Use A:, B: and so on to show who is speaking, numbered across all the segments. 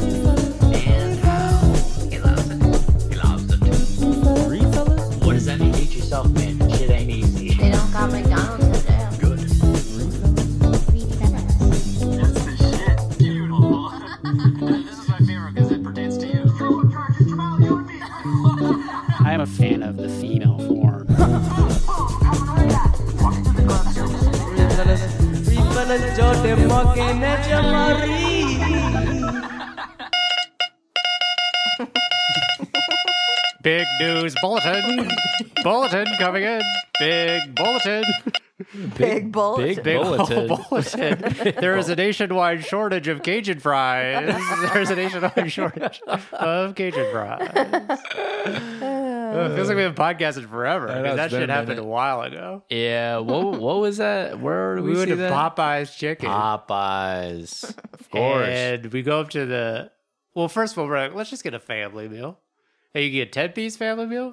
A: And how he loves it. He loves it.
B: Three fellas?
A: What does that mean? Eat yourself, man. Shit ain't easy.
C: They don't got McDonald's in jail.
A: Good.
B: Three fellas?
D: That's the shit. Beautiful. this is my favorite because it pertains to you.
E: I am a fan of the female form.
B: Three fellas? Three fellas, Joe Demokin and Jamari.
E: Big news bulletin. bulletin coming in. Big bulletin.
F: Big bullet.
G: Big
E: Big ol'
G: bulletin.
E: bulletin. there is a nationwide shortage of Cajun fries. There's a nationwide shortage of Cajun fries. Oh, it feels like we haven't podcasted forever.
G: know,
E: 'cause that
G: it's been
E: shit
G: a
E: happened
G: minute.
E: a while ago.
G: Yeah. What what was that? Where did
E: We,
G: we,
E: went
G: see
E: to
G: that?
E: Popeye's Chicken.
G: Popeyes. Of course.
E: And we go up to the. Well, first of all, we're like, let's just get a family meal. And you get a 10 piece family meal,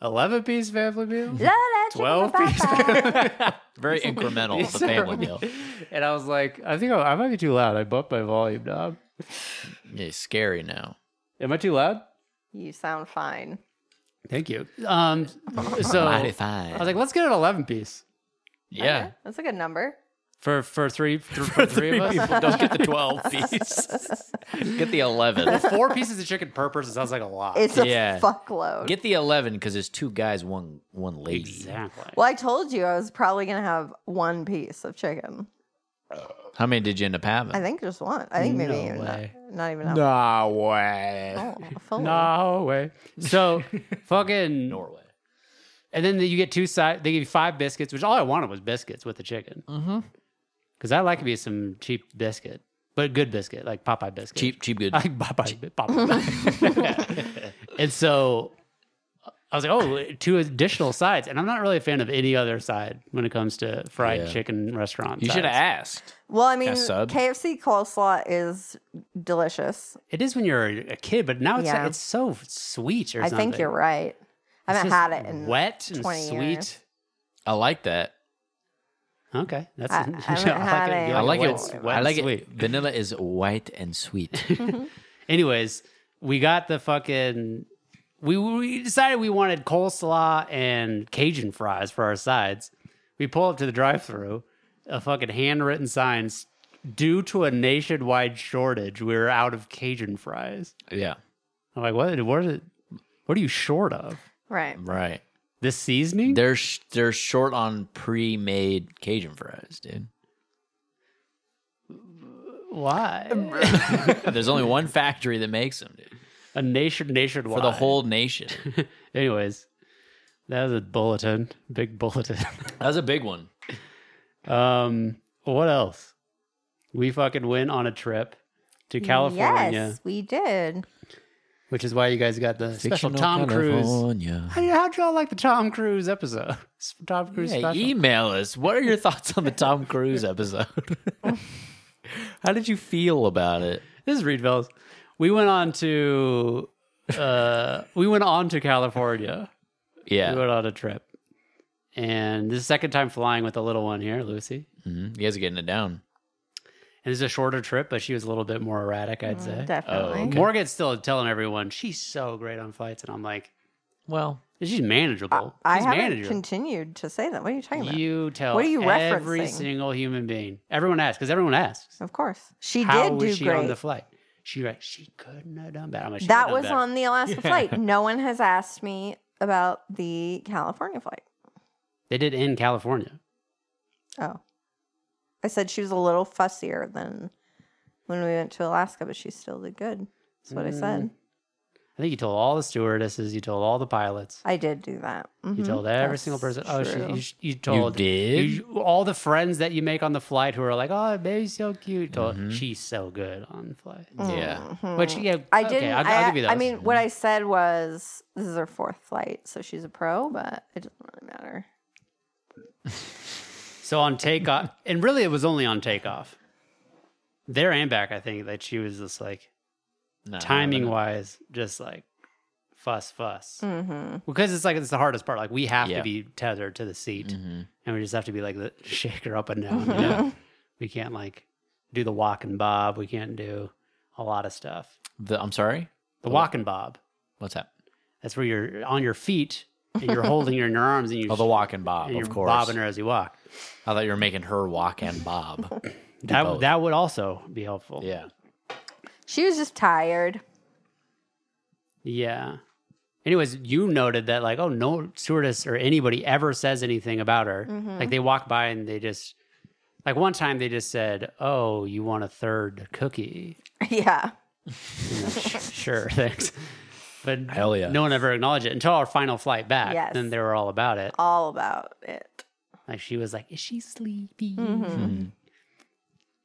E: 11 piece family meal,
F: La, la, chicken
E: 12
F: papa.
E: piece family
G: Very incremental. The family meal.
E: And I was like, I think I, I might be too loud. I bumped my volume knob.
G: Yeah, it's scary now.
E: Am I too loud?
F: You sound fine.
E: Thank you. Um, so
G: Mighty
E: I
G: fine.
E: was like, let's get an 11 piece
G: yeah.
F: That's a good number.
E: for, for three, for, for three of us.
G: People don't get the 12 piece. get the 11.
E: Four pieces of chicken per person sounds like a lot.
F: It's a
G: Yeah.
F: fuckload.
G: Get the 11 because it's two guys, one one lady.
E: exactly.
F: well, I told you I was probably gonna have one piece of chicken.
G: How many did you end up having?
F: I think just one. I think maybe
E: No
F: even not,
E: way.
F: not even a
G: no way.
F: full. a full.
E: No way. So fucking.
G: Norway.
E: And then you get two side. They give you five biscuits, which all I wanted was biscuits with the chicken.
G: Mm-hmm.
E: Because I like to be some cheap biscuit, but good biscuit, like Popeye biscuit.
G: Cheap, cheap, good.
E: I like Popeye. Popeye. and so I was like, oh, two additional sides. And I'm not really a fan of any other side when it comes to fried
G: Yeah.
E: chicken restaurant.
G: you should have
E: sides.
G: asked.
F: Well, I mean,
G: A sub?
F: KFC coleslaw is delicious.
E: It is when you're a kid, but now it's
F: Yeah.
E: it's so sweet or
F: I
E: something.
F: think you're right. I
E: It's
F: haven't
E: just
F: had it in
E: wet and
F: 20
E: sweet.
F: years.
G: I like that.
E: Okay, that's
F: I- I haven't had it.
E: You
G: I like
E: wet,
G: it.
E: sweet,
G: I
E: and
G: like
E: sweet.
G: it. Vanilla is white and sweet.
E: Anyways, we got the fucking. We, we decided we wanted coleslaw and Cajun fries for our sides. We pull up to the drive thru, a fucking handwritten sign. s- Due to a nationwide shortage, we're out of Cajun fries.
G: yeah.
E: I'm like, what? What, is it, what are you short of?
F: Right.
G: Right.
E: This seasoning?
G: They're sh- they're short on pre-made Cajun fries, dude.
E: Why?
G: There's only one factory that makes them, dude,
E: a nation nationwide
G: for the whole nation.
E: Anyways, that was a bulletin, big bulletin.
G: That was a big one.
E: Um, what else? We fucking went on a trip to California,
F: Yes, we did.
E: which is why you guys got the special Tom Cruise. How do you, how'd y'all like the Tom Cruise episode? Tom Cruise
G: Yeah,
E: special.
G: email us. What are your thoughts on the Tom Cruise episode? How did you feel about it?
E: This is Reed Bells. We went on to, uh, we went on to California. We
G: Yeah,
E: went on a trip, and this is the second time flying with the little one here, Lucy.
G: Mhm. you guys are getting it down.
E: And it's a shorter trip, but she was a little bit more erratic, I'd say.
F: Mm,
E: Oh,
F: Definitely.
G: okay.
E: Morgan's still telling everyone she's so great on flights, and I'm like,
G: Well,
E: she's manageable.
F: I
E: she's
F: haven't
E: manageable.
F: continued to say that. What are you talking about?
E: You tell
F: What are you
E: every
F: referencing?
E: single human being. Everyone asks because everyone asks.
F: Of course. She
E: How
F: did
E: was
F: do
E: she
F: great.
E: on the flight? She like she couldn't have done better. I'm like, she
F: that
E: could've done
F: was
E: better.
F: on the Alaska flight. No one has asked me about the California flight.
E: They did in California.
F: Oh. I said she was a little fussier than when we went to Alaska, but she still did good. That's what I
E: Mm.
F: said.
E: I think you told all the stewardesses. You told all the pilots.
F: I did do that.
E: You
F: Mhm.
E: told every
F: That's
E: single person. Oh, she,
F: true.
E: you, sh- you told
G: did?
E: you- all the friends that you make on the flight who are like, "Oh, baby's so cute." Told, She's so good on the flight.
G: yeah,
E: Which yeah,
F: Mm-hmm. I
E: okay,
F: didn't.
E: I'll,
F: i
E: I'll give you those. Mm-hmm.
F: I mean, what I said was this is her fourth flight, so she's a pro, but it doesn't really matter.
E: So on takeoff, and really it was only on takeoff, there and back. I think that she was just like
G: Nah,
E: timing wise, just like fuss, fuss.
F: Mm-hmm.
E: Because it's like it's the hardest part. Like we have
G: Yeah.
E: to be tethered to the seat,
G: Mhm.
E: and we just have to be like the shaker up and down. You know? we can't like do the walk and bob. We can't do a lot of stuff.
G: The, I'm sorry.
E: The walk and bob.
G: What's that?
E: That's where you're on your feet and you're holding her in your arms and you
G: Oh, the walk and Bob,
E: and you're
G: of course.
E: bobbing her as you walk.
G: I thought you were making her walk and Bob.
E: That
G: both.
E: that would also be helpful.
G: yeah.
F: She was just tired.
E: Yeah. Anyways, you noted that like, oh, no stewardess or anybody ever says anything about her. Like they walk by and they just like one time they just said, "Oh, you want a third cookie?"
F: yeah.
E: You know, "Sh- sure, thanks. But
G: Hell yeah.
E: no one ever acknowledged it until our final flight back.
F: Yes.
E: Then they were all about it.
F: All about it.
E: Like she was like, "Is she sleepy?"
G: Mm-hmm.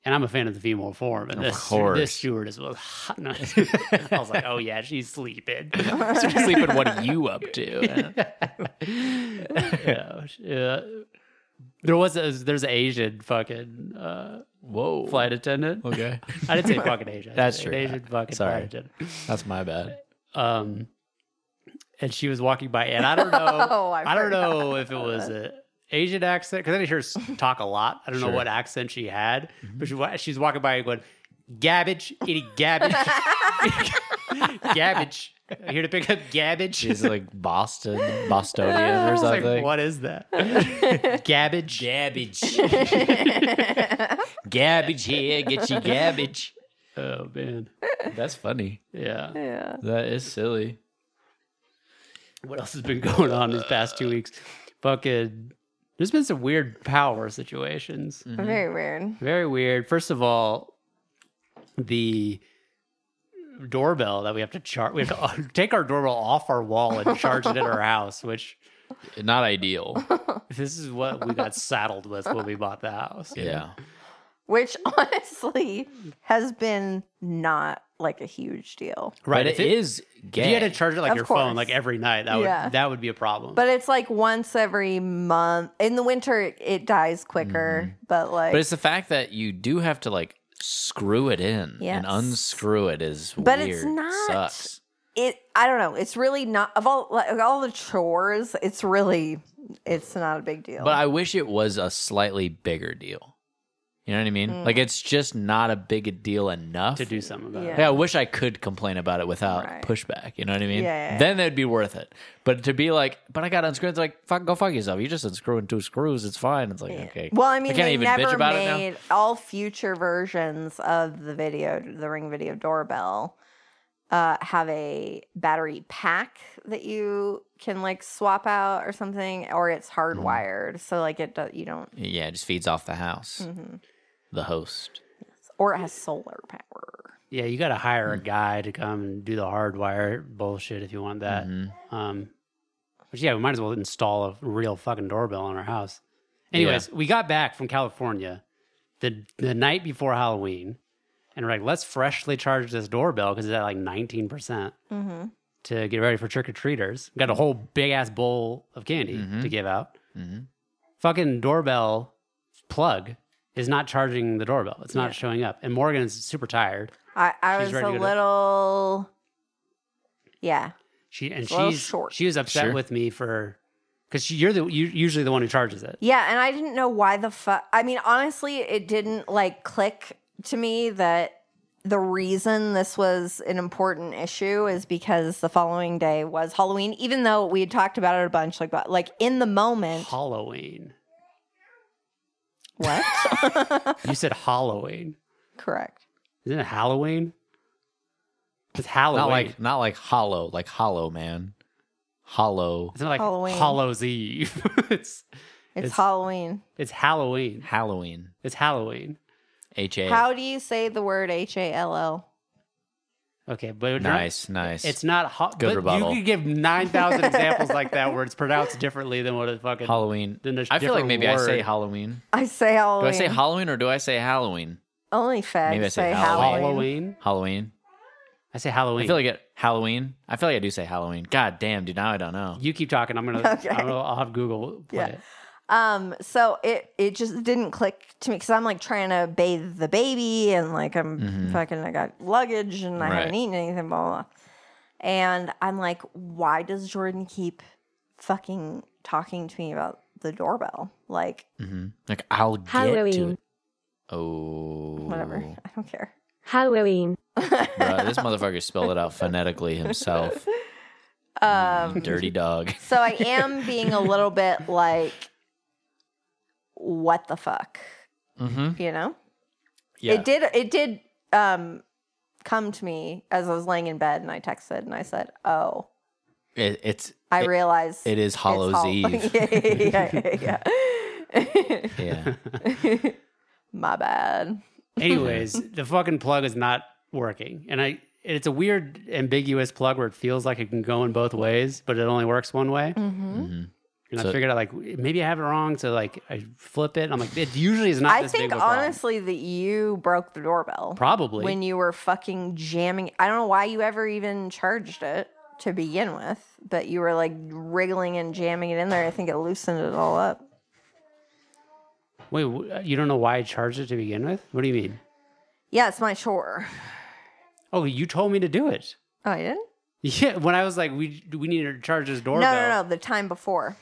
E: And I'm a fan of the female form, and
G: Of
E: this
G: course.
E: this stewardess was hot. No, I was like, "Oh yeah, she's sleeping."
G: Sleeping. What are you up to?
E: yeah, yeah. There was a, there's an Asian fucking uh,
G: Whoa.
E: flight attendant.
G: Okay.
E: I didn't say fucking Asian. I
G: That's
E: said
G: true.
E: An Asian fucking
G: Sorry.
E: flight attendant.
G: That's my bad.
E: Um, and she was walking by, and I don't know.
F: Oh, I
E: I, don't
F: forgot
E: know if it was a Asian accent because I didn't hear her s- talk a lot. I don't
G: Sure. Mm-hmm.
E: know what accent she had, but she wa- she was walking by and going, "Gabbage, itty gabbage, gabbage." I'm here to pick up gabbage.
G: She's
E: I
G: like Boston, Bostonian or
E: was like,
G: something.
E: what is that? gabbage.
G: Gabbage. gabbage here, get you gabbage.
E: Oh man.
G: That's funny.
E: Yeah.
F: Yeah.
G: That is silly.
E: what else has been going on these past two weeks? Fucking, there's been some weird power situations.
F: Very weird.
E: Very weird. First of all, the doorbell that we have to charge, we have to uh, take our doorbell off our wall and charge it at our house, which
G: Not ideal.
E: this is what we got saddled with when we bought the house.
G: Yeah.
F: Which honestly has been not like a huge deal.
E: Right.
G: But
E: if
G: it is
E: If
G: gay.
E: you had to charge it like
F: Of
E: your
F: course.
E: phone, like every night, that
F: Yeah.
E: would that would be a problem.
F: But it's like once every month. In the winter, it, it dies quicker. But like,
G: Mm-hmm. But it's the fact that you do have to like screw it in
F: Yes.
G: and unscrew it is
F: But
G: weird.
F: it's not-
G: sucks.
F: it. I don't know. It's really not of all like all the chores. It's really, it's not a big deal.
G: But I wish it was a slightly bigger deal. You know what I mean?
F: Mm.
G: Like it's just not a big a deal enough
E: to do something about
F: Yeah.
E: it.
G: Yeah, I wish I could complain about it without
F: Right.
G: pushback. You know what I mean?
F: Yeah, yeah,
G: Then that'd be worth it. But to be like, but I got unscrewed. It's like, fuck, go fuck yourself. You're just unscrewing two screws. It's fine. It's like, okay.
F: Well, I mean,
G: can't
F: they
G: even bitch
F: never
G: about it now.
F: made all future versions of the video, the Ring video doorbell, uh, have a battery pack that you can like swap out or something, or it's
G: Mm-hmm.
F: hardwired, so like it does, you don't, mm-hmm.
G: yeah, it just feeds off the house,
F: Mm.
G: the host.
F: or it has solar power.
E: Yeah, you got to hire
F: Hmm.
E: a guy to come and do the hardwire bullshit if you want that.
G: Mm-hmm.
E: Um, but yeah, we might as well install a real fucking doorbell in our house. Anyways, we got back from California the the night before Halloween, and we're like, let's freshly charge this doorbell because it's at like nineteen percent
F: Mm-hmm.
E: to get ready for trick or treaters. Got a whole big ass bowl of candy to give out.
G: Mm-hmm.
E: Fucking doorbell plug is not charging the doorbell. It's not showing up, and Morgan's super tired.
F: I, I
E: She's
F: was
E: ready
F: a
E: to go to-
F: little, yeah,
E: She and
F: a little
E: she's
F: short.
E: she was upset
G: Sure.
E: with me for because you're the you usually the one who charges it.
F: yeah, and I didn't know why the fuck. I mean, honestly, it didn't like click to me that the reason this was an important issue is because the following day was Halloween, even though we had talked about it a bunch, like but like in the moment.
E: Halloween.
F: What?
E: You said Halloween.
F: Correct.
E: Isn't it Halloween? It's Halloween.
G: Not like, not like hollow, like hollow, man. Hollow.
E: it's not like
F: Halloween.
E: Hallows Eve. it's
F: It's,
E: It's-
F: Halloween.
E: it's Halloween.
G: Halloween.
E: It's Halloween.
G: H A.
F: How do you say the word H A L L?
E: Okay, but we're not-
G: Nice, nice.
E: It's not ho-
G: Good
E: but
G: rebuttal.
E: You could give nine thousand examples like that where it's pronounced differently than what it fucking
G: Halloween.
E: Then there's
G: I feel like
E: different
G: maybe I say
E: word.
G: Halloween.
F: I say
G: Do
F: Halloween.
G: I say Halloween or do I say Halloween?
F: Only fags
G: Maybe I say
F: say,
G: Halloween.
F: Halloween.
E: Halloween.
G: Halloween.
E: I say Halloween.
G: I feel like it. Halloween. I feel like I do say Halloween. God damn, dude. Now I don't know.
E: you keep talking. I'm gonna.
F: Okay.
E: I'm gonna I'll have Google play
F: Yeah.
E: it.
F: Um, so it it just didn't click to me because I'm like trying to bathe the baby and like I'm fucking I got luggage and I
G: Mm-hmm. Right.
F: haven't eaten anything, blah, blah blah. And I'm like, why does Jordan keep fucking
G: Mm-hmm.
F: talking to me about the doorbell? Like
G: Like I'll get to it. Oh,
F: Whatever. I don't care.
H: Halloween.
G: Bruh, this motherfucker spelled it out phonetically himself.
F: Um,
G: Dirty dog.
F: so I am being a little bit like, what the fuck,
G: Mm-hmm.
F: you know?
G: Yeah.
F: It did. It did um, come to me as I was laying in bed, and I texted and I said, "Oh,
G: It- it's
F: I
G: It-
F: realized
G: it is
F: it's
G: Hollow's
F: Hall-
G: Eve.
F: yeah, yeah, yeah,
G: yeah.
F: yeah. My bad.
E: Anyways, the fucking plug is not working, and I it's a weird ambiguous plug where it feels like it can go in both ways, but it only works one way.
F: hmm
G: hmm
E: And
G: So-
E: I figured out like maybe I have it wrong, so like I flip it. And I'm like, it usually is not.
F: I
E: this
F: think
E: big of a problem.
F: honestly that you broke the doorbell
E: probably
F: when you were fucking jamming. I don't know why you ever even charged it to begin with, but you were like wriggling and jamming it in there. I think it loosened it all up.
E: wait. wh- You don't know why I charged it to begin with? What do you mean?
F: Yeah, it's my chore.
E: Oh, you told me to do it.
F: Oh, I didn't.
E: Yeah, when I was like, we we need to charge this
F: No,
E: doorbell.
F: no, no. The time before.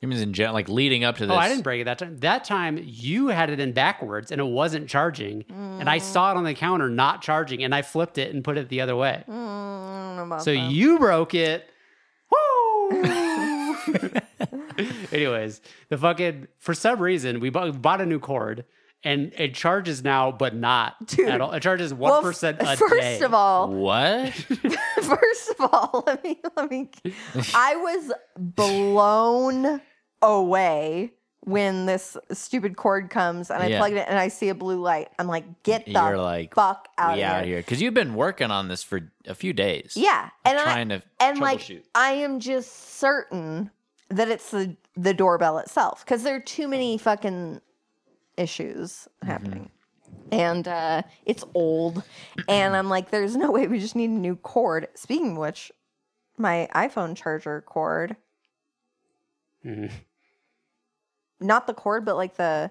G: He means in general, like leading up to this.
E: Oh, I didn't break it that time. That time you had it in backwards and it wasn't charging, and
F: Mm.
E: I saw it on the counter not charging, and I flipped it and put it the other way.
F: Mm, I don't know about
E: So
F: that.
E: you broke it. Woo! Anyways, the fucking for some reason we bought, bought a new cord and it charges now, but not
F: Dude.
E: at all. It charges
F: Well,
E: one percent
F: f-
E: a
F: first
E: day.
F: of all,
G: What?
F: first of all, let me let me. I was blown away when this stupid cord comes and I
G: Yeah.
F: plugged it and I see a blue light. I'm like, get the
G: You're like,
F: fuck out
G: we
F: of
G: out here because you've been working on this for a few days.
F: Yeah, and I,
G: trying to
F: and like
G: troubleshoot.
F: I am just certain that it's the the doorbell itself because there are too many fucking issues
G: Mm-hmm.
F: happening, and uh, it's old, and I'm like, there's no way we just need a new cord. Speaking of which, my iPhone charger cord,
E: Mhm.
F: not the cord, but like the.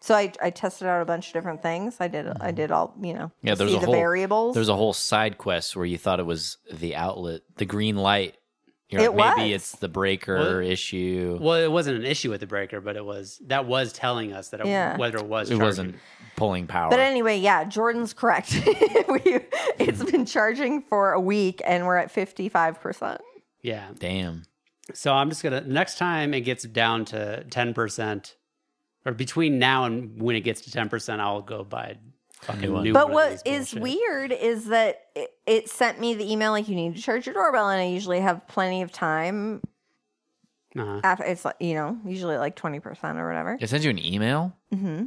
F: So I, I tested out a bunch of different things. I did I did all you know
G: Mm-hmm. Yeah,
F: to
G: there's
F: see
G: a
F: the
G: whole-
F: variables.
G: There's a whole side quest where you thought it was the outlet, the green light. You're
F: It
G: like, maybe
F: was.
G: it's the breaker
E: What?
G: issue.
E: well, it wasn't an issue with the breaker, but it was that was telling us that it,
F: Yeah.
E: whether it was
G: it
E: charging.
G: wasn't pulling power.
F: But anyway, yeah, Jordan's correct. we, it's been charging for a week and we're at 55%.
E: Yeah,
G: Damn.
E: So I'm just gonna next time it gets down to ten percent, or between now and when it gets to ten percent, I'll go buy fucking
G: New
E: new.
G: one.
E: one
F: But
E: of
F: what
E: these
F: is
E: bullshit.
F: weird is that it, it sent me the email like, you need to charge your doorbell. And I usually have plenty of time.
E: Uh-huh.
F: After, it's like, you know, usually like 20% or whatever.
G: It sends you an email.
F: hmm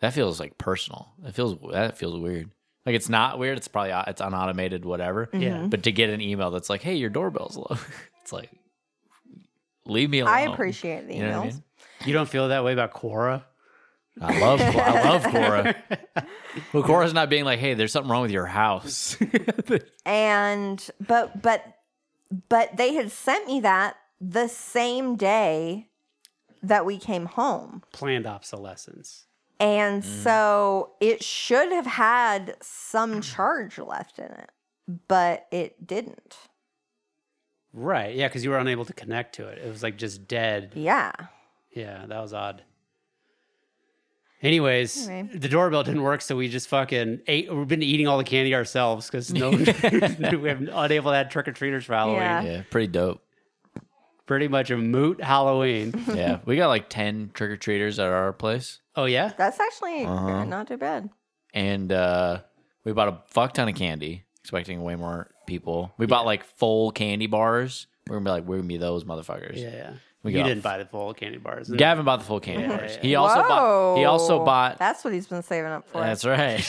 G: That feels like personal. That feels that feels weird. Like it's not weird. It's probably uh, it's unautomated, whatever.
F: Mm-hmm.
E: Yeah.
G: But to get an email that's like, "Hey, your doorbell's low," it's like, leave me alone.
F: I appreciate the emails.
G: um, You know what I mean?
E: You don't feel that way about Quora?
G: I love I love Cora. Well, Cora's not being like, "Hey, there's something wrong with your house."
F: and but but but they had sent me that the same day that we came home.
E: Planned obsolescence.
F: And
G: Mm.
F: so it should have had some charge left in it, but it didn't.
E: Right. Yeah, because you were unable to connect to it. It was like just dead.
F: Yeah.
E: Yeah, that was odd. Anyways,
F: Anyway.
E: the doorbell didn't work, so we just fucking ate. We've been eating all the candy ourselves because no, we have unable to have trick or treaters for Halloween.
F: Yeah.
G: yeah, pretty dope.
E: Pretty much a moot Halloween.
G: Yeah, we got like ten trick or treaters at our place,
E: Oh yeah,
F: That's actually
G: Uh-huh.
F: not too bad.
G: and uh, we bought a fuck ton of candy, expecting way more people. We bought like full candy bars. We're gonna be like, we're gonna be those motherfuckers.
E: yeah, yeah.
G: We
E: you
G: got-
E: didn't buy the full candy bars. and-
G: Gavin bought the full candy
E: Yeah,
G: bars.
E: yeah.
G: He also bought. He also
F: Whoa.
G: bought.
F: That's what he's been saving up for.
G: That's right.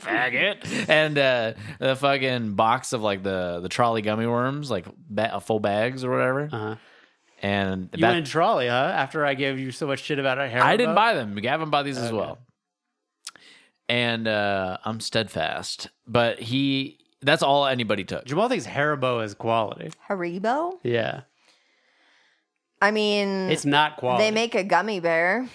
G: Faggot. And uh, the fucking box of like the the trolley gummy worms, like ba- full bags or whatever.
E: Uh-huh.
G: And
E: You
G: that-
E: went in trolley, huh? After I gave you so much shit about Haribo.
G: I didn't buy them. Gavin bought these as
E: Okay.
G: well. And uh, I'm steadfast, but he. That's all anybody took.
E: Jamal thinks Haribo is quality.
F: Haribo?
E: Yeah,
F: I mean,
E: it's not quality.
F: Mm. they make a gummy bear.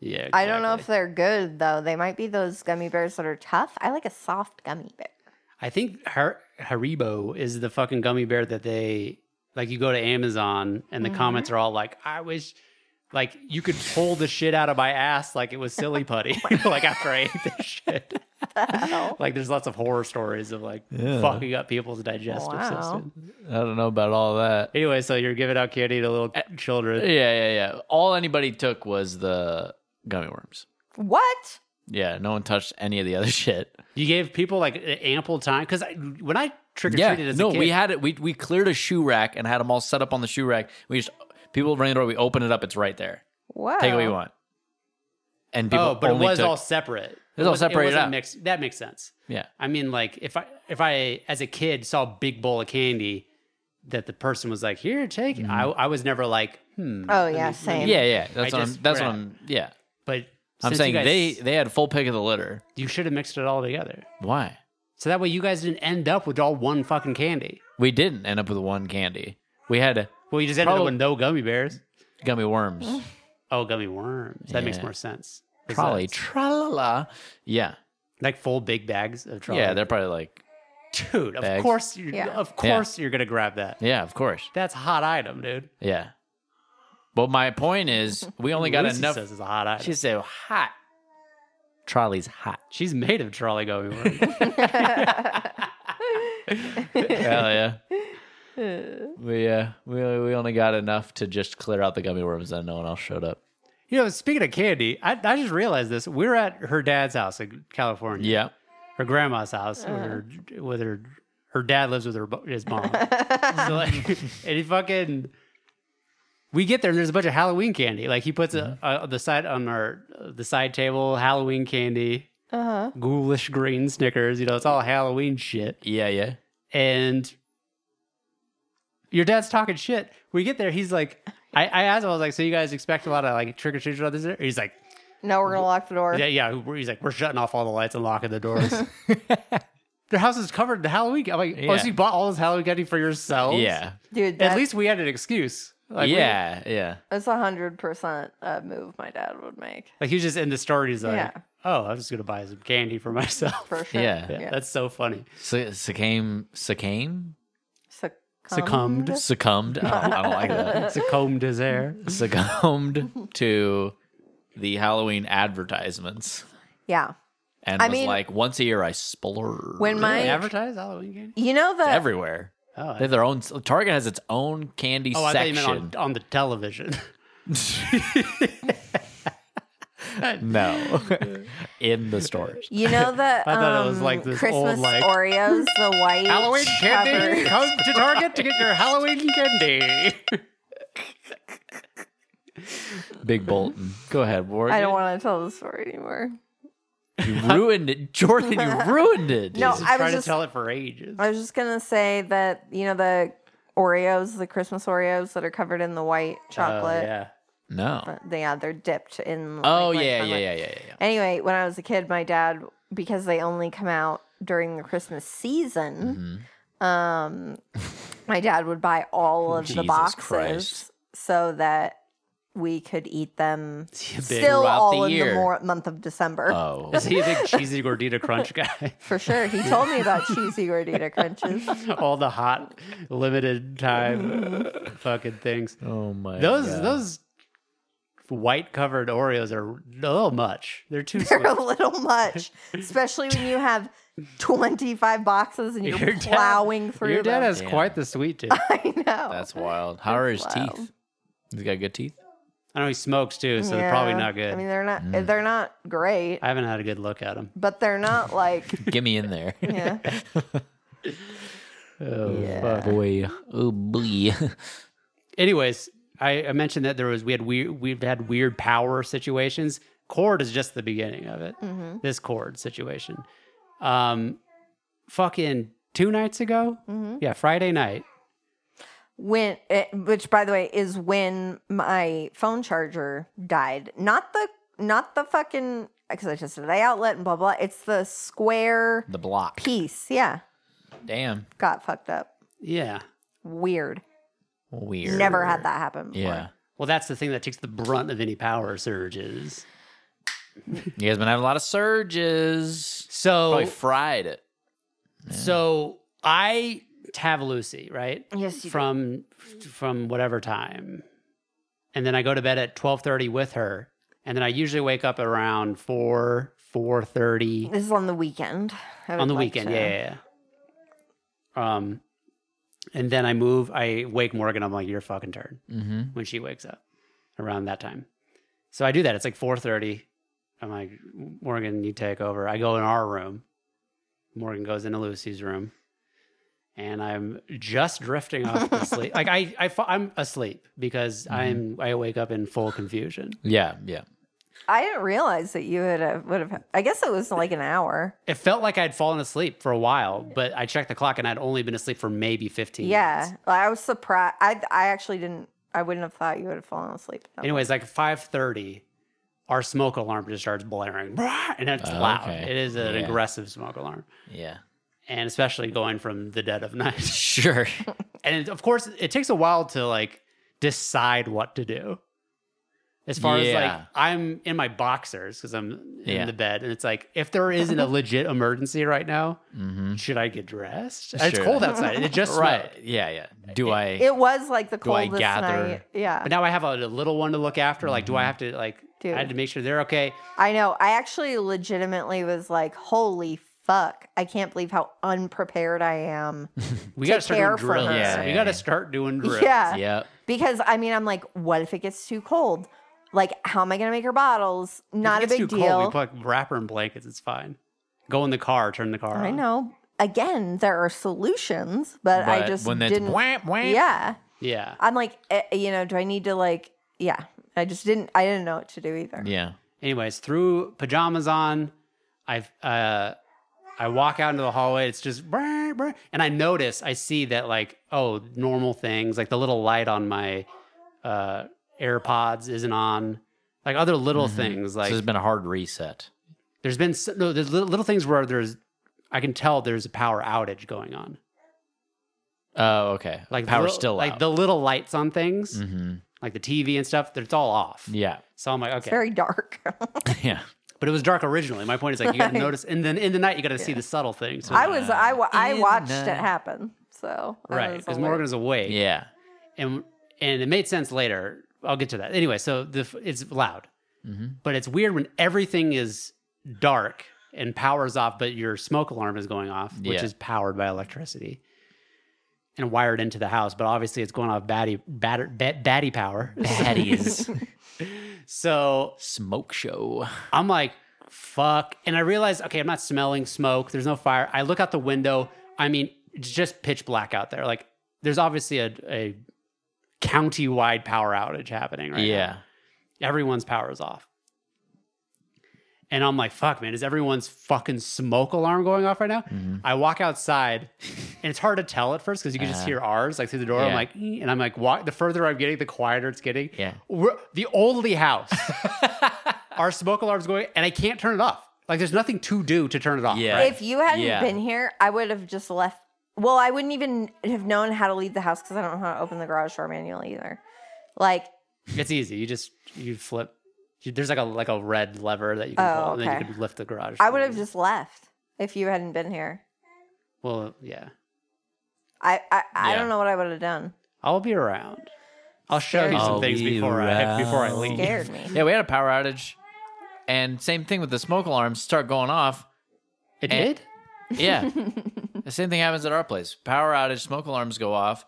E: Yeah,
F: I don't know if
E: exactly.
F: they're good, though. They might be those gummy bears that are tough. I like a soft gummy bear.
E: I think Har- Haribo is the
F: Mm-hmm.
E: fucking gummy bear that they like. You go to Amazon and the comments are all like, "I wish." Like you could pull the shit out of my ass like it was silly putty. like after I ate this shit. like there's lots of horror stories of like
G: Yeah.
E: fucking up people's digestive
F: Wow.
E: system.
G: I don't know about all that.
E: Anyway, so you're giving out candy to little children.
G: Yeah, yeah, yeah. All anybody took was the gummy worms.
F: What?
G: Yeah, no one touched any of the other shit.
E: You gave people like a- ample time because when I trick or
G: Yeah,
E: treated as
G: no,
E: a kid,
G: we had it. We we cleared a shoe rack and had them all set up on the shoe rack. We just people ran the door. We open it up. It's right there.
F: Wow.
G: Take what you want. And people
E: oh, but it
G: only
E: was
G: took-
E: all separate.
G: was all
E: wasn't-
G: separated
E: wasn't
G: out.
E: Mixed. That makes sense.
G: yeah.
E: I mean, like if I if I as a kid saw a big bowl of candy that the person was like, "Here, take."
G: Mm-hmm.
E: it," I I was never like, "Hmm."
F: Oh yeah, same.
G: Yeah, yeah. That's what I'm.
E: just
G: That's
E: ran-
G: what I'm. Yeah,
E: But
G: I'm
E: since
G: saying
E: you guys-
G: they they had full pick of the litter.
E: you should have mixed it all together,
G: Why?
E: so that way you guys didn't end up with all one fucking candy.
G: We didn't end up with one candy. We had
E: Well, you just ended
G: Probab-
E: up with no gummy bears.
G: gummy worms.
E: Oh, gummy worms. That makes
G: Yeah.
E: more sense. 'Cause
G: Probably
E: that's
G: tralala. Yeah,
E: like full big bags of trolley.
G: yeah. They're probably like
E: dude. Of
G: bags.
E: course, you
F: Yeah.
E: of
G: Yeah.
E: course you're gonna grab that.
G: yeah, of course.
E: That's a hot item, dude.
G: Yeah. But my point is, we only got
E: Lucy
G: enough.
E: Says it's a hot item.
G: She's so hot. Trolley's hot.
E: She's made of trolley gummy worms.
G: Hell yeah. we uh, we we only got enough to just clear out the gummy worms, and no one else showed up.
E: you know, speaking of candy, I, I just realized this. We were at her dad's house in California.
G: Yeah.
E: Her grandma's house with her with her her dad lives with her bo- his mom. so like, and he fucking we get there and there's a bunch of Halloween candy. Like he puts a, a, the side on our the side table Halloween candy,
F: Uh-huh.
E: ghoulish green Snickers. You know, it's all Halloween shit.
G: Yeah. Yeah.
E: and your dad's talking shit. We get there, he's like, I, I asked him, I was like, so you guys expect a lot of like trick or treaters on this? day?" He's like,
F: No, we're gonna lock the door.
E: yeah, yeah. we're- He's like, we're shutting off all the lights and locking the doors. Their house is covered in Halloween. I'm like, oh,
G: Yeah.
E: so you bought all this Halloween candy for yourselves?
G: Yeah.
F: Dude, that,
E: At least we had an excuse. Like, we-
G: yeah. Yeah.
F: that's a hundred percent a move my dad would make
E: like he was just in the store. and He's like,
F: Yeah.
E: oh, I'm just gonna buy some candy for myself.
F: for sure.
G: Yeah.
E: yeah,
F: yeah.
E: that's so funny.
G: Su- succumb, succumb,
E: Succumbed,
G: succumbed. I don't, I don't like that.
F: Uh,
E: succumbed his hair.
G: Succumbed to the Halloween advertisements,
F: Yeah.
G: and
F: I
G: was
F: mean-
G: like, once a year I splurge.
F: When my
E: They advertise Halloween candy.
F: you know the
G: everywhere.
E: Oh,
G: They have their own. Target has its own candy
E: Oh, I thought you
G: section.
E: meant on, on the television.
G: no, in the stores.
F: you know the
E: I thought
F: um,
E: it was like this
F: Christmas
E: old, like-
F: Oreos, the white covered-
E: Come to Target to get your Halloween candy.
G: Big Bolton. Go ahead, Ward.
F: I don't want to tell the story anymore.
G: You ruined it, Jordan. You ruined it.
F: No,
G: Jesus.
F: Oh, I
E: Trying
F: was
E: to
F: just
E: tell it for ages.
F: I was just gonna say that you know the Oreos, the Christmas Oreos that are covered in the white chocolate.
E: Oh, yeah.
G: no.
F: But they- yeah, they're dipped in.
G: Oh
F: like, white
G: yeah, yeah,
F: chocolate.
G: yeah, yeah, yeah.
F: Anyway, when I was a kid, my dad because they only come out during the Christmas
G: Mm-hmm.
F: season. Um, my dad would buy
E: Oh,
F: all of the
G: Jesus
F: boxes
G: Christ.
F: so that we could eat them
E: a big-
F: still
G: Throughout
F: all
G: the
F: in
G: year.
F: the mor- month of December.
E: Uh.
G: Oh,
E: Is he a big cheesy gordita crunch guy?
F: For sure, he told me about cheesy gordita crunches.
E: All the hot, limited time uh, fucking things.
G: oh my.
E: Those
G: God.
E: those white covered Oreos are a little much. They're too
F: They're a
E: sweet.
F: little much, especially when you have twenty-five boxes and you're
E: Your dad-
F: plowing through
E: Your dad
F: them.
E: has
G: Damn.
E: quite the sweet tooth.
F: I know.
G: That's wild. How are his
F: Oh, wild.
G: teeth? He's got good teeth.
E: I know he smokes too, so they're probably
F: Yeah.
E: not good. Mm.
F: I mean, they're not. They're not great,
E: I haven't had a good look at them.
F: but they're not like.
G: Get me in there.
F: yeah.
E: Oh,
F: Yeah.
E: fuck.
G: boy, oh boy.
E: anyways, I, I mentioned that there was we had weird we've had weird power situations. Cord is just the beginning of it.
F: Mm-hmm.
E: This cord situation. Um, fucking two nights ago,
F: Mm-hmm.
E: yeah, Friday night.
F: When, eh, which by the way is when my phone charger died. Not the, not the fucking because I tested the outlet and blah blah. It's the square
G: the block.
F: piece. Yeah,
G: Damn.
F: got fucked up.
E: Yeah.
F: Weird.
G: Weird.
F: Never had that happen. Before.
G: Yeah.
E: Well, that's the thing that takes the brunt of any power surges.
G: You guys been having a lot of surges.
E: So,
F: Oh.
G: Probably fried it.
E: so I have Lucy right
F: Yes, you
E: from from whatever time and then I go to bed at twelve thirty with her, and then I usually wake up around four four thirty
F: This is on the weekend. I
E: on
F: would
E: the
F: like
E: weekend.
F: to-
E: Yeah, yeah, yeah. Um, and then I move. I wake Morgan. I'm like, "Your fucking turn."
G: Mm-hmm.
E: When she wakes up, around that time. So I do that. It's like four thirty. I'm like, Morgan, you take over. I go in our room. Morgan goes into Lucy's room, and I'm just drifting off to sleep. Like I, I, fa- I'm asleep because I'm.
G: Mm-hmm.
E: I wake up in full confusion.
G: Yeah, yeah.
F: I didn't realize that you would have, would have, I guess it was like an hour.
E: It felt like I'd fallen asleep for a while, but I checked the clock and I'd only been asleep for maybe fifteen. minutes.
F: Yeah. Like, I was surprised. I, I actually didn't, I wouldn't have thought you would have fallen asleep.
G: Oh.
F: at that point.
E: Anyways, like five thirty, our smoke alarm just starts blaring, Brah! and it's
G: Oh,
E: loud.
G: okay.
E: It is an
G: Yeah.
E: aggressive smoke alarm,
G: Yeah.
E: and especially going from the dead of night.
G: Sure.
E: and it- of course, it takes a while to like decide what to do. As far as
G: Yeah.
E: like, I'm in my boxers because I'm in
G: Yeah.
E: the bed, and it's like, if there isn't a legit emergency right now,
G: mm-hmm.
E: should I get dressed? It's
G: Sure.
E: cold outside. and It just
G: Right.
E: right.
G: Yeah, yeah. Do I?
F: it was like the
G: Do I
F: coldest
G: gather-
F: night. Yeah.
E: But now I have a, a little one to look after. Like, do
G: Mm-hmm.
E: I have to like?
F: Dude.
E: I had to make sure they're okay.
F: I know. I actually legitimately was like, holy fuck. I can't believe how unprepared I am.
E: We gotta
F: to care
E: start
F: for
E: doing drills.
F: her.
G: Yeah,
E: we
G: yeah,
E: gotta
G: yeah.
E: start doing drills.
F: Yeah.
G: yep.
F: Because I mean, I'm like, what if it gets too cold? Like, how am I going to make her bottles? Not a
E: if it
F: big
E: gets too
F: deal.
E: Cold, we put like, wrapper and blankets. It's fine. Go in the car. Turn the car.
F: I
E: on.
F: know. Again, there are solutions, but, I just
G: when that's
F: didn't.
G: wham, wham,
F: Yeah,
E: Yeah.
F: I'm like, eh, you know, do I need to like? Yeah, I just didn't. I didn't know what to do either.
G: yeah.
E: Anyways, threw pajamas on. I uh, I walk out into the hallway. It's just brr, brr. and I notice I see that like oh normal things like the little light on my uh, AirPods isn't on. Like other little things
G: Mm-hmm. So
E: like
G: there's been a hard reset.
E: There's been s no, there's little, little things where there's, I can tell there's a power outage going on.
G: Oh, okay.
E: Like
G: Like power's
E: little-
G: still
E: like
G: out.
E: the little lights on things,
G: mm-hmm.
E: like the TV and stuff. It's all off.
G: Yeah,
E: So I'm like,
F: It's
E: okay,
F: very dark.
G: yeah.
E: but it was dark originally. My point is like you got to
F: Right.
E: notice, and then in the night you got to see the subtle things. So,
F: I was. I wa- I
G: In
F: watched
G: the-
F: it happen. So I
E: right
F: was
E: because
F: alert.
E: Morgan was awake.
G: Yeah.
E: and and it made sense later. I'll get to that anyway. So the f- it's loud,
G: Mhm.
E: but it's weird when everything is dark and power's off, but your smoke alarm is going off, which
G: Yeah.
E: is powered by electricity and wired into the house. But obviously, it's going off batty batter, bat, batty power.
G: Baddies.
E: So
G: Smoke show.
E: I'm like, fuck. And I realize, okay, I'm not smelling smoke. There's no fire. I look out the window. I mean, it's just pitch black out there. Like, there's obviously a, a county wide power outage happening right
G: yeah.
E: now. Everyone's power is off. And I'm like, fuck, man, is everyone's fucking smoke alarm going off right now?
G: Mm-hmm.
E: I walk outside and it's hard to tell at first because you can just
G: Uh-huh.
E: hear ours like through the door. I'm
G: Yeah.
E: like, "Eh," and I'm like, walk, the further I'm getting, the quieter it's getting.
G: Yeah.
E: We're, the only house our smoke alarm's going and I can't turn it off. Like there's nothing to do to turn it off.
G: Yeah.
F: If you hadn't
G: Yeah.
F: been here, I would have just left. Well, I wouldn't even have known how to leave the house because I don't know how to open the garage door manually either. Like,
E: It's easy. You just you flip. You, there's like a like a red lever that you can
F: Oh,
E: pull and then you
F: okay.
E: can lift the garage.
F: I would have
E: door.
F: just left if you hadn't been here.
E: Well, yeah.
F: I I, I
G: Yeah.
F: don't know what I would have done.
E: I'll be around. I'll show you some
G: I'll
E: things
G: be
E: before I before I
G: around.
E: leave.
F: Scared me.
G: Yeah, we had a power outage. And same thing with the smoke alarms start going off.
E: It
G: And-
E: did?
G: Yeah. the same thing happens at our place. Power outage, smoke alarms go off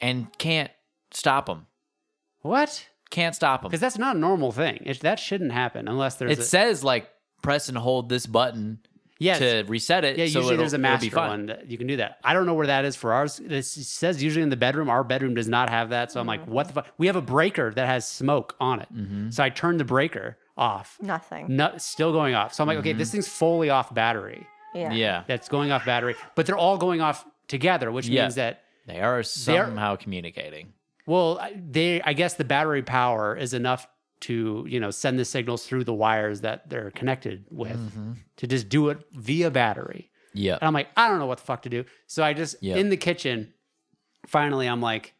G: and can't stop them.
E: What?
G: Can't stop them.
E: Because that's not a normal thing. It, that shouldn't happen unless there's
G: It
E: a,
G: says like press and hold this button
E: yes.
G: to reset it.
E: yeah,
G: so
E: usually
G: it'll-
E: there's a
G: it'll
E: master
G: be fine.
E: one that you can do that. I don't know where that is for ours. This it says usually in the bedroom. Our bedroom does not have that, so I'm like, what the fuck? We have a breaker that has smoke on it, so I turned the breaker off.
G: Mm,
F: Nothing.
E: not still going off. So I'm like, okay, this thing's fully off battery.
F: Yeah.
G: Yeah.
E: That's going off battery, but they're all going off together, which
G: Yeah.
E: means that
G: They are somehow communicating.
E: well, I- they I guess the battery power is enough to you know send the signals through the wires that they're connected with to just do it via battery.
G: Yeah.
E: And I'm like, I don't know what the fuck to do. So I just
G: Yeah.
E: in the kitchen. Finally, I'm like,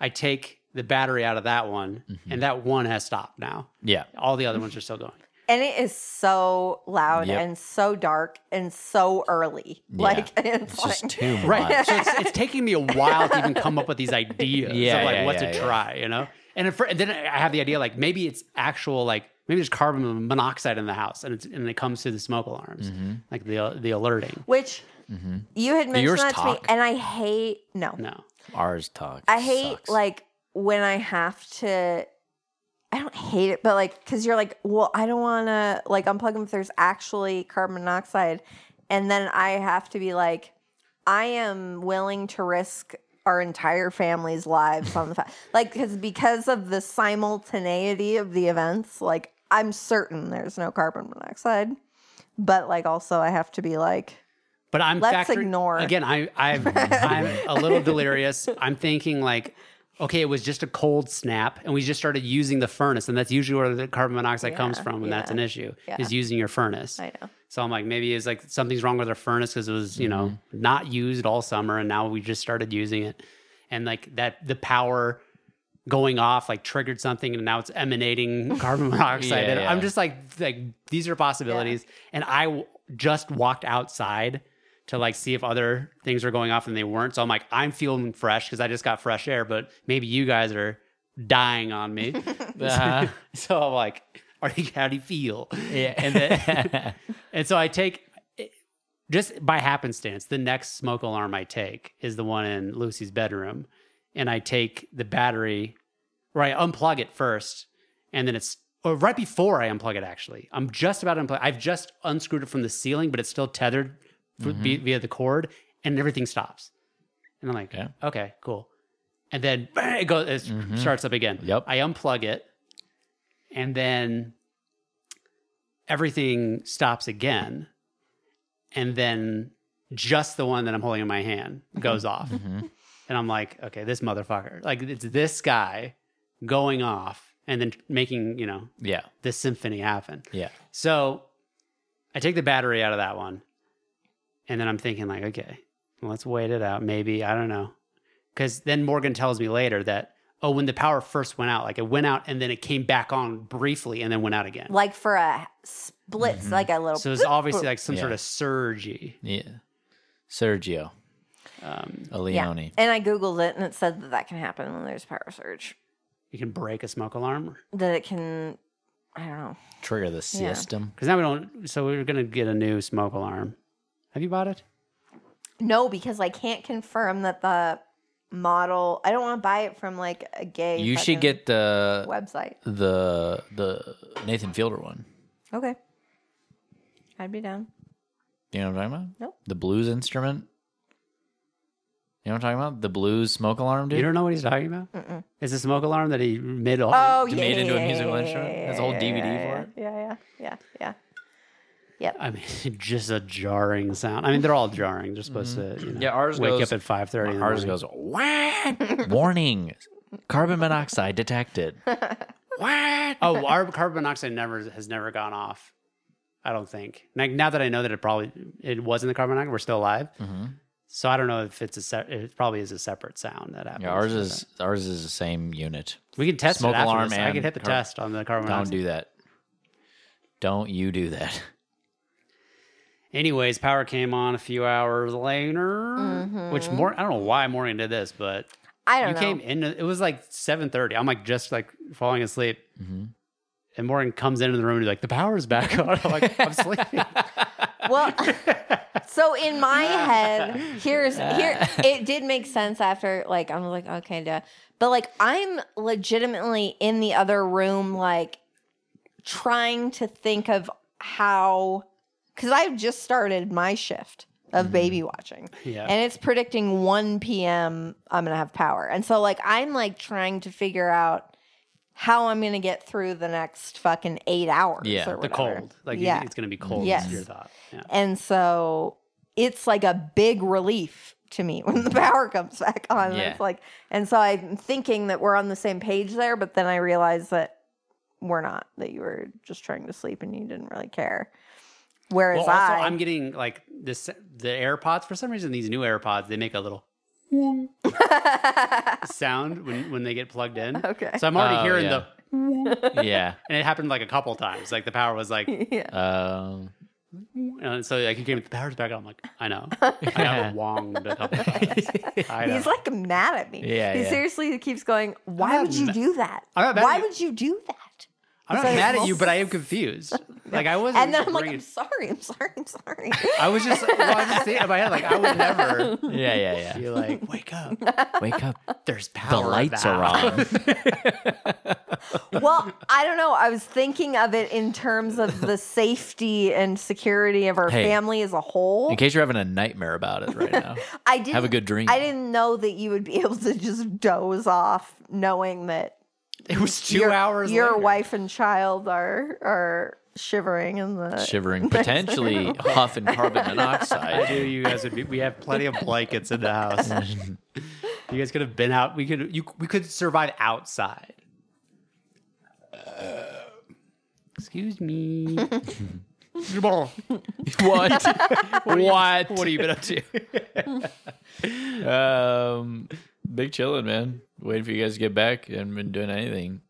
E: I take the battery out of that one,
G: Mm-hmm.
E: and that one has stopped now.
G: yeah.
E: All the other ones are still going.
F: And it is so loud
G: Yep.
F: and so dark and so early.
G: Yeah.
F: Like it's,
G: It's just
F: like,
G: too much.
E: Right. so it's, it's taking me a while to even come up with these ideas
G: Yeah,
E: of like
G: yeah,
E: what
G: yeah,
E: to
G: yeah.
E: try, you know? And, at fir- and then I have the idea like maybe it's actual like maybe there's carbon monoxide in the house and it's and it comes through the smoke
G: Mm.
E: alarms
G: Mm-hmm.
E: like the the alerting.
F: Which you had mentioned
G: yours
F: that to me,
G: talk?
F: and I hate no.
E: No,
G: Ours talk.
F: I hate
G: sucks.
F: like when I have to. I don't hate it, but like because you're like, well, I don't want to like unplug them if there's actually carbon monoxide, and then I have to be like, I am willing to risk our entire family's lives on the fa- like because because of the simultaneity of the events, like I'm certain there's no carbon monoxide, but like also I have to be like,
E: but I'm
F: Let's
E: factoring-
F: ignore.
E: again. I I've, I'm a little delirious. I'm thinking like. Okay, it was just a cold snap, and we just started using the furnace, and that's usually where the carbon monoxide comes
F: Yeah,
E: from, and that's
F: yeah,
E: an issue.
F: yeah.
E: Is using your furnace.
F: I know.
E: So I'm like, maybe it's like something's wrong with our furnace because it was, you know, not used all summer and now we just started using it. And like that, the power going off like triggered something and now it's emanating carbon monoxide.
G: Yeah,
E: and I'm
G: yeah.
E: just like, like these are possibilities. And I w- just walked outside to like see if other things were going off and they weren't. So I'm like, I'm feeling fresh because I just got fresh air, but maybe you guys are dying on me. uh,
G: Uh-huh.
E: so I'm like, are you, how do you feel?
G: yeah.
E: And then, and so I take just by happenstance, the next smoke alarm I take is the one in Lucy's bedroom, and I take the battery, or I unplug it first, and then it's or right before I unplug it. Actually, I'm just about to unplug. I've just unscrewed it from the ceiling, but it's still tethered f- via, via the cord, and everything stops. And I'm like,
G: Yeah.
E: okay, cool. And then bang, it goes, it
G: Mhm.
E: starts up again.
G: Yep.
E: I unplug it, and then everything stops again, and then just the one that I'm holding in my hand goes off,
G: Mhm.
E: and I'm like, okay, this motherfucker, like it's this guy going off and then making you know
G: yeah.
E: this symphony happen.
G: Yeah.
E: So I take the battery out of that one. And then I'm thinking, like, okay, let's wait it out. Maybe, I don't know. Because then Morgan tells me later that, oh, when the power first went out, like it went out and then it came back on briefly and then went out again.
F: like for a split, like a little.
E: so it's obviously like some
G: Yeah.
E: sort of surge.
G: Yeah. Sergio
E: Um,
G: Leone.
F: And I googled it, and it said that that can happen when there's power surge.
E: you can break a smoke alarm.
F: That it can, I don't know.
G: Trigger the system.
E: Because now we don't, so we are going to get a new smoke alarm. Have you bought it?
F: No, because I can't confirm that the model. I don't want to buy it from like a gay.
G: You
F: fucking
G: should get the
F: website.
G: the the Nathan Fielder one.
F: Okay, I'd be down.
G: You know what I'm talking about?
F: Nope.
G: The blues instrument. You know what I'm talking about? The blues smoke alarm, dude.
E: You don't know what he's talking about? It's a smoke alarm that he made all.
F: Oh
G: It's
F: yeah,
G: Oh, made
F: yeah,
G: into a
F: yeah,
G: musical
F: yeah,
G: instrument?
F: Yeah,
G: There's a whole
F: yeah,
G: DVD
F: yeah,
G: for it?
F: Yeah, yeah, yeah, yeah.
E: I mean, just a jarring sound. I mean, they're all jarring. They're supposed to, you know,
G: Yeah, ours
E: wake
G: goes-
E: up at five thirty.
G: Ours goes what? Warning. Carbon monoxide detected. what?
E: Oh, our carbon monoxide never has never gone off. I don't think. Like now that I know that it probably it wasn't the carbon monoxide, we're still alive.
G: Mm-hmm.
E: So I don't know if it's a se- it probably is a separate sound that happens.
G: Yeah, ours is ours is the same unit.
E: We can test
G: smoke
E: it after
G: alarm
E: this. I can
G: and
E: hit the
G: car-
E: test on the carbon
G: Don't
E: monoxide.
G: do that. Don't you do that.
E: Anyways, power came on a few hours later, which more I don't know why Morgan did this, but
F: I don't
E: you
F: know.
E: came in. It was like seven thirty. I'm like just like falling asleep,
G: Mm-hmm.
E: and Morgan comes into the room and he's like, "The power's back on." I'm like, "I'm sleeping."
F: Well, so in my head, here's here it did make sense after like I'm like okay, duh. but like I'm legitimately in the other room like trying to think of how cuz I've just started my shift of baby watching.
E: Mm-hmm. Yeah.
F: And it's predicting 1 p.m. I'm going to have power. And so like I'm like trying to figure out how I'm going to get through the next fucking 8 hours
G: Yeah,
F: or
E: the
F: whatever.
E: cold, like you-
F: Yeah.
E: it's gonna be cold.
F: Yes.
E: Is your thought? Yeah.
F: And so it's like a big relief to me when the power comes back on.
G: Yeah.
F: It's like, and so I'm thinking that we're on the same page there, but then I realize that we're not, that you were just trying to sleep and you didn't really care. Whereas
E: Well, also,
F: I,
E: I'm getting like this the AirPods. For some reason, these new AirPods they make a little sound when when they get plugged in.
F: Okay.
E: So I'm already
G: Oh,
E: hearing
G: yeah.
E: the,
G: yeah.
E: and it happened like a couple times. Like the power was like,
F: yeah.
G: Um,
E: And so like he came, the power's back on. I'm like, I know. I have wonged a couple times. I know.
F: He's like mad at me.
G: Yeah,
F: He
G: yeah.
F: seriously keeps going, Why would you do that?
E: I'm not mad at
F: Why
E: you."
F: would you do that?
E: I'm not
F: so
E: mad at
F: evil.
E: you, but I am confused. Like I wasn't.
F: And then I'm like,
E: bringing-
F: I'm sorry, I'm sorry, I'm sorry.
E: I was just, well, I was just thinking in my head, like I would never.
G: Yeah, yeah,
E: Be like, wake up!
G: yeah. Wake up.
E: There's power.
G: The
E: in
G: lights are
E: house."
G: on.
F: well, I don't know. I was thinking of it in terms of the safety and security of our
G: Hey.
F: family as a whole.
G: In case you're having a nightmare about it right now.
F: I didn't
G: Have a good dream.
F: I didn't know that you would be able to just doze off knowing that
E: It was two
F: your,
E: hours.
F: Your
E: later.
F: wife and child are are shivering in the
G: Shivering, potentially huffing carbon
E: I knew
G: monoxide.
E: you guys would be. We have plenty of blankets in the house. you guys could have been out. We could. You. We could survive outside. Uh, Excuse me. what?
G: what? what?
E: What have you been up to?
G: Um, big chillin', man. Waiting for you guys to get back. Haven't been doing anything.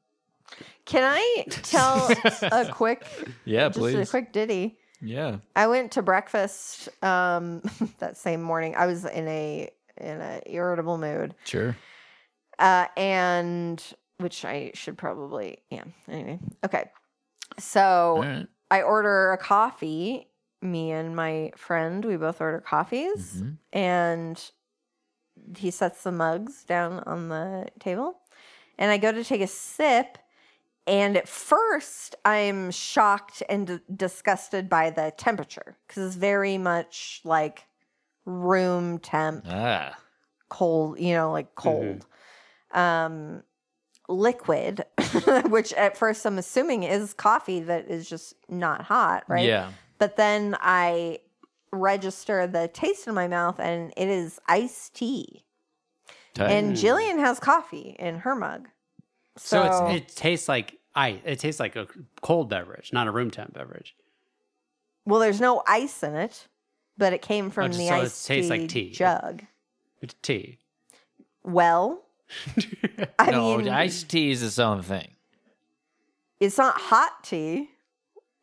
F: Can I tell a quick
G: Yeah,
F: just a
G: please.
F: quick ditty?
G: yeah.
F: I went to breakfast um that same morning. I was in a in a irritable mood.
G: Sure.
F: Uh and which I should probably yeah, anyway. Okay. So
G: All right.
F: I order a coffee. Me and my friend, we both order coffees,
G: Mhm.
F: and he sets the mugs down on the table. And I go to take a sip, and at first I'm shocked and d- disgusted by the temperature because it's very much like room temp
G: Ah.
F: cold, you know, like
E: Mm-hmm.
F: cold. Um liquid, which at first I'm assuming is coffee that is just not hot, right?
G: Yeah.
F: But then I register the taste in my mouth and it is iced tea.
G: Tight.
F: And Jillian has coffee in her mug.
E: So, it's, it tastes like I. It tastes like a cold beverage, not a room temp beverage.
F: well, there's no ice in it, but it came from
E: just
F: the
E: Oh, so it
F: iced tea,
E: tastes like tea.
F: jug.
E: It's tea.
F: Well, I
G: no,
F: mean,
G: iced tea is its own thing.
F: it's not hot tea.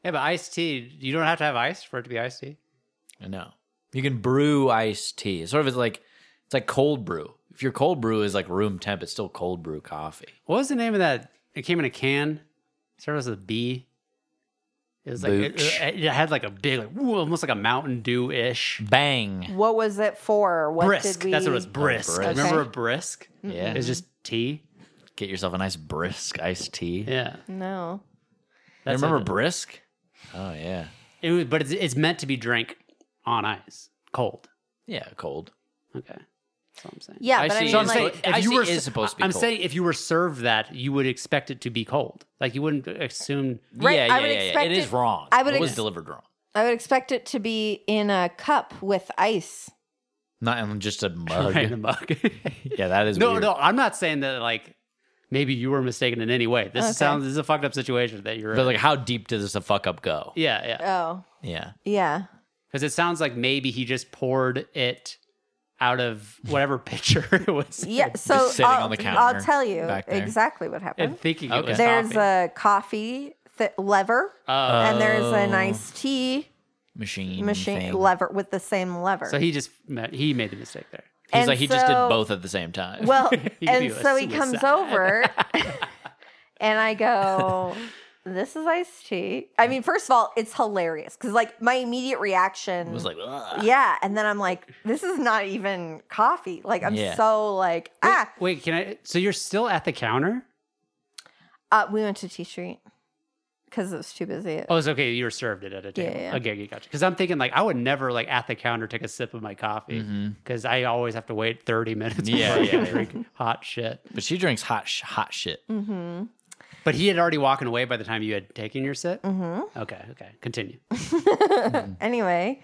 E: Yeah, but iced tea. You don't have to have ice for it to be iced tea.
G: I know. You can brew iced tea. It's sort of it's like it's like cold brew. If your cold brew is like room temp, it's still cold brew coffee.
E: What was the name of that? It came in a can. It started with a B. It was like it,
G: Booch.
E: it- it had like a big, like, woo, almost like a Mountain Dew ish
G: Bang.
F: What was it for? What
E: brisk.
F: did we
E: That's what it was. Brisk.
G: brisk.
E: Remember
F: Okay.
E: a brisk?
G: Yeah.
E: It was just tea.
G: Get yourself a nice brisk iced tea.
E: Yeah.
G: You
F: No.
E: That's
G: remember
E: what
G: brisk? Oh yeah.
E: it, it was, but it's, it's meant to be drank on ice, cold.
G: Yeah, cold.
E: Okay. That's all I'm saying.
F: Yeah,
G: I
F: but
G: see.
F: I mean,
G: So I'm
F: like,
G: saying- Iced tea is
E: s-
G: supposed to be
E: I'm
G: cold.
E: saying if you were served that, you would expect it to be cold. Like you wouldn't assume.
F: Right,
G: Yeah, yeah,
F: I would
G: yeah, yeah.
F: expect
G: It is
F: it-
G: wrong.
F: I would
G: it was
F: ex-
G: delivered wrong.
F: I would expect it to be in a cup with ice.
G: Not in just a mug.
E: Right in a mug.
G: Yeah, that Uh, is
E: no,
G: weird.
E: no. I'm not saying that like maybe you were mistaken in any way. This
F: Okay.
E: sounds this is a fucked up situation that you're.
G: But
E: in.
G: like, how deep does the fuck up go?
E: yeah, yeah.
F: Oh,
G: Yeah.
F: yeah.
E: Because it sounds like maybe he just poured it out of whatever pitcher it was. in
F: Yeah, so
G: sitting
F: I'll,
G: on the
F: I'll
G: counter
F: tell you
G: back there.
F: exactly what happened.
E: And thinking it
G: Okay.
E: was
F: There's
E: coffee.
F: a coffee th- lever,
E: Uh,
F: and there's an iced tea
G: Machine.
F: machine
G: Oh. thing.
F: lever with the same lever.
E: so he just he made the mistake there.
G: He's
F: and
G: like, he just did
F: so-
G: both at the same time.
F: Well,
E: could
F: and
E: do a
F: so he comes
E: suicide.
F: over, and I go, "This is iced tea." I mean, first of all, it's hilarious because like my immediate reaction
G: it was like, "Ugh."
F: Yeah, and then I'm like, this is not even coffee. Like I'm
G: Yeah.
F: so like ah.
E: Wait, can I? So you're still at the counter?
F: Uh, we went to T Street because it was too busy.
E: Oh, it's okay. You were served it at a table.
F: Yeah, yeah.
E: Okay, you gotcha. Because I'm thinking like I would never like at the counter take a sip of my coffee because I always have to wait 30 minutes
G: Mm-hmm. Yeah,
E: before I
G: yeah,
E: can
G: yeah.
E: drink hot shit.
G: But she drinks hot, sh- hot shit.
F: Mm-hmm.
E: But he had already walked away by the time you had taken your sip.
F: Mm-hmm.
E: Okay, okay. Continue.
F: Anyway,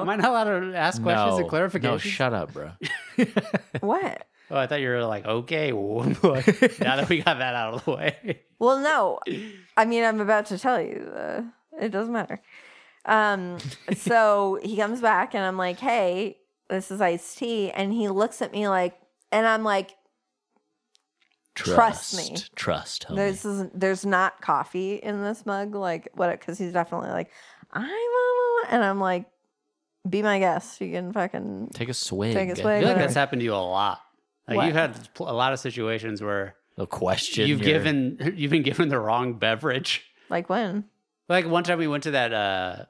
E: Am I not allowed to ask questions and clarification?
G: No, shut up, bro.
F: what?
E: oh, I thought you were like, okay, well, boy, now that we got that out of the way.
F: Well, no, I mean I'm about to tell you. Uh, it doesn't matter. Um, so he comes back and I'm like, hey, this is iced tea, and he looks at me like, and I'm like, Trust me.
G: Trust, homie.
F: This is there's not coffee in this mug, like what? Because he's definitely like, I'm on And I'm like, be my guest. You can fucking.
G: Take a swig.
F: Take a
E: I
F: swig.
E: feel like
F: Whatever.
E: that's happened to you a lot. Like
F: What?
E: you've had pl- a lot of situations where
G: The question
E: you've
G: your-
E: given you've been given the wrong beverage.
F: Like when?
E: Like one time we went to that uh,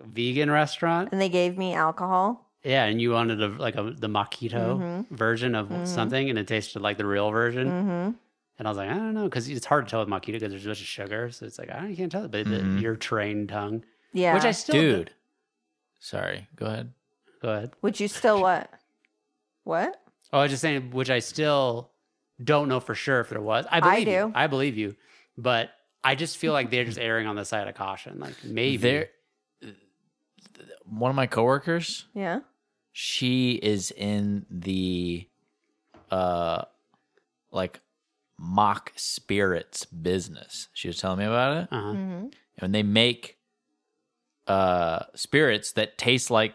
E: vegan restaurant.
F: And they gave me alcohol.
E: Yeah, and you wanted a, like a, the mojito version of
F: Mhm.
E: something, and it tasted like the real version.
F: Mm-hmm.
E: And I was like, I don't know, because it's hard to tell with mojito because there's a bunch of sugar, so it's like I can't tell it. But
G: Mhm.
E: the, your trained tongue,
F: Yeah.
E: which I still
G: dude. Sorry, go ahead.
E: Go ahead.
F: Would you still what? What?
E: Oh, I was just saying, which I still don't know for sure if there was. I believe
F: do.
E: You. I believe you, but I just feel like they're just erring on the side of caution. Like maybe
G: There, one of my coworkers,
F: Yeah.
G: she is in the, uh, like, mock spirits business. She was telling me about it,
E: Uh-huh.
F: Mm-hmm.
G: and they make, uh, spirits that taste like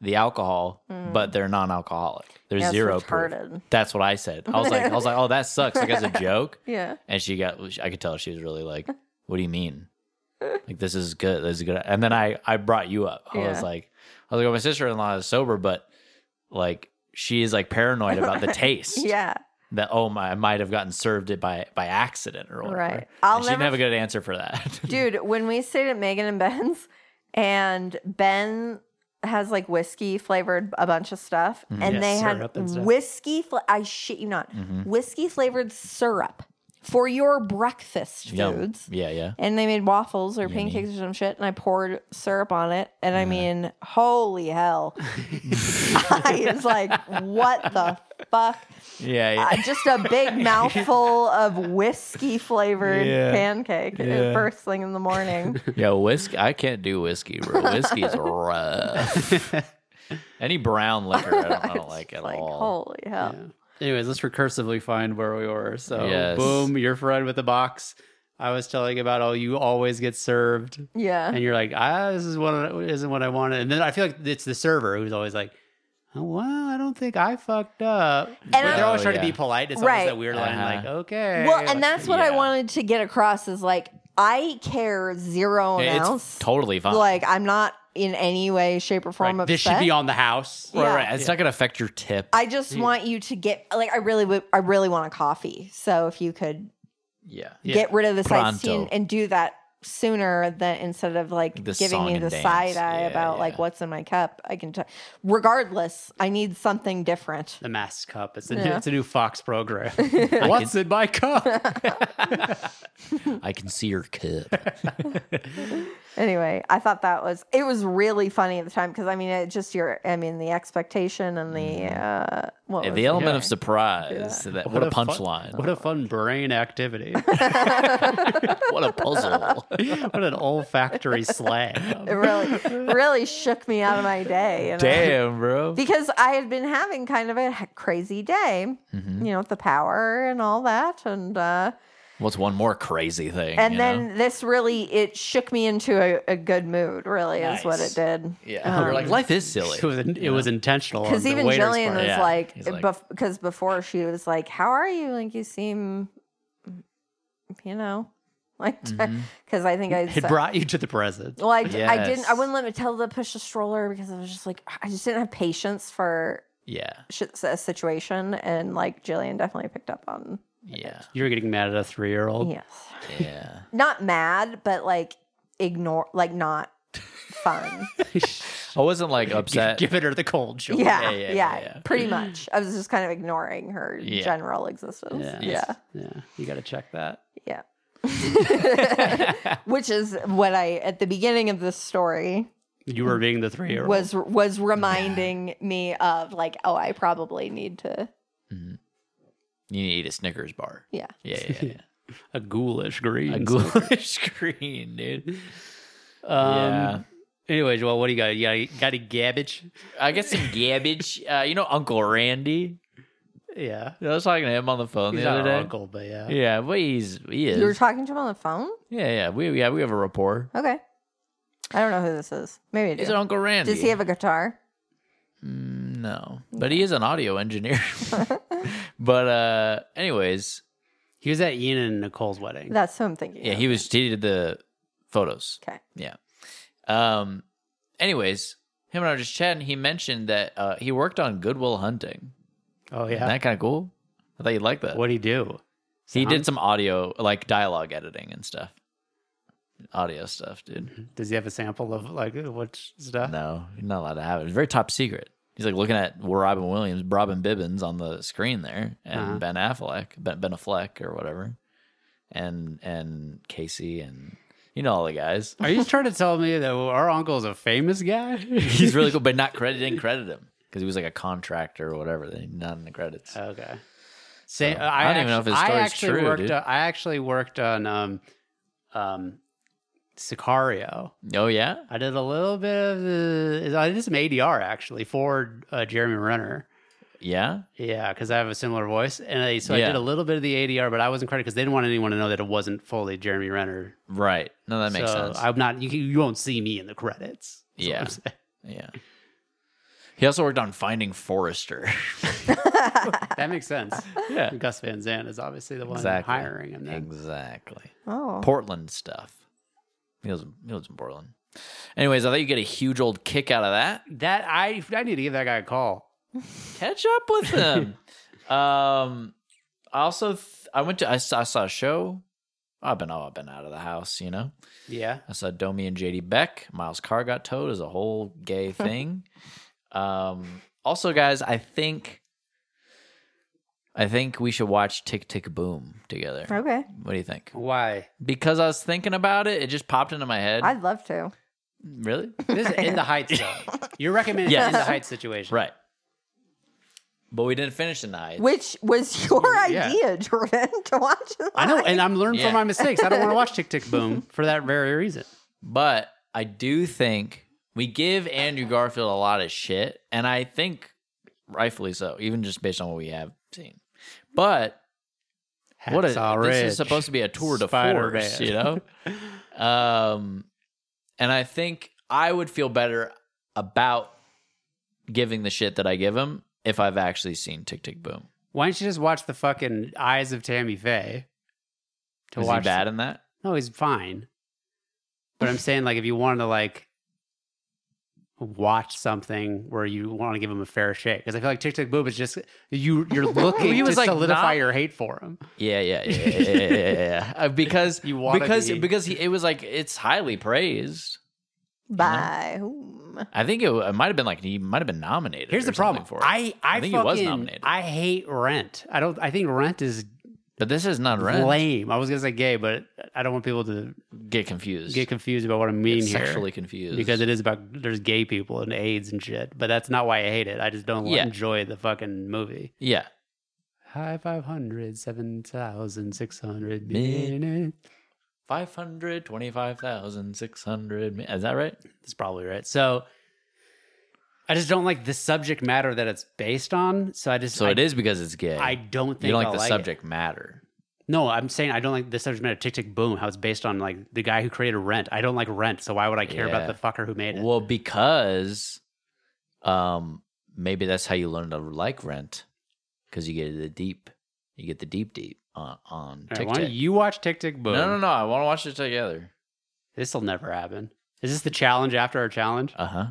G: the alcohol, but they're non-alcoholic. They're
F: Yeah, it's
G: zero proof.
F: retarded.
G: That's what I said. I was like, I was like, oh, that sucks. Like as a joke.
F: Yeah.
G: And she got, I could tell she was really like, what do you mean? Like, this is good. This is good. And then I, I brought you up. I was
F: Yeah.
G: like, I was like, well, my sister in law is sober, but like, she is like paranoid about the taste.
F: Yeah.
G: That, oh, my, I might have gotten served it by, by accident or whatever.
F: Right. I'll
G: And she didn't
F: never
G: have a good answer for that.
F: Dude, when we stayed at Megan and Ben's, and Ben has like whiskey flavored a bunch of stuff, and
E: Yeah,
F: they had
E: syrup and stuff.
F: whiskey. Fl- I shit you not,
G: Mm-hmm.
F: whiskey flavored syrup for your breakfast
G: Yum.
F: foods.
G: Yeah. Yeah.
F: And they made waffles or
G: Yummy.
F: pancakes or some shit, and I poured syrup on it. And I mean, holy hell! I was like, what the fuck?
G: Yeah.
F: Uh, just a big mouthful of whiskey flavored
G: Yeah.
F: pancake
G: Yeah.
F: at first thing in the morning.
G: Yo, whiskey. I can't do whiskey, bro. Whiskey is rough. Any brown liquor, I don't, I don't like at
F: like,
G: all.
F: holy hell.
E: Oh. Anyways, let's recursively find where we were. So,
G: Yes.
E: boom, your friend with the box. I was telling about, oh, you always get served,
F: Yeah.
E: and you're like, ah, this is what isn't what I wanted. And then I feel like it's the server who's always like, oh, well, I don't think I fucked up. And
F: I'm-
E: they're always trying to
G: Yeah.
E: be polite. It's always
F: Right.
E: that weird line,
G: Uh-huh.
E: like, okay,
F: well, and that's what I
G: yeah.
F: wanted to get across is like, I care zero
G: It's
F: ounce.
G: totally fine.
F: Like, I'm not in any way, shape, or form
E: Right,
F: upset.
E: this should be on the house.
G: Right,
F: Yeah.
G: right. It's not gonna affect your tip.
F: I just want you to get like I really would I really want a coffee. So if you could
G: yeah.
E: Yeah.
F: get rid of this iced tea
G: Pronto.
F: and, and do that sooner than instead of like
G: The
F: giving
G: song
F: me
G: and
F: the
G: dance.
F: side eye
G: Yeah,
F: about
G: yeah.
F: like what's in my cup. I can tell. Regardless, I need something different.
E: The mass cup. It's a,
F: Yeah.
E: it's a new Fox program. What's in my cup?
G: I can see your cup.
F: Anyway, I thought that was it was really funny at the time because I mean it just your I mean the expectation and the
G: Mm-hmm.
F: uh what was
G: the
F: it?
G: element of surprise. That, what, a
E: fun-
G: punchline.
E: What a fun brain activity.
G: what a puzzle.
E: what an olfactory slam.
F: it really really shook me out of my day. And I-
G: Damn, bro.
F: because I had been having kind of a he- crazy day,
G: Mm-hmm.
F: you know, with the power and all that, and uh,
G: What's one more crazy thing?
F: and
G: you know?
F: then this really it shook me into a, a good mood. Really, is what
G: Nice.
F: it did.
G: yeah, you're like life is silly.
E: It was, it was intentional. on
F: Because
E: the
F: even
E: waiter's
F: Jillian
E: part.
F: was
G: Yeah.
F: like,
G: He's like-
F: because before she was like, "How are you? Like, you seem, you know, like." Because
G: Mm-hmm.
F: I think I
E: It
F: said-
E: brought you to the present.
F: Well, I, d- I didn't. I
G: Yes.
F: wouldn't let Matilda push the stroller because I was just like, I just didn't have patience for
G: yeah,
F: sh- a situation, and like Jillian definitely picked up on
G: yeah,
E: You were getting mad at a three year old.
F: Yes.
G: yeah.
F: Not mad, but like ignore, like not fun.
G: I wasn't like upset.
E: Giving her the cold shoulder.
F: yeah, yeah,
G: yeah, yeah.
F: Pretty much. I was just kind of ignoring her
G: Yeah.
F: general existence. Yeah. Yeah.
E: Yeah. You got to check that.
F: Which is what I, at the beginning of this story,
E: You were being the three year old.
F: was was reminding me of like, oh, I probably need to.
G: You need to eat a Snickers bar.
F: Yeah.
G: Yeah, yeah, yeah.
E: a ghoulish green.
G: a ghoulish green, dude.
E: Um,
G: Yeah.
E: Anyways, well, what do you got? You got, you got a garbage?
G: I got some garbage. Uh, you know Uncle Randy.
E: Yeah.
G: I was talking to him on the phone
E: He's
G: the
E: not
G: other
E: our
G: day.
E: uncle, but yeah.
G: Yeah, but he's he is.
F: You were talking to him on the phone?
G: yeah, yeah. We yeah we have a rapport.
F: Okay. I don't know who this is. Maybe it
G: Is
F: is.
G: it Uncle Randy? Mm,
F: Does he have a guitar?
G: No, but he is an audio engineer. but uh anyways,
E: He was at Ian and Nicole's wedding.
F: That's who I'm thinking.
G: yeah,
F: of.
G: he was he did the photos.
F: Okay.
G: Yeah. Um, anyways, him and I were just chatting. He mentioned that uh, he worked on Goodwill Hunting.
E: Oh yeah.
G: Isn't that kind of cool? I thought you'd like that.
E: What'd he do?
G: he
E: Sound?
G: did some audio, like dialogue editing and stuff. Audio stuff, dude.
E: Does he have a sample of like what stuff?
G: No, you're not allowed to have it. It's very top secret. He's like looking at Robin Williams, Robin Bibbins on the screen there, and
E: Uh-huh.
G: Ben Affleck, Ben Ben Affleck or whatever, and and Casey and you know all the guys.
E: Are you trying to tell me that our uncle's a famous guy?
G: He's really cool, but not credit didn't credit him because he was like a contractor or whatever. They not in the credits.
E: Okay. Say,
G: So,
E: I, don't even know if
G: his
E: I
G: story's
E: actually
G: true,
E: worked.
G: dude.
E: On, I actually worked on um, um, Sicario.
G: oh yeah,
E: I did a little bit of the. I did some ADR actually for uh, Jeremy Renner.
G: yeah.
E: Yeah, because I have a similar voice, and I, so I
G: Yeah.
E: did a little bit of the ADR, but I wasn't credited because they didn't want anyone to know that it wasn't fully Jeremy Renner.
G: Right. No, that makes
E: So
G: sense.
E: I'm not. You, you won't see me in the credits. is what
G: Yeah.
E: I'm saying.
G: yeah. He also worked on Finding Forrester.
E: that makes sense.
G: yeah.
E: Gus Van Zandt is obviously the one
G: Exactly.
E: hiring him. Then.
G: Exactly.
F: Oh.
G: Portland stuff. He lives, he lives in Portland. Anyways, I thought you get a huge old kick out of that.
E: That I I need to give that guy a call.
G: Catch up with him. um, I also th- I went to I saw, I saw a show. I've been oh, I've been out of the house, you know.
E: Yeah.
G: I saw Domi and JD Beck. Miles Carr got towed as a whole gay thing. um, also, guys, I think I think we should watch Tick Tick Boom together.
F: Okay.
G: What do you think?
E: Why?
G: Because I was thinking about it, it just popped into my head.
F: I'd love to.
G: really?
E: This is in the heights though. You're recommending
G: Yes.
E: in the heights situation.
G: Right. But we didn't finish the night.
F: Which was your
E: Yeah.
F: idea, Jordan, to watch it
E: I know, and I'm learning
G: Yeah.
E: from my mistakes. I don't want to watch Tick Tick Boom for that very reason.
G: But I do think we give Andrew Garfield a lot of shit, and I think rightfully so, even just based on what we have seen. But what is
E: Hacksaw
G: this
E: Ridge.
G: is supposed to be a tour de
E: Spider-Man.
G: force, you know? um, and I think I would feel better about giving the shit that I give him if I've actually seen Tick Tick Boom.
E: Why don't you just watch the fucking Eyes of Tammy Faye? To
G: Is he
E: watch
G: bad in that?
E: No, he's fine. But I'm saying, like, if you want to, like, watch something where you want to give him a fair shake, because I feel like Tick Tick Boom is just you. You're looking
G: He was,
E: to
G: like,
E: solidify
G: not-
E: your hate for him.
G: Yeah, yeah, yeah, yeah, yeah, yeah, yeah, yeah. Uh, because
E: You wanna
G: because
E: be-
G: because he, it was like it's highly praised.
F: by whom?
G: I think it, it might have been like he might have been nominated.
E: Here's
G: or
E: the problem.
G: something For it.
E: I I,
G: think he
E: fucking,
G: was nominated,
E: I hate Rent. I don't. I think Rent is
G: but this is not rent.
E: lame. I was gonna say gay, but I don't want people to
G: Get confused.
E: get confused about what I mean
G: Get
E: here.
G: sexually confused
E: because it is about there's gay people and AIDS and shit. But that's not why I hate it. I just don't
G: Yeah.
E: enjoy the fucking movie.
G: yeah.
E: High 500, 7,600
G: Min-
E: minutes.
G: Five hundred twenty-five thousand six hundred. Is that right?
E: That's probably right. So I just don't like the subject matter that it's based on. So I just
G: So
E: I,
G: it is because it's gay.
E: I don't think
G: you don't like
E: I'll
G: the
E: like it.
G: subject matter.
E: No, I'm saying I don't like the subject matter. Tick Tick Boom, how it's based on like the guy who created Rent. I don't like Rent, so why would I care about
G: Yeah.
E: the fucker who made it?
G: Well, because um maybe that's how you learn to like rent because you get the deep, you get the deep deep on on
E: All right,
G: Tic
E: why don't
G: Tac.
E: you watch Tick Tick Boom?
G: No, no, no. I want to watch it together.
E: This will never happen. Is this the challenge after our challenge?
G: Uh huh.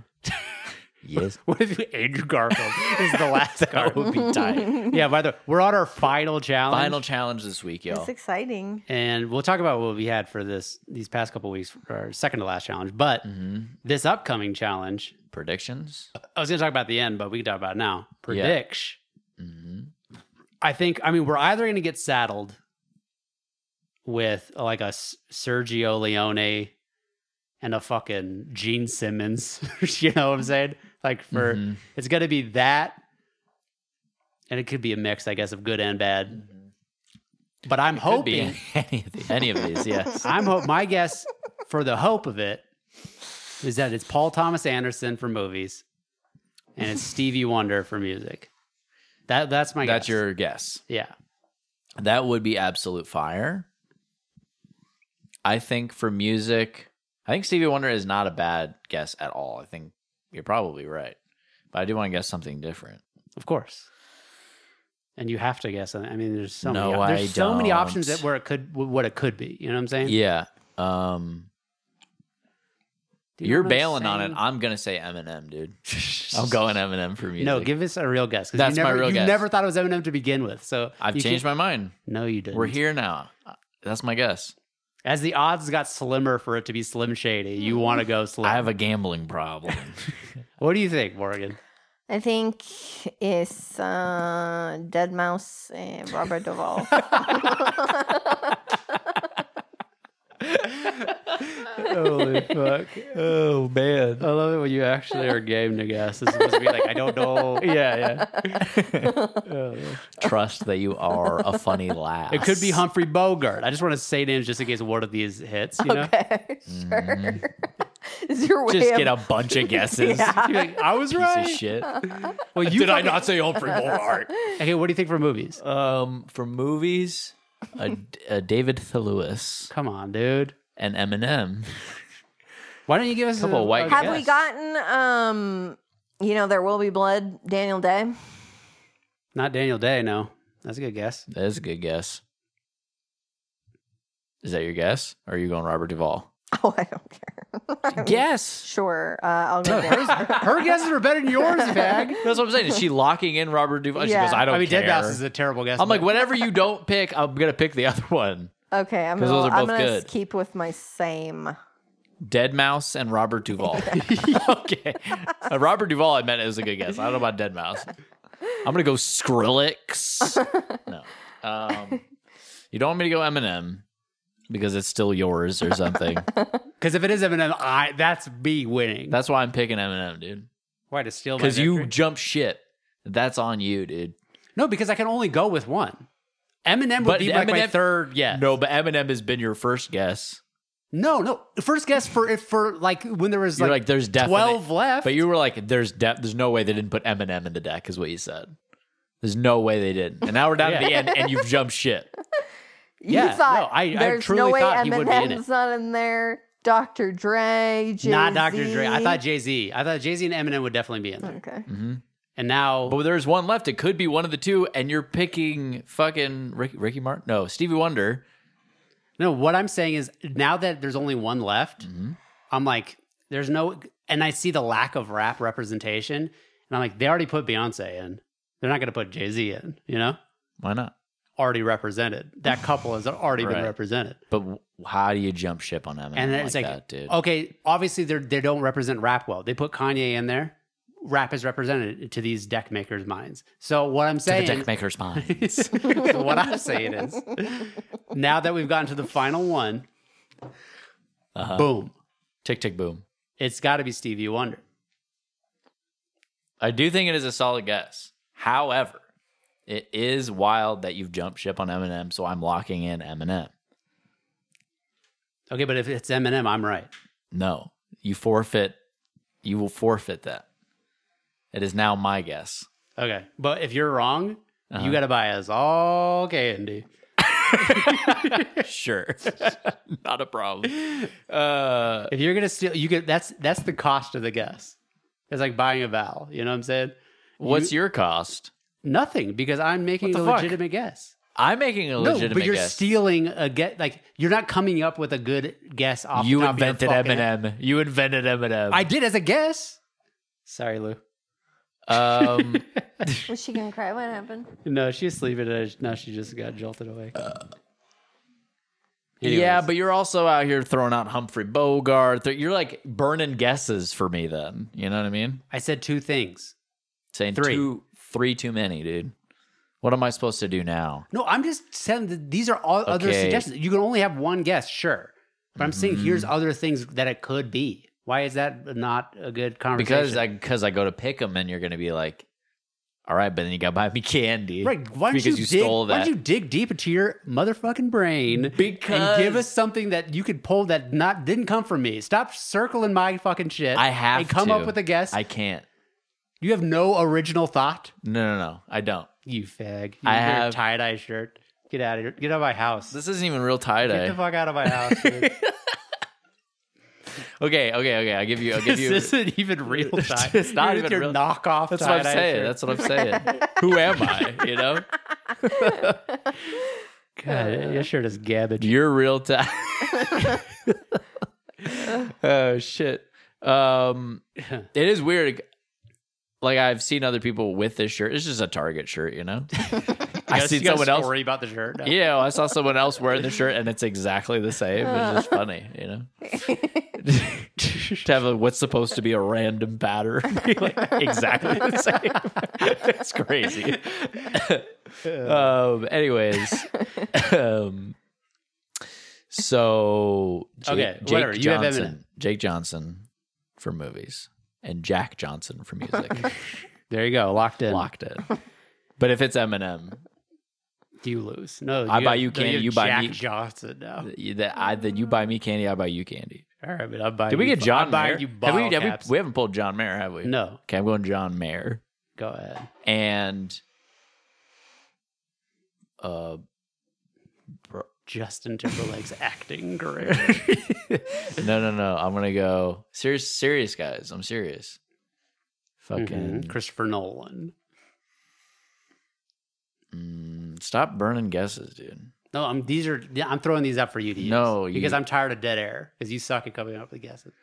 G: yes.
E: What if Andrew Garfield is the last
G: That
E: guy?
G: would be tight.
E: Yeah, by the way, we're on our final challenge.
G: Final challenge this week, y'all.
F: It's exciting.
E: and we'll talk about what we had for this these past couple weeks for our second to last challenge. But
G: hmm
E: this upcoming challenge,
G: Predictions.
E: I was going to talk about the end, but we can talk about it now.
G: Yeah.
E: Prediction.
G: hmm
E: I think. I mean, we're either going to get saddled with like a S- Sergio Leone and a fucking Gene Simmons. you know what I'm saying? Like for
G: Mhm.
E: it's going to be that, and it could be a mix, I guess, of good and bad. But I'm
G: Mm-hmm. Could be
E: hoping.
G: any of, the, any of these. Yes.
E: I'm hope my guess for the hope of it is that it's Paul Thomas Anderson for movies and it's Stevie Wonder for music. That that's my
G: That's
E: guess.
G: your guess.
E: yeah.
G: That would be absolute fire. I think for music, I think Stevie Wonder is not a bad guess at all. I think you're probably right, but I do want to guess something different.
E: Of course. And you have to guess. I mean, there's so
G: No,
E: many.
G: I
E: There's so many
G: don't.
E: options that where it could what it could be. You know what I'm saying?
G: Yeah. Um
E: Dude,
G: You're
E: I'm gonna
G: bailing on it.
E: sing-
G: I'm gonna say Eminem, dude. I'm going Eminem for music.
E: No, give us a real guess. 'cause
G: That's
E: you
G: my
E: never,
G: real
E: you
G: guess.
E: never thought it was Eminem to begin with. So
G: I've
E: you
G: changed
E: can't-
G: my mind.
E: No, you didn't.
G: We're here now. Uh, That's my guess.
E: As the odds got slimmer for it to be Slim Shady, you want to go Slim.
G: I have a gambling problem.
E: what do you think, Morgan?
F: I think it's uh, Dead Mouse and Robert Duvall.
E: Holy fuck!
G: oh man.
E: I love it when you actually are game to guess. It's supposed to be like I don't know.
G: Yeah, yeah. Trust that you are a funny laugh.
E: It could be Humphrey Bogart. I just want to say names just in case one of these hits. You know,
F: okay, sure. Is your way
G: Mm-hmm. Just
F: of-
G: get a bunch of guesses.
F: Yeah.
E: You're like, I was
G: Piece
E: right.
G: of shit.
E: Well, you Uh,
G: Did I
E: fucking-
G: not say Humphrey Bogart?
E: Okay, what do you think for movies?
G: Um, for movies, a, a David Thewlis
E: Come on, dude.
G: and Eminem.
E: Why don't you give us
G: Couple
E: a
G: white
E: a
F: Have we
E: guess?
F: gotten um you know there will be blood Daniel Day?
E: Not Daniel Day. No, that's a good guess.
G: That is a good guess. Is that your guess? Or are you going Robert Duvall?
F: Oh, I don't care. I mean,
G: Guess.
F: Sure. Uh, I'll go there.
E: Her guesses are better than yours, Vag.
G: That's what I'm saying. Is she locking in Robert Duvall? She
F: Yeah.
G: goes, I don't
E: I mean,
G: care.
E: Dead Mouse is a terrible guess.
G: I'm like,
E: but-
G: whatever you don't pick, I'm gonna pick the other one.
F: Okay, I'm
G: 'Cause
F: gonna,
G: those are
F: I'm
G: both
F: gonna
G: good.
F: keep with my same.
G: Dead Mouse and Robert Duvall. okay, Uh, Robert Duvall. I meant it was a good guess. I don't know about Dead Mouse. I'm gonna go Skrillex. no, um, you don't want me to go Eminem because it's still yours or something.
E: Because if it is Eminem, I that's B winning.
G: That's why I'm picking Eminem, dude.
E: why to steal my
G: Because you
E: victory?
G: jump ship. That's on you, dude.
E: no, because I can only go with one. Eminem would
G: But
E: be like my
G: Eminem-
E: third. Yeah,
G: No, but Eminem has been your first guess.
E: no, no. First guess for if for like when there was
G: You're
E: like,
G: like, there's definitely
E: twelve left.
G: But you were like, "There's de- there's no way they didn't put Eminem in the deck," is what you said. There's no way they didn't. And now we're down to the
E: Yeah.
G: end, and you've jumped shit.
E: Yeah,
F: you thought
E: no, I- I
F: there's no
E: truly
F: way
E: thought he would be in it.
F: Eminem's not in there. Dr. Dre, Jay-Z.
E: not Dr. Dre. I thought Jay Z. I thought Jay Z and Eminem would definitely be in there.
F: Okay.
E: And now
G: But there's one left. It could be one of the two, and you're picking fucking Ricky, Ricky Martin. No, Stevie Wonder.
E: No, what I'm saying is now that there's only one left, I'm like, there's no, and I see the lack of rap representation, and I'm like, they already put Beyonce in. They're not going to put Jay Z in, you know?
G: Why not?
E: Already represented. That couple has already
G: Right.
E: been represented.
G: But w- how do you jump ship on Eminem
E: And
G: like,
E: then it's like, oh,
G: that, dude?
E: okay, obviously they they don't represent rap well. They put Kanye in there. Rap is represented to these deck makers' minds. So what I'm
G: To the
E: saying,
G: deck maker's mind.
E: so what I'm saying is, now that we've gotten to the final one,
G: Uh-huh.
E: boom,
G: tick tick boom.
E: it's got to be Stevie Wonder.
G: I do think it is a solid guess. However, it is wild that you've jumped ship on Eminem, so I'm locking in Eminem.
E: Okay, but if it's Eminem, I'm right.
G: No, you forfeit. You will forfeit that. It is now my guess.
E: Okay, but if you're wrong,
G: Uh-huh.
E: you got to buy us all candy.
G: sure, not a problem. Uh,
E: If you're gonna steal, you get that's that's the cost of the guess. It's like buying a vowel. You know what I'm saying?
G: what's your cost?
E: Nothing because I'm making
G: What
E: a
G: the fuck?
E: legitimate guess.
G: I'm making a
E: no,
G: legitimate
E: but you're
G: guess.
E: stealing a get. Like you're not coming up with a good guess off. the
G: you
E: top of your
G: invented
E: fucking head.
G: Eminem. You invented Eminem.
E: I did as a guess. Sorry, Lou.
G: um,
F: Was she gonna cry? What happened?
E: No, she's sleeping. and Now she just got jolted awake.
G: Uh, yeah, but you're also out here throwing out Humphrey Bogart. Th- You're like burning guesses for me. Then you know what I mean?
E: I said two things.
G: Saying
E: Three.
G: two, three too many, dude. What am I supposed to do now?
E: No, I'm just saying that these are all other
G: Okay.
E: suggestions. You can only have one guess, sure. But I'm saying here's
G: Mm-hmm.
E: other things that it could be. Why is that not a good conversation?
G: because I because I go to pick them, and you're gonna be like, "All right, but then you gotta buy me candy,
E: right, why don't
G: because
E: you,
G: you,
E: dig,
G: stole
E: Why
G: that.
E: don't you dig deep into your motherfucking brain and
G: Because-
E: give us something that you could pull that not didn't come from me. Stop circling my fucking shit.
G: I have
E: and come
G: to.
E: up with a guess.
G: I can't.
E: you have no original thought.
G: No, no, no. I don't.
E: You fag. You
G: I
E: wear a
G: have-
E: tie-dye shirt. Get out of here. Get out of my house.
G: This isn't even real tie
E: Get
G: dye.
E: the fuck out of my house. dude.
G: okay, okay, okay. I will give you. I will give you.
E: this isn't even real tie.
G: It's not
E: You're with
G: even
E: your
G: real-
E: knockoff.
G: that's what I'm
E: tie-dye
G: saying.
E: shirt.
G: That's what I'm saying. Who am I? You know, uh,
E: God, your shirt is garbage.
G: you're real tie. oh shit. Um, it is weird. Like I've seen other people with this shirt. It's just a Target shirt, you know. I see someone else.
E: worry about the shirt. No.
G: Yeah, I saw someone else wearing the shirt, and it's exactly the same. It's just funny, you know. to have a, what's supposed to be a random pattern be like exactly the same. it's crazy. um. Anyways. Um. So Jake,
E: Okay,
G: Jake
E: whatever, you have
G: Johnson,
E: Eminem.
G: Jake Johnson for movies, and Jack Johnson for music.
E: There you go. Locked in.
G: Locked it. But if it's Eminem,
E: You lose. No,
G: I buy
E: have-
G: you candy,
E: have
G: you buy
E: Jack
G: me-
E: Johnson now.
G: you- that I then you buy me candy, I buy you candy.
E: All right, but I'm buying.
G: Did we
E: you,
G: get John
E: I'm buying
G: Mayer?
E: you
G: have
E: bottle
G: we, have
E: caps.
G: we, we haven't pulled John Mayer, have we?
E: no,
G: Okay, I'm going John Mayer.
E: go ahead.
G: And uh
E: Justin Timberlake's acting career.
G: no no no. I'm gonna go serious serious guys. I'm serious. Fucking
E: Mhm. Christopher Nolan.
G: mm, stop burning guesses, dude.
E: No, I'm these are yeah, I'm throwing these out for you to use.
G: No, you-
E: because I'm tired of dead air because you suck at coming up with guesses.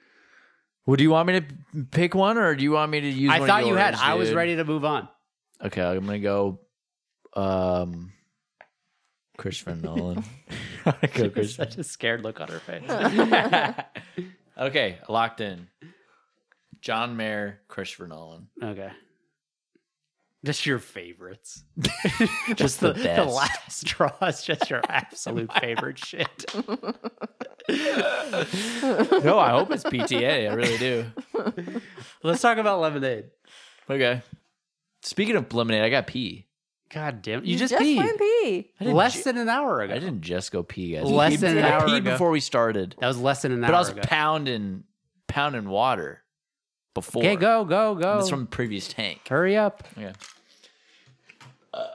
G: Well, do you want me to pick one or do you want me to use
E: I
G: one of
E: thought you had.
G: yours,
E: I was
G: dude?
E: ready to move on.
G: Okay, I'm gonna go um Christopher Nolan. I'm gonna go Christopher
E: Such a scared look on her face.
G: okay, locked in. John Mayer, Christopher Nolan.
E: okay. Just your favorites.
G: Just the, best.
E: last straw is just your absolute favorite shit.
G: no, I hope it's PTA. I really do.
E: Let's talk about lemonade.
G: Okay. Speaking of lemonade, I got pee.
E: God damn, you, just,
F: just
E: peed
F: went pee.
E: less than an hour
G: I
E: ago.
G: didn't just go pee, guys.
E: Less than an
G: I
E: hour
G: peed
E: ago.
G: before we started,
E: That was less than an
G: but
E: hour
G: I was
E: ago.
G: pounding, pounding water before.
E: okay, go, go, go.
G: That's from the previous tank.
E: Hurry up.
G: Okay.
E: Uh,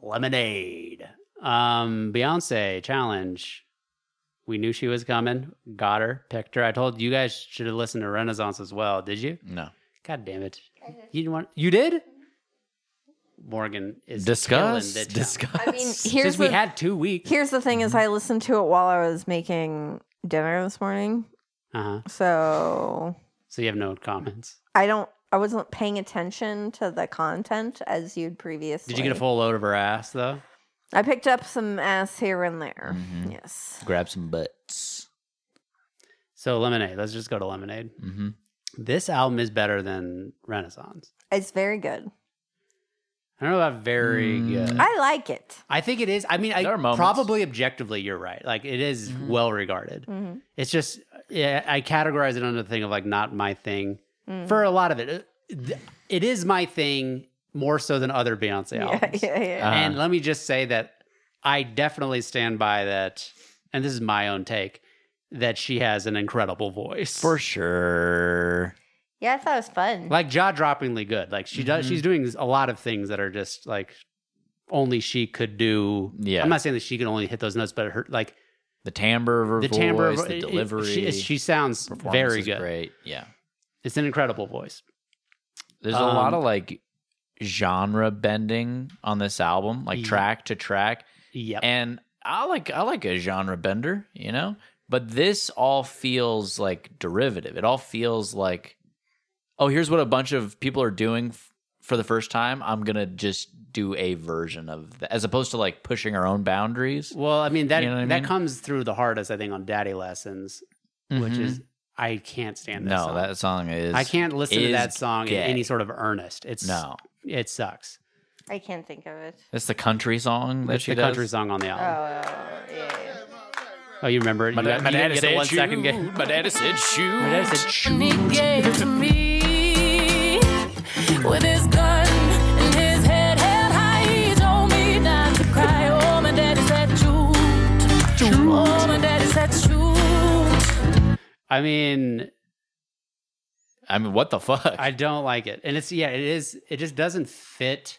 E: Lemonade. Um, Beyonce challenge. We knew she was coming. Got her, picked her. I told you guys should have listened to Renaissance as well. Did you?
G: No.
E: God damn it! You didn't want. You did. Morgan is killing the
G: Discuss.
E: challenge.
G: Discuss.
F: I mean,
E: Since
F: here's
E: we
F: the,
E: had two weeks.
F: here's the thing: is I listened to it while I was making dinner this morning,
E: Uh huh.
F: so
E: So you have no comments.
F: I don't. I wasn't paying attention to the content as you'd previously.
E: Did you get a full load of her ass though?
F: I picked up some ass here and there.
E: Mm-hmm.
G: Mhm.
F: Yes.
G: Grab some butts.
E: So lemonade. Let's just go to lemonade.
G: Mm-hmm.
E: This album is better than Renaissance.
F: It's very good.
E: I don't know about very
G: Mm.
E: good.
F: I like it.
E: I think it is. I mean, I
G: There are moments.
E: probably objectively, you're right. Like it is
G: Mhm.
E: well regarded.
F: Mhm.
E: It's just yeah, I categorize it under the thing of like not my thing
F: Mm.
E: for a lot of it. Uh, th- It is my thing more so than other Beyonce
F: yeah,
E: albums.
F: yeah, yeah.
G: Uh,
E: And let me just say that I definitely stand by that, and this is my own take that she has an incredible voice
G: For sure.
F: yeah, I thought it was fun.
E: like jaw droppingly good. Like she does,
G: Mhm.
E: she's doing a lot of things that are just like only she could do.
G: Yeah.
E: I'm not saying that she can only hit those notes, but her like
G: The timbre of her
E: the
G: voice,
E: timbre, of-
G: the
E: it- it-
G: delivery,
E: she, she sounds
G: performance
E: very
G: is
E: good.
G: Great, yeah.
E: It's an incredible voice.
G: There's a lot
E: Um,
G: of like genre bending on this album, like
E: Ye-
G: track to track,
E: Yep.
G: and I like I like a genre bender, you know. But this all feels like derivative. It all feels like, oh, here's what a bunch of people are doing f- for the first time. I'm gonna just do a version of that, as opposed to like pushing our own boundaries,
E: well, I mean that
G: You know what I
E: that
G: mean?
E: comes through the hardest, I think, on Daddy Lessons, which
G: Mhm.
E: is I can't stand that
G: no,
E: song.
G: that song is
E: I can't listen to
G: is
E: that song
G: gay.
E: in any sort of earnest. It's
G: No,
E: it sucks.
F: I can't think of it.
G: it's the country song that
E: It's
G: she
E: the
G: does.
E: country song on the
F: Oh,
E: album.
F: yeah. yeah.
E: Oh, you remember it? You got- you didn't get the one second gig.
G: My daddy said shoot.
E: My dad said,
H: And he gave to me with his gun and his head held high. He told me not to cry. Oh, my daddy said shoot. Oh, my daddy said shoot.
E: I mean,
G: I mean, what the fuck?
E: I don't like it. And it's yeah, it is it just doesn't fit.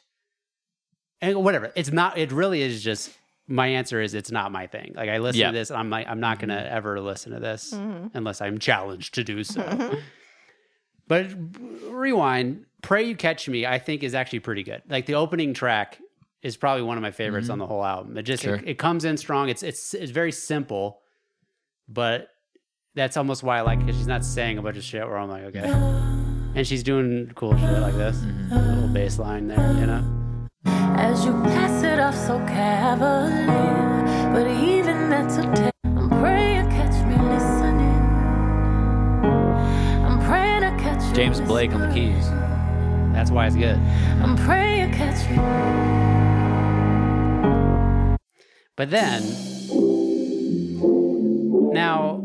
E: And whatever. It's not it really is just my answer is it's not my thing. Like I listen
G: Yeah.
E: to this and I'm like I'm not going to ever listen to this
F: Mm-hmm.
E: unless I'm challenged to do so. but rewind, Pray You Catch Me I think is actually pretty good. Like the opening track is probably one of my favorites on the whole album. It just
G: Sure.
E: it, it comes in strong. It's it's it's very simple, but that's almost why I like it. 'cause She's not saying a bunch of shit where I'm like, okay. And she's doing cool shit like this. A little bass line there, you know?
H: as you pass it off so cavalier. But even that's a test. I'm praying to catch me listening. I'm praying to catch you
G: James Blake on the
H: whispering.
G: keys.
E: That's why it's good.
H: I'm praying to catch me.
E: But then, now,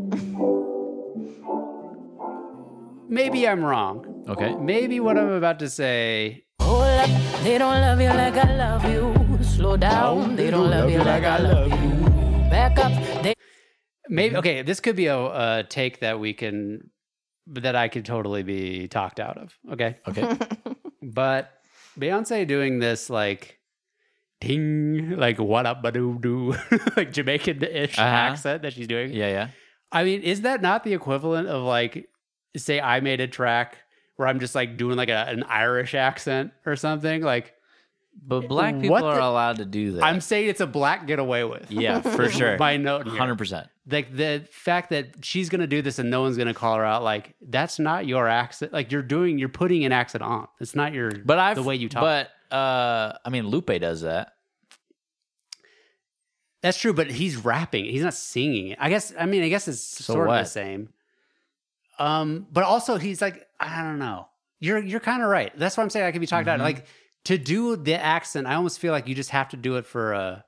E: maybe I'm wrong.
G: Okay.
E: Maybe what I'm about to say
H: Hold up, they don't love you like I love you. Slow down, Oh, they don't love you like I love you. Back up, they
E: Maybe okay. This could be a, a take that we can, that I could totally be talked out of. Okay,
G: Okay.
E: but Beyonce doing this like, ding, like what up, doo doo, like Jamaican ish
G: Uh-huh.
E: accent that she's doing.
G: yeah, yeah.
E: I mean, is that not the equivalent of like, say, I made a track where I'm just like doing like a, an Irish accent or something? Like,
G: But black
E: What
G: people are
E: the-
G: allowed to do that.
E: I'm saying it's a black get away with.
G: yeah, for sure.
E: By note, here.
G: 100%.
E: like the fact that she's gonna do this and no one's gonna call her out like that's not your accent like you're doing you're putting an accent on it's not your
G: But I
E: the way you talk
G: But uh I mean Lupe does that.
E: that's true but he's rapping he's not singing it i guess i mean i guess it's sort of
G: what?
E: the same um but also he's like i don't know you're you're kind of right that's what i'm saying i could be talked out
G: Mhm.
E: like to do the accent i almost feel like you just have to do it for a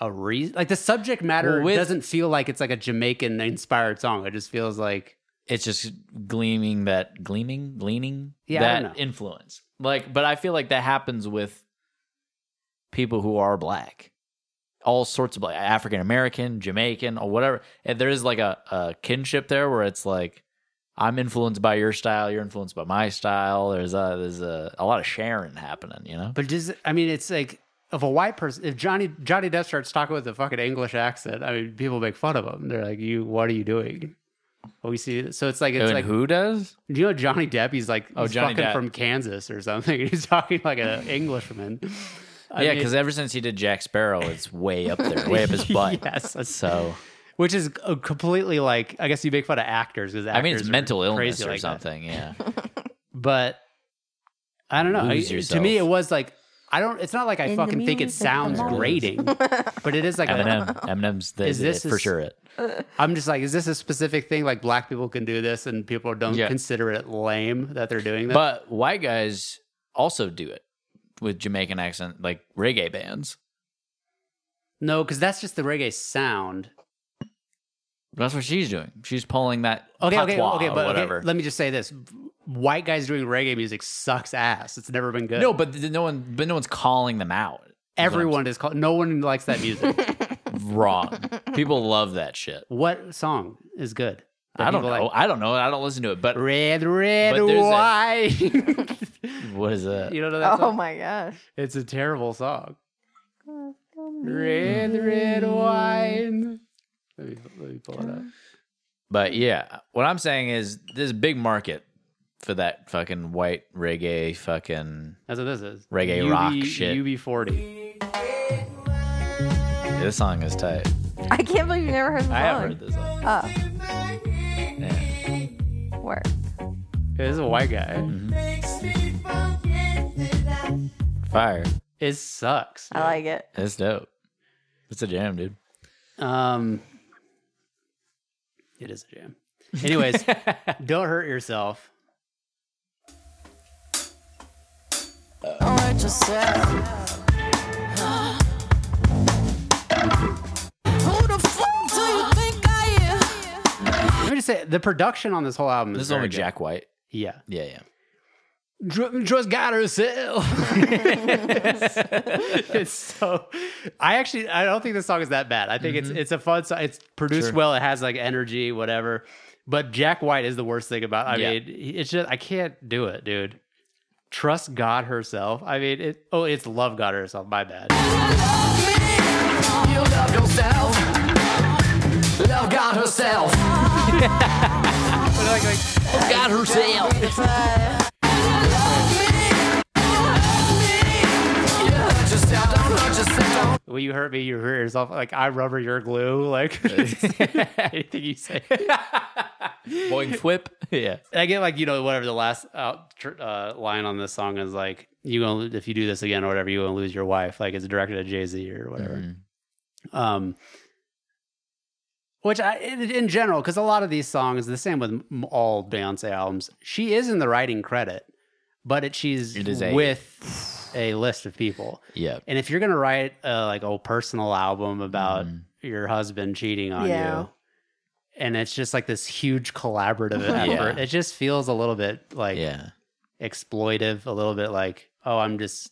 E: a reason like the subject matter
G: Well, with-
E: doesn't feel like it's like a jamaican inspired song it just feels like
G: It's just gleaming that gleaming, gleaning
E: Yeah, I don't
G: that
E: know.
G: influence. Like but I feel like that happens with people who are black. All sorts of black African American, Jamaican, or whatever. And there is like a, a kinship there where it's like I'm influenced by your style, you're influenced by my style. There's a there's a, a lot of sharing happening, you know?
E: But does I mean it's like if a white person if Johnny Johnny Depp starts talking with a fucking English accent, I mean people make fun of him. They're like, "You, what are you doing?" Well, we see. So it's like it's
G: and
E: like
G: who does?
E: do you know Johnny Depp? He's like
G: Oh,
E: he's
G: Johnny
E: fucking
G: Depp.
E: from Kansas or something. He's talking like an Englishman. I
G: yeah,
E: mean,
G: because ever since he did Jack Sparrow, it's way up there, way up his butt.
E: Yes, that's-
G: So
E: which is uh, completely like I guess you make fun of actors because
G: I mean, it's
E: actors are
G: mental illness
E: crazy
G: or
E: like that.
G: something. Yeah.
E: But I don't know. I-
G: Lose
E: to
G: yourself.
E: me, it was like. I don't. It's not like I
F: the
E: fucking think it
F: music of
E: sounds
F: the
G: Lord.
E: grating, but it is like a,
G: Eminem, Eminem's the,
E: Is this
G: it, for
E: is-
G: sure it.
E: I'm just like, is this a specific thing? Like black people can do this, and people don't
G: Yeah.
E: consider it lame that they're doing that.
G: But white guys also do it with Jamaican accent, like reggae bands.
E: no, because that's just the reggae sound.
G: That's what she's doing. She's pulling that
E: Okay, okay,
G: patois
E: okay,
G: or
E: but okay,
G: whatever.
E: let me just say this: white guys doing reggae music sucks ass. It's never been good.
G: no, but th- no one, but no one's calling them out.
E: everyone is called. No one likes that music.
G: Wrong. People love that shit.
E: what song is good? that
G: I don't know.
E: people like?
G: I don't know. I don't listen to it. But
E: Red, red,
G: But there's a-
E: white.
G: what is that?
E: you don't know that
F: Oh
E: song?
F: my gosh.
E: It's a terrible song. Red, red wine. Let me, let me pull it up.
G: But yeah, what I'm saying is there's a big market for that fucking white reggae fucking
E: That's what this is.
G: Reggae rock shit.
E: UB40.
G: this song is tight.
F: I can't believe you never heard the song.
G: I have heard this song.
F: Oh,
G: Yeah.
F: word.
E: This is a white guy.
G: Mm-hmm. Fire.
E: It sucks.
H: Oh.
F: I like it.
G: It's dope. It's a jam, dude.
E: Um, it is a jam. Anyways, don't hurt yourself.
H: don't hurt yourself. Who the fuck do you think I am?
E: Let me just say the production on this whole album is
G: This is only
E: very good.
G: Jack White.
E: Yeah,
G: Yeah, yeah.
E: Dr- just got herself. it's so. I actually I don't think this song is that bad. I think it's it's a fun song. It's produced
G: Mm-hmm. Sure.
E: well. It has like energy, whatever. But Jack White is the worst thing about. I
G: Yeah.
E: mean, it's just I can't do it, dude. Trust God herself. I mean, it. Oh, it's love God herself. My bad.
I: You love yourself. Love God herself.
E: Like, like,
I: God herself. You hurt yourself. Don't hurt yourself.
E: Will you hurt me? You hurt yourself. Like I rubber your glue. Like anything you say.
G: Boing whip. Yeah.
E: And I get like you know whatever the last out, tr- uh, line on this song is like you gonna if you do this again or whatever you gonna lose your wife like it's directed at Jay Z or whatever.
G: Mm-hmm.
E: Um, which I in, in general because a lot of these songs the same with m- all Beyonce albums she is in the writing credit, but it she's
G: It is a-
E: with a list of people.
G: Yeah.
E: And if you're gonna write a, like a personal album about
G: Mhm.
E: your husband cheating on
F: Yeah.
E: you, and it's just like this huge collaborative effort, it just feels a little bit like
G: Yeah.
E: exploitive, a little bit like oh, I'm just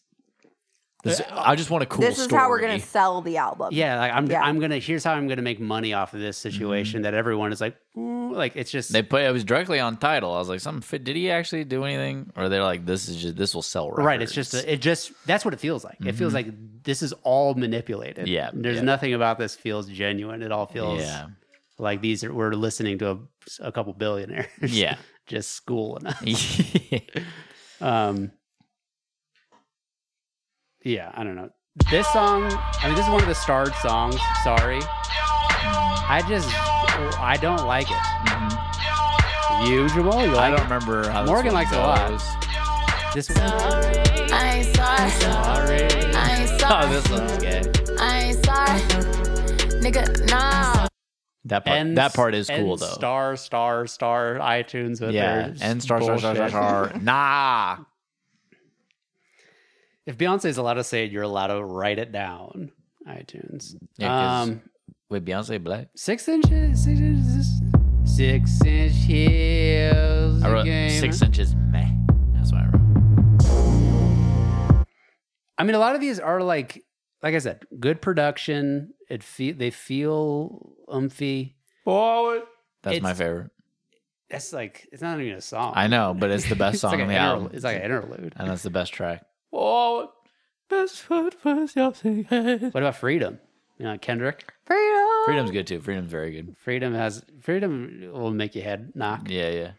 G: Uh, This, I just want a cool
F: this is how we're
G: story.
F: gonna sell the album.
E: yeah, like I'm
F: Yeah.
E: I'm gonna here's how I'm gonna make money off of this situation that everyone is like "Ooh," like it's just
G: Mm-hmm. They put it was directly on title. I was like, "Some fit? Did he actually do anything?" Or they're like, "This is just this will sell." Records.
E: Right, it's just it just that's what it feels like. It feels like this is all manipulated.
G: Mm-hmm. Yeah,
E: there's
G: yeah.
E: nothing about this feels genuine. It all feels
G: yeah,
E: like these are we're listening to a, a couple billionaires.
G: yeah. Mm-hmm.
E: just schooling. us. Um, yeah, I don't know. This song, I mean, this is one of the starred songs. Sorry, I just I don't like it. You Jamal, you
G: I
E: like
G: don't remember how this
E: Morgan
G: one
E: likes it a lot.
G: goes.
E: it? this
H: I ain't sorry. I ain't
G: Oh,
H: sorry.
G: this one's good.
H: I ain't sorry. Nigga, nah.
G: That part,
E: and-
G: that part is
E: and
G: cool though.
E: Star, star, star. iTunes with
G: yeah,
E: their
G: and star star star star star.
E: bullshit.
G: nah,
E: If Beyonce's allowed to say it, you're allowed to write it down. iTunes.
G: Yeah, 'cause-
E: um,
G: wait, Beyonce Black.
E: six inches, six inches, six inch heels.
G: I wrote
E: again.
G: six inches. Meh. That's what I wrote.
E: I mean, a lot of these are like, like I said, good production. It feel they feel umphy.
G: Forward. That's my
E: It's-
G: favorite.
E: That's like it's not even a song.
G: I know, but it's the best song
E: like
G: on
E: an
G: the
E: interlu-
G: album.
E: It's like an interlude.
G: and that's the best track.
E: Oh, best foot first, y'all say. What about freedom? You know, Kendrick.
F: Freedom.
G: Freedom's good too. Freedom's very good.
E: Freedom has freedom will make your head knock.
G: Yeah, yeah.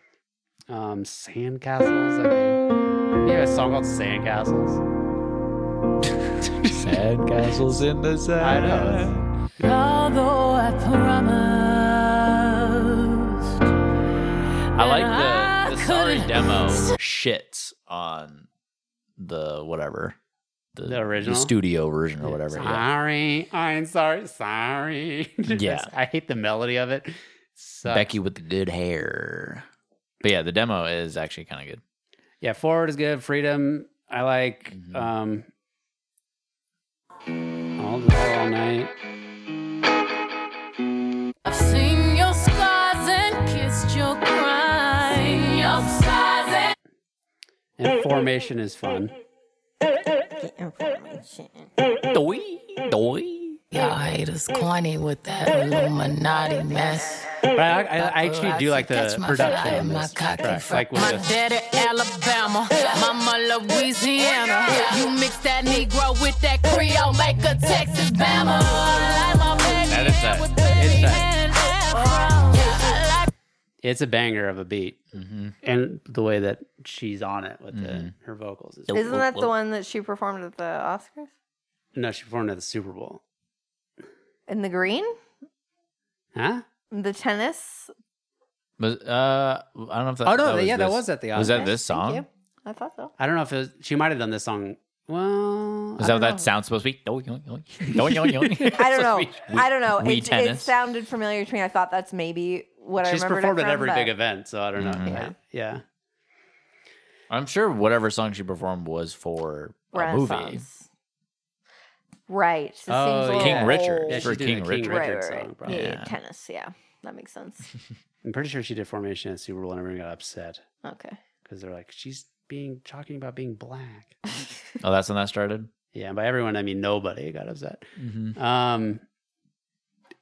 E: Um, sandcastles. Okay. You have a song called Sandcastles.
G: Sad castles in the sand.
E: I know.
H: Although I promised.
G: I like the,
H: And
G: the
H: I
G: sorry
H: couldn't-
G: demo shits on the whatever.
E: The original?
G: studio version or whatever. yeah.
E: Sorry, I'm sorry, sorry.
G: Yeah.
E: I hate the melody of it. Sucks.
G: Becky with the good hair. But yeah, the demo is actually kind of good.
E: Yeah, forward is good. Freedom, I like.
G: Mhm.
E: Um, all, the- all night.
H: I've seen your scars and kissed your cries. Seen your scars and
E: And formation is fun.
G: Doi, doi.
H: Y'all haters corny with that Illuminati mess.
E: But I, I, I actually do like the production on
H: My
E: this
H: cocky
E: track.
H: fry.
E: Like with
H: My
E: the,
H: daddy Alabama, mama Louisiana. You mix that Negro with that Creole, make a Texas Bama. Like my baby
G: That is
H: hair
G: that.
H: with baby
E: It's that.
H: and afro. Yeah, I like
E: it's a banger of a beat,
G: Mm-hmm.
E: and the way that she's on it with the,
G: Mhm.
E: her vocals. Is,
F: Isn't that the one that she performed at the Oscars?
E: no, she performed at the Super Bowl.
F: In the green?
E: Huh?
F: The tennis?
G: Was, uh, I don't know if that.
E: Oh no,
G: that was
E: yeah, that
G: this.
E: was at the Oscars.
G: Was that this
F: Thank
G: song?
F: you. I thought so.
E: I don't know if it was, she might have done this song. Well,
G: Is that what
E: I don't know.
G: that sound's supposed to be? Doi, doi, doi. Doi, doi, doi.
F: I don't know.
G: We-
F: I don't know.
G: we
F: It, it
G: tennis.
F: sounded familiar to me. I thought that's maybe what
E: She's
F: I remembered.
E: performed
F: it
E: at
F: from,
E: every
F: but
E: big event, so I don't know.
G: Mhm.
E: Yeah. yeah.
G: I'm sure whatever song she performed was for a movie.
F: Renaissance. Right. It
E: Oh,
F: seems a little
G: King Richard.
F: old.
E: Yeah,
G: For
E: she's doing
G: King
E: a King
G: Richard.
E: Richard,
F: right, right,
E: song.
F: right.
E: Probably.
F: Yeah,
G: Yeah.
F: tennis. Yeah, that makes sense.
E: I'm pretty sure she did Formation at Super Bowl, and everyone got upset
F: Okay.
E: because they're like, she's being talking about being black.
G: Oh, that's when that started?
E: yeah, and by everyone I mean nobody got upset.
G: Mm-hmm.
E: Um,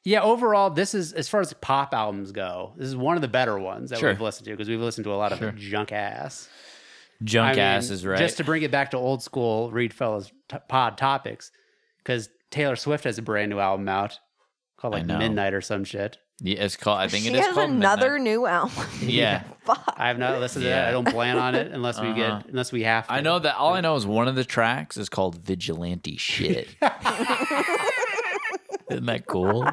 E: yeah, overall, this is as far as pop albums go. This is one of the better ones that
G: Sure.
E: we've listened to because we've listened to a lot of
G: Sure.
E: junk ass.
G: Junk
E: I mean,
G: ass is right.
E: Just to bring it back to old school Reed Fellas t- pod topics, because Taylor Swift has a brand new album out called
G: I
E: like
G: know.
E: Midnight or some shit.
G: yeah, it's called. I think
F: she
G: it is
F: has
G: called
F: another
G: Midnight.
F: new album.
G: Yeah,
F: Fuck.
E: I have not listened to that.
G: Yeah.
E: I don't plan on it unless we
G: Uh-huh.
E: get unless we have to.
G: I know that. All I know is one of the tracks is called "Vigilante Shit." Isn't that cool?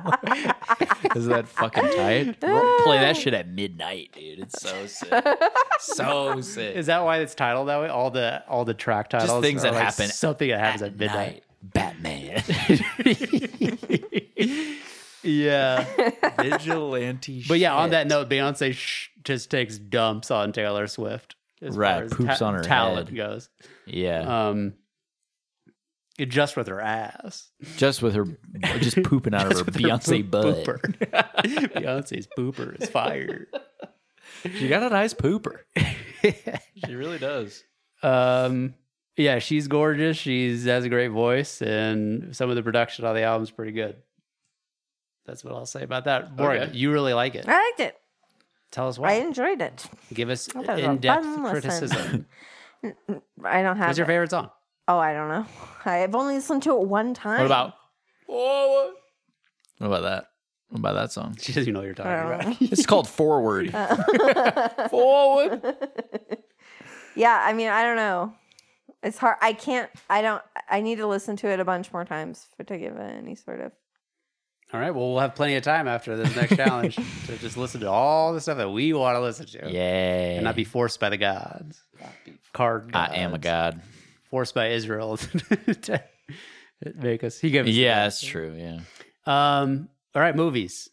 G: Is that fucking tight? We'll play that shit at midnight, dude. It's so sick. So sick.
E: Is that why it's titled that way? All the all the track titles,
G: things
E: are
G: that
E: like
G: happen
E: something that happens at midnight.
G: Batman.
E: Yeah,
G: Vigilante
E: but yeah. On that note, Beyonce sh- just takes dumps on Taylor Swift. As far
G: Right,
E: as
G: poops on her
E: talent
G: head.
E: goes.
G: Yeah.
E: Um, just with her ass.
G: just with her just pooping out of her Beyonce butt.
E: Pooper. Beyonce's pooper is fire.
G: She got a nice pooper. she really does.
E: Um, yeah, she's gorgeous. She's has a great voice, and some of the production on the album's pretty good. That's what I'll say about that. Boring.
G: Okay.
E: You really like it.
F: I liked it.
E: Tell us
F: I
E: why.
F: enjoyed it.
E: Give us
F: thought it was a
E: in-depth
F: fun listen.
E: criticism.
F: I don't have.
E: What's your
F: it.
E: favorite song?
F: Oh, I don't know. I've only listened to it one time.
G: What about Oh What about that? What about that song?
E: She doesn't even know what you're talking
F: I don't
E: about.
G: It's called Forward. Forward.
F: Yeah, I mean, I don't know. It's hard. I can't. I don't. I need to listen to it a bunch more times for to give it any sort of.
E: All right. Well, we'll have plenty of time after this next challenge to just listen to all the stuff that we want to listen to.
G: Yay.
E: And not be forced by the gods. Card gods.
G: I am a god.
E: Forced by Israel to make us. He gave us.
G: Yeah, that's true. Yeah.
E: Um, all right. Movies.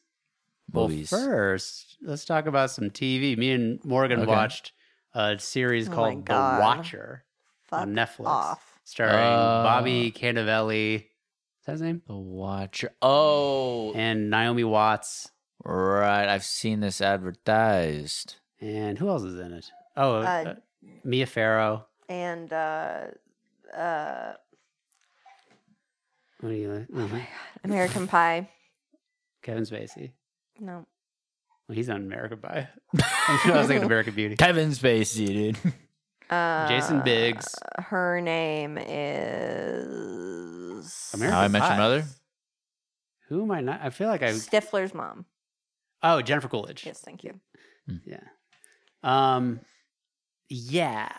G: Movies.
E: Well, first, let's talk about some TV. Me and Morgan
G: Okay.
E: watched a series
F: Oh my
E: called The
F: God.
E: Watcher on
F: Fuck
E: Netflix,
F: off.
E: starring
G: Uh,
E: Bobby Cannavale. Is that his name?
G: the Watcher. Oh,
E: And Naomi Watts.
G: right. I've seen this advertised.
E: And who else is in it? Oh, uh,
F: Uh,
E: Mia Farrow.
F: And uh, uh,
E: What do you
G: Oh
E: like? Mhm.
F: American Pie.
E: Kevin Spacey.
F: No.
E: Well, he's on American Pie. I was thinking American Beauty.
G: Kevin Spacey, dude.
F: Uh,
E: Jason Biggs.
F: Her name is
E: American
G: How I Met Your
E: Pie.
G: Mother?
E: Who am I not? I feel like I.
F: Stifler's mom.
E: Oh, Jennifer Coolidge.
F: Yes, thank you.
G: Mm.
E: Um, yeah.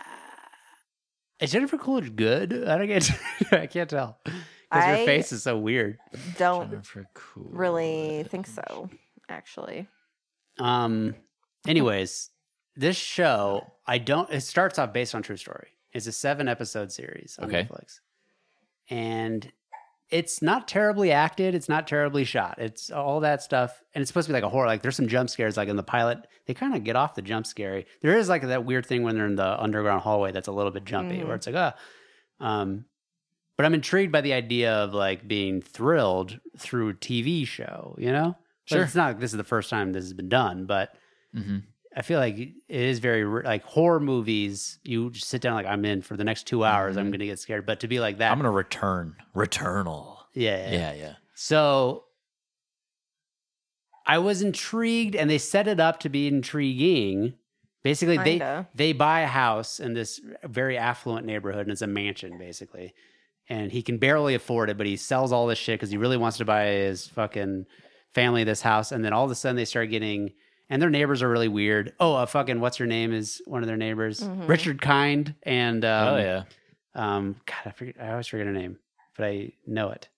E: Is Jennifer Coolidge good? I don't get. I can't tell because her
F: I-
E: face is so weird.
F: Don't
G: Cool.
F: really think so. Actually,
E: Um. Anyways, this show I don't. It starts off based on true story. It's a seven episode series on
G: Okay.
E: Netflix, and it's not terribly acted. It's not terribly shot. It's all that stuff, and it's supposed to be like a horror. Like there's some jump scares. Like in the pilot, they kind of get off the jump scary. There is like that weird thing when they're in the underground hallway that's a little bit jumpy,
F: Mhm.
G: Mm-hmm.
E: where it's like ah. Um, but I'm intrigued by the idea of like being thrilled through a TV show. You know, Like,
G: Sure.
E: it's not like this is the first time this has been done, but
G: hmm
E: I feel like it is very r- like horror movies. You just sit down like I'm in for the next two hours. I'm gonna get scared. But to be like that,
G: Mm-hmm. I'm gonna return. Returnal.
E: yeah, yeah.
G: Yeah, yeah.
E: So I was intrigued, and they set it up to be intriguing. Basically,
F: Kinda.
E: they they buy a house in this very affluent neighborhood, and it's a mansion basically. And he can barely afford it, but he sells all this shit because he really wants to buy his fucking family this house. And then all of a sudden, they start getting. And their neighbors are really weird. Oh, a fucking what's her name is one of their neighbors,
F: Mhm.
E: Richard Kind, and um,
G: oh yeah.
E: um, God, I forget. I always forget her name, but I know it.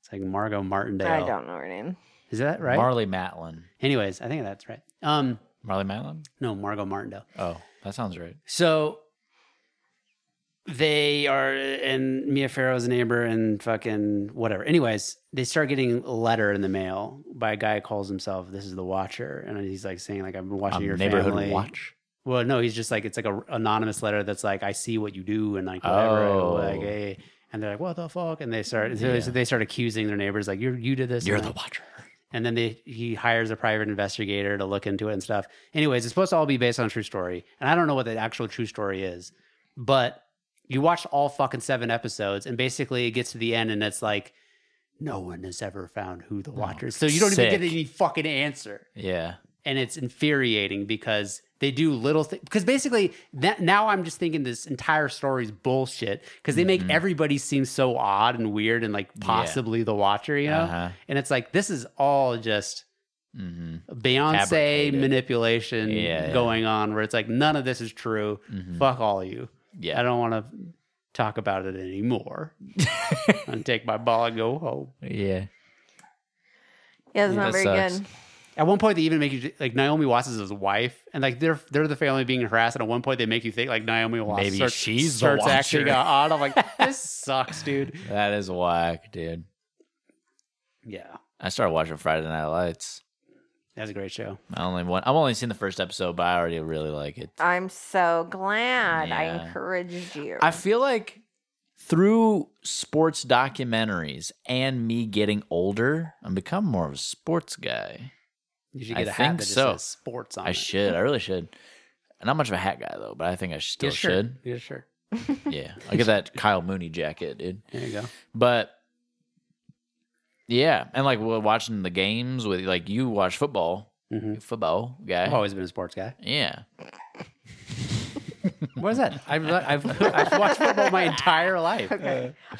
E: It's like Margot Martindale.
F: I don't know her name.
E: Is that right?
G: Marley Matlin.
E: Anyways, I think that's right. Um,
G: Marley Matlin?
E: no, Margot Martindale.
G: Oh, that sounds right.
E: So they are, and Mia Farrow's a neighbor, and fucking whatever. Anyways, they start getting a letter in the mail by a guy who calls himself "This is the Watcher," and he's like saying, "Like I've been watching
G: Um,
E: your
G: neighborhood
E: family."
G: watch.
E: Well, no, he's just like it's like a anonymous letter that's like I see what you do and like whatever, and
G: Oh. Mm,
E: like hey, and they're like what the fuck, and they start so
G: Yeah.
E: so they start accusing their neighbors like you you did this,
G: You're
E: and
G: the
E: that.
G: watcher.
E: and then they he hires a private investigator to look into it and stuff. Anyways, it's supposed to all be based on a true story, and I don't know what the actual true story is, but you watch all fucking seven episodes, and basically it gets to the end, and it's like no one has ever found who the watcher is, so you don't even
G: Oh, sick.
E: get any fucking answer
G: Yeah.
E: and it's infuriating because they do little things. Because basically, that now I'm just thinking this entire story is bullshit because they
G: Mm-hmm.
E: make everybody seem so odd and weird and like possibly the watcher, you know.
G: Uh-huh.
E: And it's like this is all just
G: hmm
E: Beyonce
G: Fabricated.
E: manipulation
G: Yeah, yeah.
E: going on, where it's like none of this is true. Fuck all you.
G: Yeah.
E: I don't want to talk about it anymore. and take my ball and go home.
G: Yeah.
F: Yeah, it's
G: Yeah,
F: not
G: that
F: very
G: sucks.
F: good.
E: At one point, they even make you like Naomi Watts is his wife, and like they're they're the family being harassed. And at one point, they make you think like Naomi Watts
G: Maybe
E: starts,
G: she's the
E: starts
G: watcher.
E: acting odd. I'm like, this sucks, dude.
G: That is whack, dude.
E: Yeah,
G: I started watching Friday Night Lights.
E: that's a great show.
G: I only want, I've only seen the first episode, but I already really like it.
F: I'm so glad I
G: Yeah.
F: encouraged you.
G: I feel like through sports documentaries and me getting older, I'm become more of a sports guy.
E: You should
G: I
E: get a
G: think
E: hat that just
G: so.
E: says sports on
G: I
E: it.
G: should. I really should. Not much of a hat guy though, but I think I sh- still
E: yeah, sure.
G: should.
E: Yeah, sure.
G: Yeah, I get that Kyle Mooney jacket, dude.
E: There you go.
G: But yeah, and like we're watching the games with like you watch football,
F: Mm-hmm.
E: Mhm.
G: football guy.
E: I've always been a sports guy.
G: yeah,
E: What is that? I've I've, I've watched football my entire life.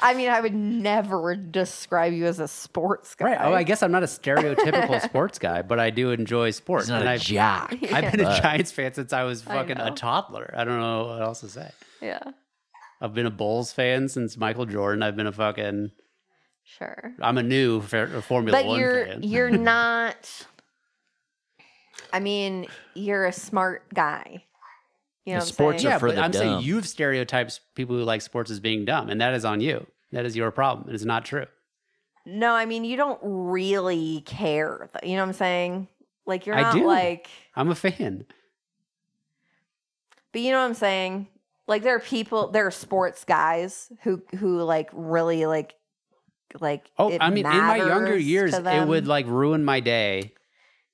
F: I mean, I would never describe you as a sports guy.
E: Right. Oh, I guess I'm not a stereotypical sports guy, but I do enjoy sports.
G: he's not
E: and
G: a
E: I've,
G: jock.
E: I've been a Giants fan since I was
F: I
E: fucking a
F: know.
E: toddler. I don't know what else to say.
F: Yeah,
E: I've been a Bulls fan since Michael Jordan. I've been a fucking.
F: sure.
E: I'm a new Fer- uh, Formula
F: But
E: One
F: you're
E: fan.
F: you're not. I mean, you're a smart guy. You know,
G: The
F: what I'm
G: sports
F: saying?
E: yeah,
G: for
E: but
G: the
E: I'm saying
G: dumb.
E: you've stereotyped people who like sports as being dumb, and that is on you. That is your problem. It is not true.
F: No, I mean, you don't really care. th- You know what I'm saying? Like you're
E: I
F: not
E: do.
F: like,
E: I'm a fan.
F: but you know what I'm saying? Like there are people, there are sports guys who who like really like like.
E: Oh,
F: it
E: I mean, in my younger
F: matters
E: years,
F: to
E: it would
F: them.
E: like ruin my day,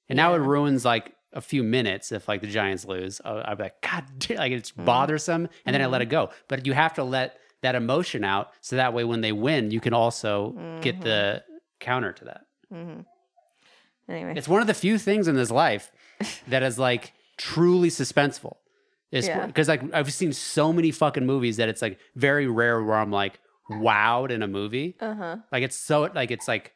E: and now it
F: Yeah.
E: ruins like a few minutes if like the Giants lose. I- I'm like, God, damn, like it's bothersome, and then I let it go. But you have to let that emotion out, so that way when they win, you can also get the counter to that.
F: anyway.
E: It's one of the few things in this life that is like truly suspenseful. Is
F: Yeah.
E: because like I've seen so many fucking movies that it's like very rare where I'm like wowed in a movie.
F: Uh huh.
E: Like it's so like it's like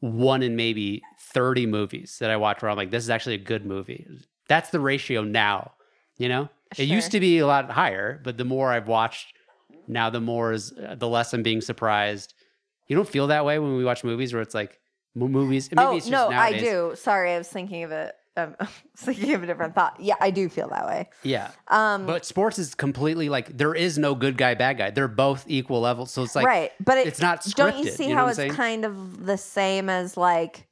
E: one in maybe 30 movies that I watch where I'm like, this is actually a good movie. That's the ratio now. You know? It used to
F: Sure.
E: be a lot higher, but the more I've watched now, the more is uh, the less I'm being surprised. You don't feel that way when we watch movies where it's like mo- movies. and Maybe
F: oh
E: it's just
F: no,
E: nowadays.
F: I do. Sorry, I was thinking of it. Um, I was thinking of a different thought. Yeah, I do feel that way.
E: Yeah.
F: Um,
E: But sports is completely like there is no good guy, bad guy. They're both equal level. So it's like
F: right, but it,
E: it's not
F: Don't you
E: scripted,
F: see
E: you know
F: how
E: what I'm
F: it's
E: saying?
F: kind of the same as like,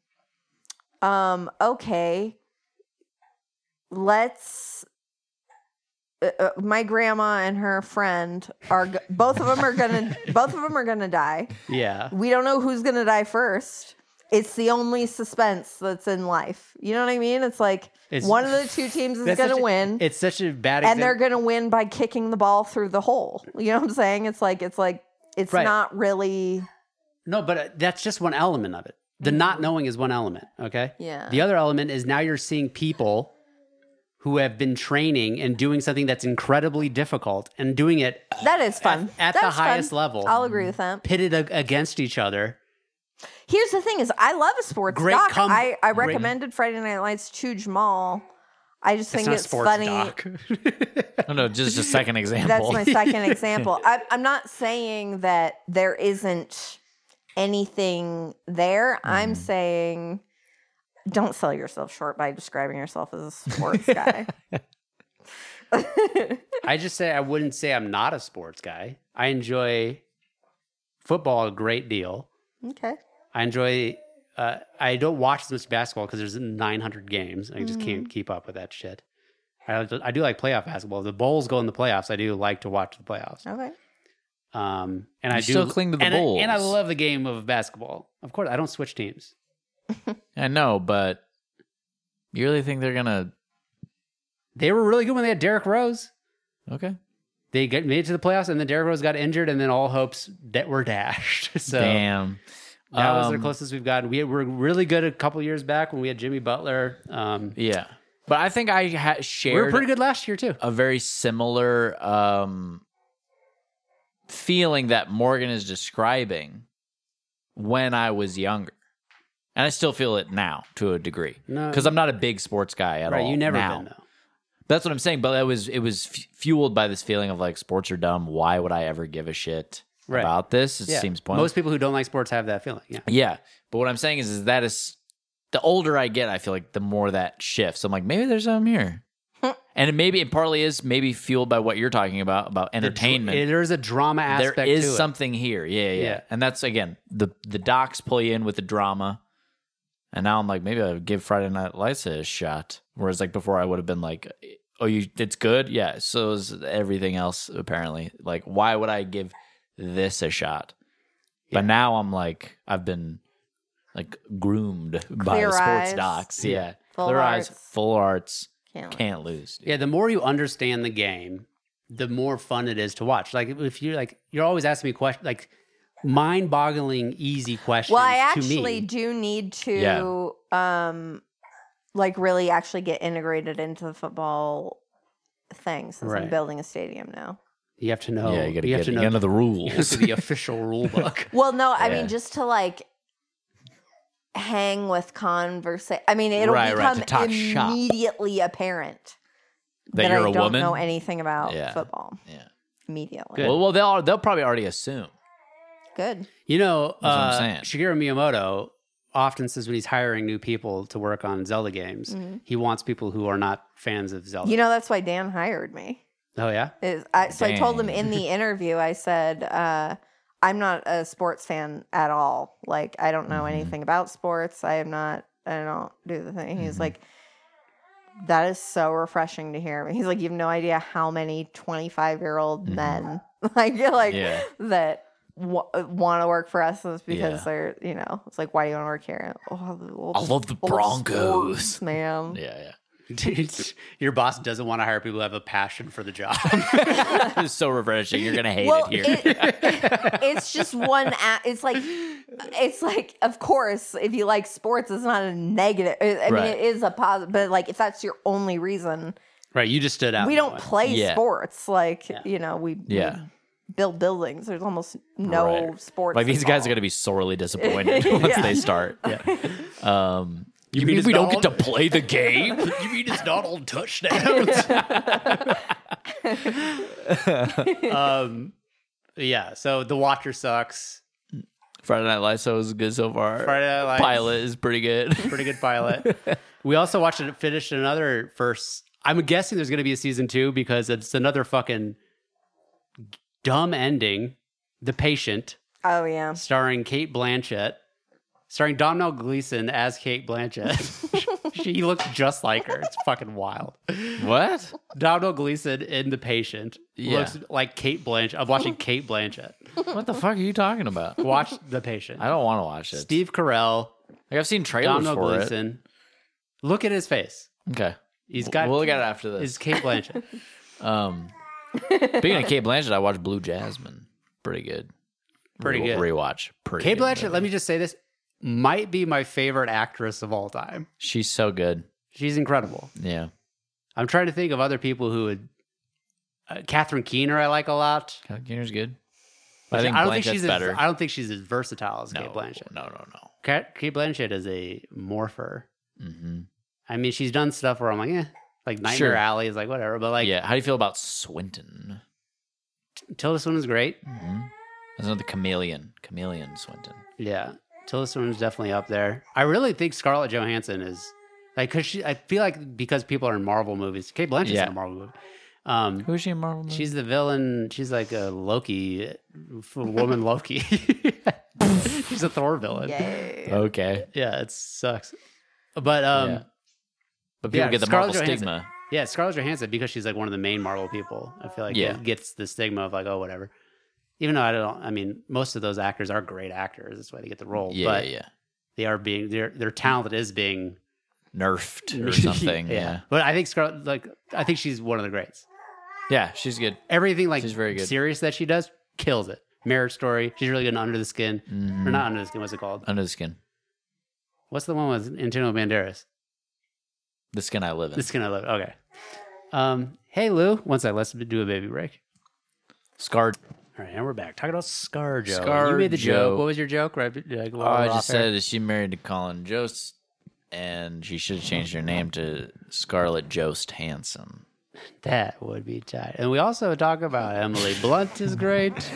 F: um, okay, let's. Uh, uh, my grandma and her friend are g- both of them are gonna both of them are gonna die.
E: yeah.
F: We don't know who's gonna die first. It's the only suspense that's in life. You know what I mean? It's like
E: It's-
F: one of the two teams is
E: That's such
F: gonna
E: a-
F: win.
E: It's such a bad
F: and
E: example.
F: they're going to win by kicking the ball through the hole. You know what I'm saying? It's like it's like it's
E: Right.
F: not really
E: No, but uh, that's just one element of it. The not knowing is one element, okay?
F: Mm-hmm. Yeah.
E: The other element is now you're seeing people who have been training and doing something that's incredibly difficult and doing it
F: that is fun
E: at
F: That
E: the
F: is fun.
E: highest level.
F: I'll agree with that.
E: pitted a- against each other.
F: Here's the thing: is I love a sports
E: Mm-hmm. Great
F: doc.
E: com-
F: I I
E: great-
F: recommended Friday Night Lights to Jamal. I just think
E: not
F: it's
E: sports
F: funny.
E: doc.
G: I don't know, just a second
F: That's
G: example.
F: my second example. I, I'm not saying that there isn't anything there. I'm
E: Mm-hmm.
F: saying don't sell yourself short by describing yourself as a sports guy.
E: I just say I wouldn't say I'm not a sports guy. I enjoy football a great deal.
F: okay.
E: I enjoy. Uh, I don't watch as much basketball because there's 900 games. I just
G: Mm-hmm.
E: can't keep up with that shit. I, I do like playoff basketball. If the Bulls go in the playoffs. I do like to watch the playoffs.
F: Okay.
E: Um, and I
G: You
E: do
G: still cling to the
E: and I- and I
G: Bulls.
E: love the game of basketball. Of course, I don't switch teams.
G: I know, but you really think they're gonna?
E: They were really good when they had Derrick Rose.
G: Okay,
E: They get, made it to the playoffs, and then Derrick Rose got injured, and then all hopes that were dashed. So
G: damn.
E: that was the
G: Um,
E: closest we've gotten. We were really good a couple years back when we had Jimmy Butler. Um,
G: Yeah, but I think I ha-
E: we
G: shared.
E: were pretty good last year too.
G: a very similar um, feeling that Morgan is describing when I was younger. And I still feel it now to a degree
E: No.
G: because I'm not a big sports guy at
E: right,
G: all.
E: you never
G: now.
E: been though.
G: That's what I'm saying. But it was it was f- fueled by this feeling of like sports are dumb. Why would I ever give a shit
E: Right.
G: about this? It
E: Yeah.
G: seems pointless.
E: Most people who don't like sports have that feeling. Yeah.
G: Yeah. But what I'm saying is, is that is the older I get, I feel like the more that shifts. I'm like, maybe there's something here. and it maybe it partly is maybe fueled by what you're talking about, about entertainment.
E: There's a drama
G: there
E: aspect to
G: is
E: it.
G: something here. Yeah, yeah.
E: Yeah.
G: And that's again, the the docs pull you in with the drama. And now I'm like, maybe I'll give Friday Night Lights a shot. Whereas like before I would have been like, Oh, you it's good? Yeah. So is everything else apparently. Like, why would I give this a shot? But now I'm like, I've been like groomed by
F: Clear
G: the sports
F: eyes.
G: docs. Yeah.
F: Full
G: Clear eyes,
F: arts.
G: full arts.
F: Can't wait.
G: Can't lose.
E: Yeah, the more you understand the game, the more fun it is to watch. Like if you like, you're always asking me questions, like mind-boggling easy questions.
F: Well, I
E: to
F: actually
E: me.
F: do need to um like really actually get integrated into the football thing since
E: Right.
F: I'm building a stadium now.
E: You have to know.
G: yeah, you gotta
E: have
G: get
E: to
G: you
E: know
G: gotta know the
E: you have
G: rules.
E: to know the official rule book.
F: Well, no, I
G: Yeah.
F: mean just to like hang with conversation. I mean, it'll
G: Right, right,
F: become
G: to talk shop.
F: immediately apparent
G: That you're
F: I
G: a
F: don't
G: woman?
F: know anything about
G: Yeah.
F: football
G: yeah.
F: immediately.
E: Good.
G: Well, well, they'll they'll probably already assume.
F: Good.
E: You know,
G: what I'm
E: uh,
G: saying.
E: Shigeru Miyamoto often says when he's hiring new people to work on Zelda games, he wants people who are not fans of Zelda.
F: Mm-hmm. You know that's why Dan hired me.
E: oh yeah,
F: Is I, so I told him
G: Dang.
F: in the interview, I said, uh, I'm not a sports fan at all. Like, I don't know
G: Mhm.
F: anything about sports. I am not, I don't do the thing.
G: Mm-hmm.
F: He's like, that is so refreshing to hear. He's like, you have no idea how many 25 year old
G: Mhm.
F: men like, you're like
G: Yeah.
F: that w- want to work for us is because
G: Yeah.
F: they're, you know, it's like, why do you want to work here? Oh, the old,
G: I love the
F: old
G: Broncos.
F: sports, man.
G: Yeah,
E: your boss doesn't want to hire people who have a passion for the job.
G: yeah. it's so refreshing. You're gonna hate it here.
F: it- it's just one. A- it's like, it's like, of course, if you like sports, it's not a negative. I I mean,
G: Right.
F: it is a positive, but like, if that's your only reason,
E: right, you just stood out.
F: we
E: in that
F: don't
E: way.
F: play
G: Yeah.
F: sports. Like,
E: Yeah.
F: you know, we, we
G: Yeah.
F: build buildings. There's almost no
G: Right.
F: sports.
G: like these guys are
F: involved.
G: gonna be sorely disappointed once
F: Yeah.
G: they start. Um, you,
E: mean
G: mean,
E: it's
G: we don't
E: not
G: get to play the game?
E: you mean it's not on touchdowns? um, yeah. So the Watcher sucks.
G: Friday Night Lights so is good so far.
E: Friday Night Lights.
G: Pilot is pretty good.
E: Pretty good pilot. we also watched it finished another first. I'm guessing there's going to be a season two because it's another fucking dumb ending. The Patient,
F: Oh yeah.
E: starring Kate Blanchett, starring Domhnall Gleeson as Kate Blanchett. she looks just like her. It's fucking wild.
G: what?
E: Domhnall Gleeson in The Patient
G: Yeah.
E: looks like Kate Blanchett. I'm watching Kate Blanchett.
G: What the fuck are you talking about?
E: Watch The Patient.
G: I don't want to watch it.
E: Steve Carell,
G: like I've seen trailers
E: Domhnall
G: for it.
E: Gleeson. Look at his face.
G: Okay,
E: He's got.
G: We'll look at it after this.
E: Is Kate Blanchett?
G: Um, speaking of Kate Blanchett, I watched Blue Jasmine. Pretty good.
E: Pretty
G: Re-
E: good.
G: Rewatch. Pretty
E: Kate
G: good
E: Blanchett. Let
G: movie.
E: me just say this: might be my favorite actress of all time.
G: She's so good.
E: She's incredible.
G: Yeah.
E: I'm trying to think of other people who would. Uh, Catherine Keener, I like a lot.
G: Kyle Keener's good.
E: But
G: I think
E: don't think
G: Blanchett's
E: she's
G: better.
E: As, I don't think she's as versatile as
G: no,
E: Kate Blanchett.
G: No, no, no.
E: Kat- Kate Blanchett is a morpher.
G: hmm
E: I mean, she's done stuff where I'm like, eh, like Nightmare
G: Sure.
E: Alley is like whatever, but like
G: yeah. How do you feel about Swinton?
E: Tilda Swinton's great.
G: Mm-hmm. That's another chameleon. Chameleon Swinton.
E: Yeah, Tilda Swinton's definitely up there. I really think Scarlett Johansson is like because she. I feel like because people are in Marvel movies, Kate Blanchett's
G: Yeah.
E: in a Marvel movie. Um,
G: Who is she in Marvel? Movie?
E: she's the villain. She's like a Loki, f- woman Loki. she's a Thor villain. Yeah,
F: Yay.
G: okay.
E: it sucks. But um,
G: Yeah. But people
E: Yeah,
G: get the
E: Scarlett
G: Marvel
E: Johansson.
G: stigma.
E: Yeah, Scarlett Johansson because she's like one of the main Marvel people. I feel like
G: Yeah.
E: it gets the stigma of like, oh, whatever. Even though I don't, I mean, most of those actors are great actors. That's why they get the role.
G: Yeah,
E: but
G: yeah, yeah.
E: they are being their their talent is being
G: Nerfed or something. yeah.
E: But I think Scarlett, like, I think she's one of the greats.
G: Yeah, she's good.
E: Everything like
G: She's very good.
E: serious that she does kills it. Marriage Story. She's really good in Under the Skin
G: Mm-hmm.
E: or not Under the Skin. What's it called?
G: Under the skin.
E: What's the one with Antonio Banderas?
G: The skin I live in.
E: The Skin I Love. Okay. Um. Hey Lou. Once I let's do a baby break.
G: Scarred.
E: All right, and we're back. Talking about Scar Joe.
G: Scar
E: you made the
G: Joe.
E: joke. What was your joke? Right? Like,
G: Oh, I just said that she married to Colin Jost, and she should have changed her name to Scarlett Jost Hanson.
E: That would be tight. And we also talk about Emily Blunt is great.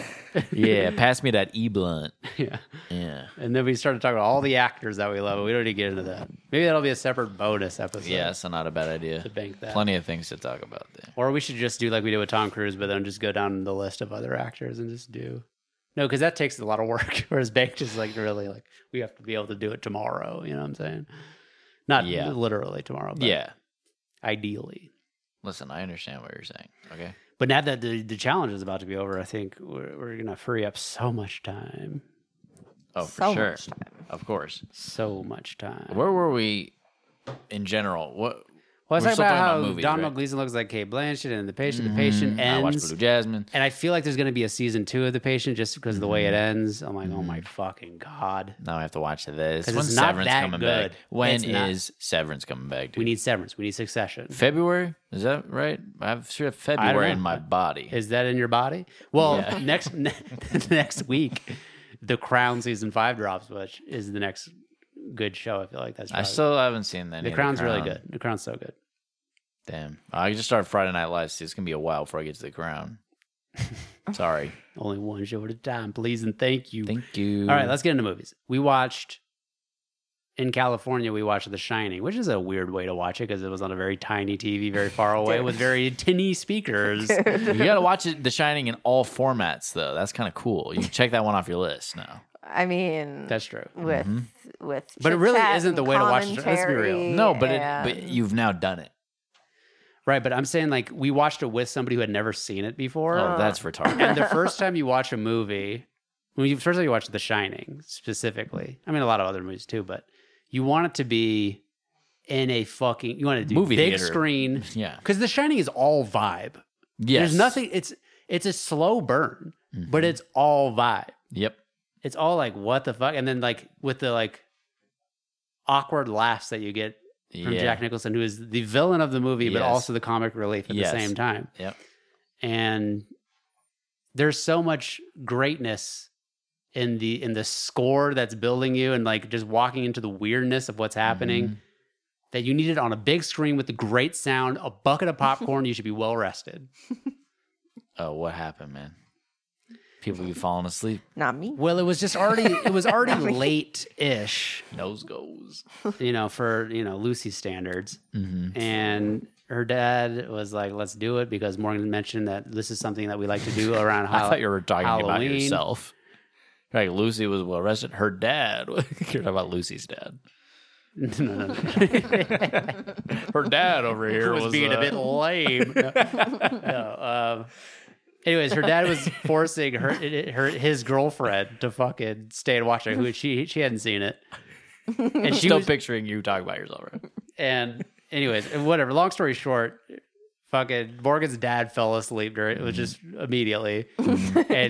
G: Yeah, pass me that e blunt.
E: yeah.
G: Yeah,
E: And then we started talking about all the actors that we love. We don't need to get into that. Maybe that'll be a separate bonus episode.
G: yeah, that's not a bad idea.
E: To bank that.
G: Plenty of things to talk about there.
E: Or we should just do like we did with Tom Cruise, but then just go down the list of other actors and just do. No, because that takes a lot of work. Whereas bank is like really like we have to be able to do it tomorrow. You know what I'm saying? Not
G: Yeah.
E: literally tomorrow, but
G: Yeah,
E: ideally.
G: listen, I understand what you're saying. Okay,
E: But now that the, the challenge is about to be over, I think we're, we're gonna free up so much time,
G: oh for
F: So
G: sure,
F: much time.
G: of course.
E: so much time.
G: Where were we in general? What
E: well, I was
G: we're still
E: talking about
G: talking
E: how
G: about movies,
E: Donald
G: right? Mm-hmm.
E: Gleason looks like Kate Blanchett, and the patient, the patient
G: I watched
E: ends.
G: Blue Jasmine.
E: and I feel like there's going to be a season two of The Patient just because of the way it
G: Mm-hmm.
E: ends. I'm like, oh my fucking God.
G: Now I have to watch this.
E: 'Cause
G: When
E: it's not
G: Severance
E: that
G: coming
E: good.
G: back? When
E: It's not.
G: is Severance coming back? Dude?
E: We need Severance. We need Succession.
G: February. Is that right? I have sure February in
E: know.
G: my body.
E: Is that in your body? Well,
G: Yeah.
E: next next week, The Crown season five drops, which is the next good show. I feel like that's.
G: I
E: probably-
G: still haven't seen that.
E: The Crown's really good. The Crown's so good.
G: Damn. I just started Friday Night Live. See, it's gonna be a while before I get to the Crown. Sorry.
E: Only one show at a time, please and thank you.
G: Thank you.
E: All right, let's get into movies. We watched in California. We watched The Shining, which is a weird way to watch it because it was on a very tiny TV, very far away, with very tinny speakers.
G: you gotta watch it, The Shining in all formats, though. That's kind of cool. You can check that one off your list now.
F: I mean,
E: That's true.
F: with with
E: But it really
F: chit-chat
E: isn't the
F: and
E: way to watch it. Let's be real.
F: commentary
G: No, but it,
F: and-
G: but you've now done it.
E: Right, but I'm saying like we watched it with somebody who had never seen it before.
G: Oh, that's
E: and
G: retarded.
E: the first time you watch a movie, when you first time you watch The Shining specifically, I mean a lot of other movies too, but you want it to be in a fucking you want it to do
G: Movie
E: big
G: theater.
E: screen
G: yeah.
E: because The Shining is all vibe.
G: Yes. Mm-hmm.
E: There's nothing. It's it's a slow burn, but it's all vibe.
G: Yep.
E: It's all like what the fuck, and then like with the like awkward laughs that you get from
G: yeah.
E: Jack Nicholson, who is the villain of the movie, but
G: Yes.
E: also the comic relief at
G: Yes.
E: the same time.
G: Yep.
E: And there's so much greatness in the in the score that's building you and like just walking into the weirdness of what's happening that you need it on a big screen with the great sound, a bucket of popcorn, you should be well rested.
G: Oh, what happened, man? People be falling asleep.
F: not me.
E: Well, it was just already it was already late ish,
G: Nose goes.
E: you know, for you know Lucy's standards.
G: Mm-hmm.
E: and her dad was like, "Let's do it," because Morgan mentioned that this is something that we like to do around.
G: I thought you were talking about
E: Halloween.
G: yourself. Like Lucy was well arrested. Her dad. You're talking about Lucy's dad.
E: no, no, no.
G: Her dad over here was, uh,
E: lame. No, no, um, anyways, her dad was forcing her, her his girlfriend to fucking stay and watch it. Who she she hadn't seen it, and she
G: Still
E: was
G: picturing you talking about yourself. Right?
E: and anyways, whatever. Long story short. Fucking Morgan's dad fell asleep during it was just immediately, and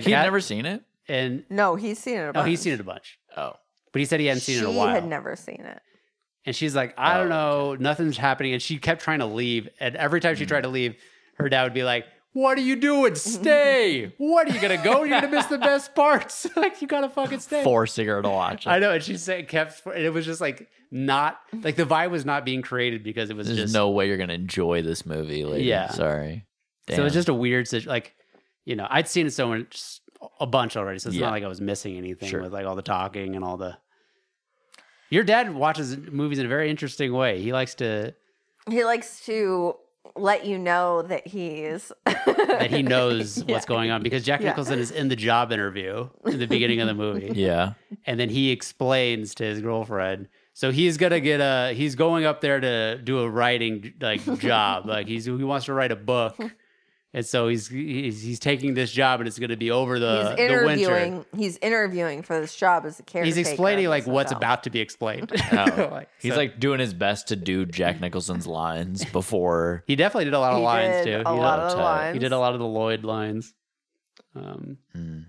G: He'd
E: Kat-
G: never seen it.
E: and
F: No, he's seen it. A
E: oh
F: bunch.
E: he's seen it a bunch,
G: Oh,
E: but he said he hadn't
F: She
E: seen it in a while.
F: had never seen it.
E: And she's like, I don't
G: Oh,
E: know, nothing's happening. And she kept trying to leave. And every time she tried to leave, her dad would be like, What are you doing? Stay. what are you gonna go? You're gonna miss the best parts. like you gotta fucking stay.
G: forcing her to watch.
E: I
G: It.
E: know. And she said kept and it was just like not like the vibe was not being created because it was
G: There's
E: just
G: no way you're gonna enjoy this movie. Later.
E: Yeah.
G: sorry. Damn.
E: so it's just a weird situation. Like, you know, I'd seen it so much a bunch already, so it's
G: Yeah.
E: not like I was missing anything
G: Sure.
E: with like all the talking and all the your dad watches movies in a very interesting way. He likes to
F: He likes to let you know that he's
E: that he knows what's going on because Jack
F: Yeah.
E: Nicholson is in the job interview in the beginning of the movie,
G: yeah.
E: and then he explains to his girlfriend. So he's gonna get a he's going up there to do a writing like job, like he's he wants to write a book, and so he's he's, he's taking this job and it's gonna be over Uh, the
F: he's
E: the winter.
F: interviewing. He's interviewing for this job as a character.
E: He's explaining like what's about to be explained. Oh, Like,
G: He's
E: so-
G: like doing his best to do Jack Nicholson's lines before.
E: he definitely did a lot of
F: He
E: lines
F: did
E: too.
F: a
E: he,
F: lot
E: did,
F: of the
G: uh,
E: he
F: lines.
E: did a lot of the Lloyd lines. Um,
G: Mm.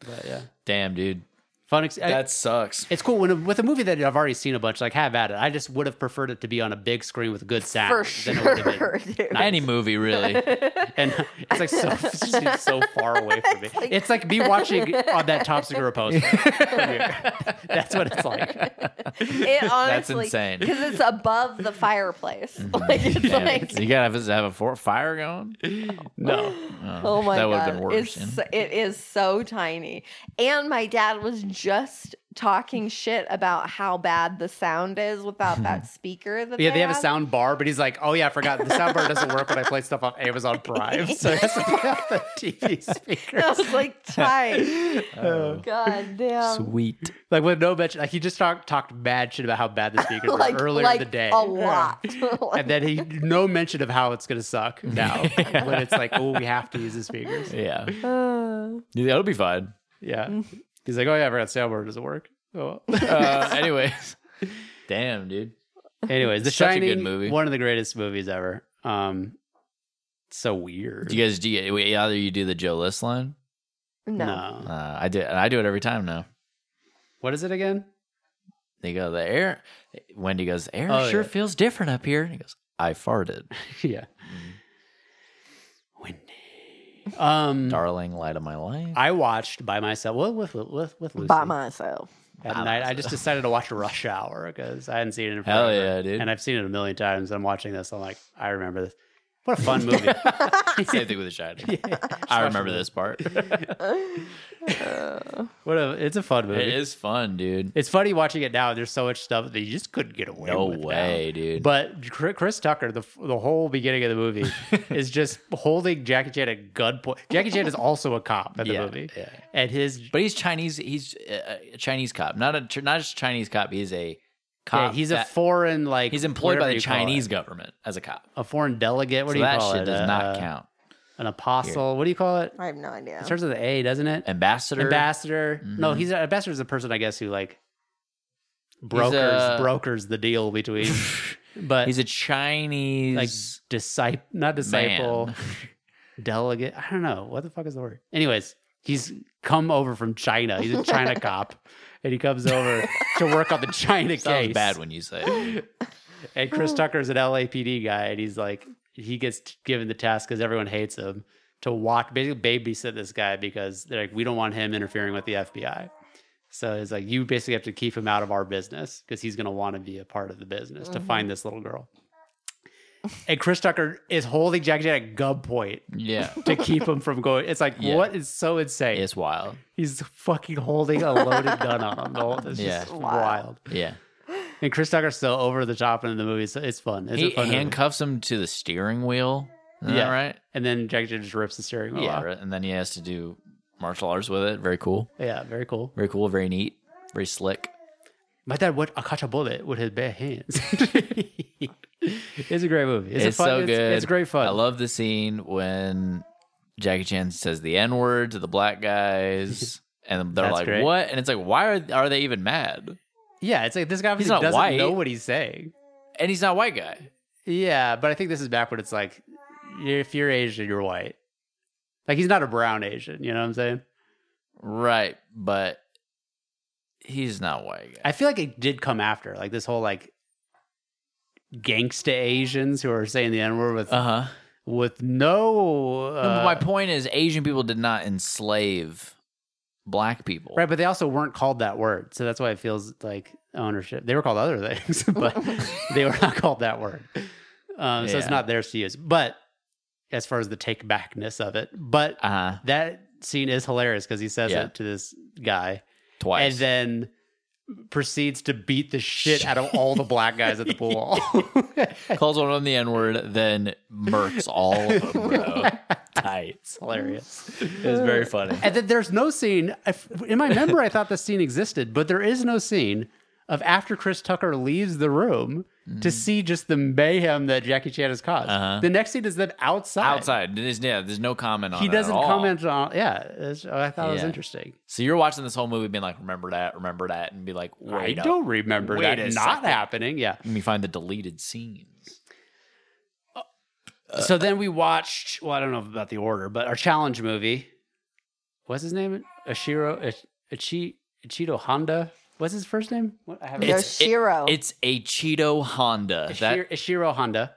E: but yeah,
G: Damn, dude.
E: Fun. Ex- I-
G: That sucks.
E: it's cool when a, with a movie that I've already seen a bunch. Like have at it. I just would have preferred it to be on a big screen with good sound.
F: for
E: than it would have been.
F: sure. dude.
G: Any movie, really.
E: and it's like so it seems so far away from me. It's like me watching on that Tom Segura poster. from here. That's what it's like.
F: It honestly,
G: insane.
F: because it's above the fireplace. like it's
G: Yeah,
F: like,
G: you gotta have, have a for- fire going.
E: No,
F: oh my
G: that
F: god,
G: would've been worse,
F: It's,
G: yeah.
F: It is so tiny. And my dad was just talking shit about how bad the sound is without that speaker. That
E: yeah, they have a
F: have.
E: sound bar, but he's like, oh yeah, I forgot the sound bar doesn't work when I play stuff on Amazon Prime, so it has to play off the TV
F: I
E: speaker.
F: was like, tight.
E: Oh.
F: God damn.
G: Sweet.
E: Like with no mention, like he just talked talked mad shit about how bad the speakers were
F: Like,
E: earlier
F: like
E: in the day.
F: a lot.
E: And then he no mention of how it's gonna suck now when it's like oh we have to use the speakers
G: Yeah.
E: Uh.
G: Yeah, That'll be fine.
E: yeah he's like oh yeah I forgot the sound bar doesn't work oh well.
G: Uh, anyways, damn, dude.
E: Anyways, The
G: Such a
E: Shining,
G: good movie.
E: one of the greatest movies ever. Um, so weird.
G: Do you guys do you, wait, either you do the Joe List line?
F: no.
G: Uh, I do, and I do it every time now.
E: What is it again?
G: They go the air. Wendy goes, air
E: Oh,
G: sure
E: yeah.
G: feels different up here. And he goes, I farted,
E: yeah. Wendy. Um,
G: darling, light of my life.
E: I watched by myself. Well, with with with Lucy
F: By myself.
E: at night. I just decided to watch Rush Hour because I hadn't seen it in
G: Hell
E: forever.
G: yeah, dude.
E: And I've seen it a million times. I'm watching this. I'm like, I remember this. What a fun movie.
G: Same thing with the shining. I remember this part. it
E: what a it's a fun movie.
G: is fun, dude.
E: It's funny watching it now. There's so much stuff that you just couldn't get away
G: No
E: with. now.
G: way, dude.
E: But Chri- Chris Tucker, the the whole beginning of the movie is just holding Jackie Chan at gunpoint. Jackie Chan is also a cop in the
G: Yeah,
E: movie,
G: yeah.
E: and his
G: But he's Chinese. He's a a Chinese cop, not a not just Chinese cop. He's a
E: yeah,
G: cop.
E: he's a
G: that-
E: foreign like
G: he's employed
E: whatever
G: by the
E: you call it.
G: Chinese government as a cop.
E: a foreign delegate. What
G: So
E: do you
G: that
E: call
G: shit
E: it?
G: does
E: Uh,
G: not count.
E: An apostle. What do you call it?
F: I have no idea.
E: It starts with an A, doesn't it?
G: Ambassador. Mm-hmm.
E: Ambassador. No, he's an ambassador is a person I guess who like brokers
G: a-
E: brokers the deal between. But
G: He's a Chinese.
E: like disciple, not disciple, delegate. I don't know what the fuck is the word. Anyways, he's come over from China. He's a China cop, and he comes over to work on the China
G: Sounds
E: case.
G: bad when you say. it.
E: And Chris Tucker's an LAPD guy, and he's like, he gets t- given the task because everyone hates him to watch, basically babysit this guy because they're like, we don't want him interfering with the FBI. So it's like you basically have to keep him out of our business because he's going to want to be a part of the business to find this little girl. And Chris Tucker is holding Jack Chan at gunpoint
G: Yeah,
E: to keep him from going. It's like
G: Yeah.
E: what is so insane?
G: it's wild.
E: He's fucking holding a loaded gun on him. The whole- It's
G: Yeah.
E: just
F: Wow.
E: wild.
G: Yeah,
E: And Chris Tucker's so over the top in the movie, so it's fun. It's
G: he
E: a fun movie.
G: handcuffs him to the steering wheel. Isn't that
E: Yeah.
G: right.
E: And then Jack Chan just rips the steering wheel
G: Yeah,
E: off.
G: right. and then he has to do martial arts with it. Very cool.
E: Yeah, very cool.
G: Very cool. Very neat. Very slick.
E: My dad would uh, catch a bullet with his bare hands. it's a great movie. It's,
G: It's,
E: a fun,
G: so
E: it's,
G: good.
E: It's great fun.
G: I love the scene when Jackie Chan says the N word to the black guys, and they're
E: That's
G: like,
E: great.
G: "What?" And it's like, "Why are are they even mad?"
E: Yeah, it's like this guy
G: He's
E: obviously
G: not
E: doesn't
G: white.
E: know what he's saying.
G: And he's not a white guy.
E: Yeah, but I think this is back when it's like, if you're Asian, you're white. Like he's not a brown Asian. You know what I'm saying?
G: Right, but he's not a white guy.
E: I feel like it did come after, like this whole like gangsta Asians who are saying the N word with
G: Uh-huh.
E: with no. Uh,
G: No, but my point is Asian people did not enslave black people.
E: Right, but they also weren't called that word, so that's why it feels like ownership. They were called other things, but they were not called that word. Um, So it's
G: Yeah.
E: not theirs to use. But as far as the take backness of it, but
G: Uh-huh.
E: that scene is hilarious because he says
G: Yeah.
E: it to this guy,
G: Twice.
E: and then proceeds to beat the shit out of all the black guys at the pool hall.
G: calls one of them the N word, then murks all of them, bro. Tight.
E: it's hilarious.
G: It's very funny.
E: And then there's no scene. if- In my memory, I thought this scene existed, but there is no scene of after Chris Tucker leaves the room to see just the mayhem that Jackie Chan has caused.
G: Mm. Uh-huh.
E: The next scene is them outside.
G: Outside, there's, yeah, there's no comment on
E: He
G: it at
E: doesn't
G: all.
E: comment on. Yeah, it's- I thought it was
G: Yeah.
E: interesting.
G: So you're watching this whole movie, being like, "Remember that, remember that," and be like, "Wait,
E: I
G: up.
E: don't remember
G: Wait
E: that
G: a
E: not
G: second.
E: happening. Yeah.
G: Let me find the deleted scenes. Uh,
E: so then we watched. Well, I don't know about the order, but our challenge movie. What's his name? Ashiro. Achi. Ichido Honda. What's his first name? What, I haven't.
G: It's- it-
F: Yoshiro.
G: it's a Cheeto Honda.
E: Ishiro, Ishiro Honda,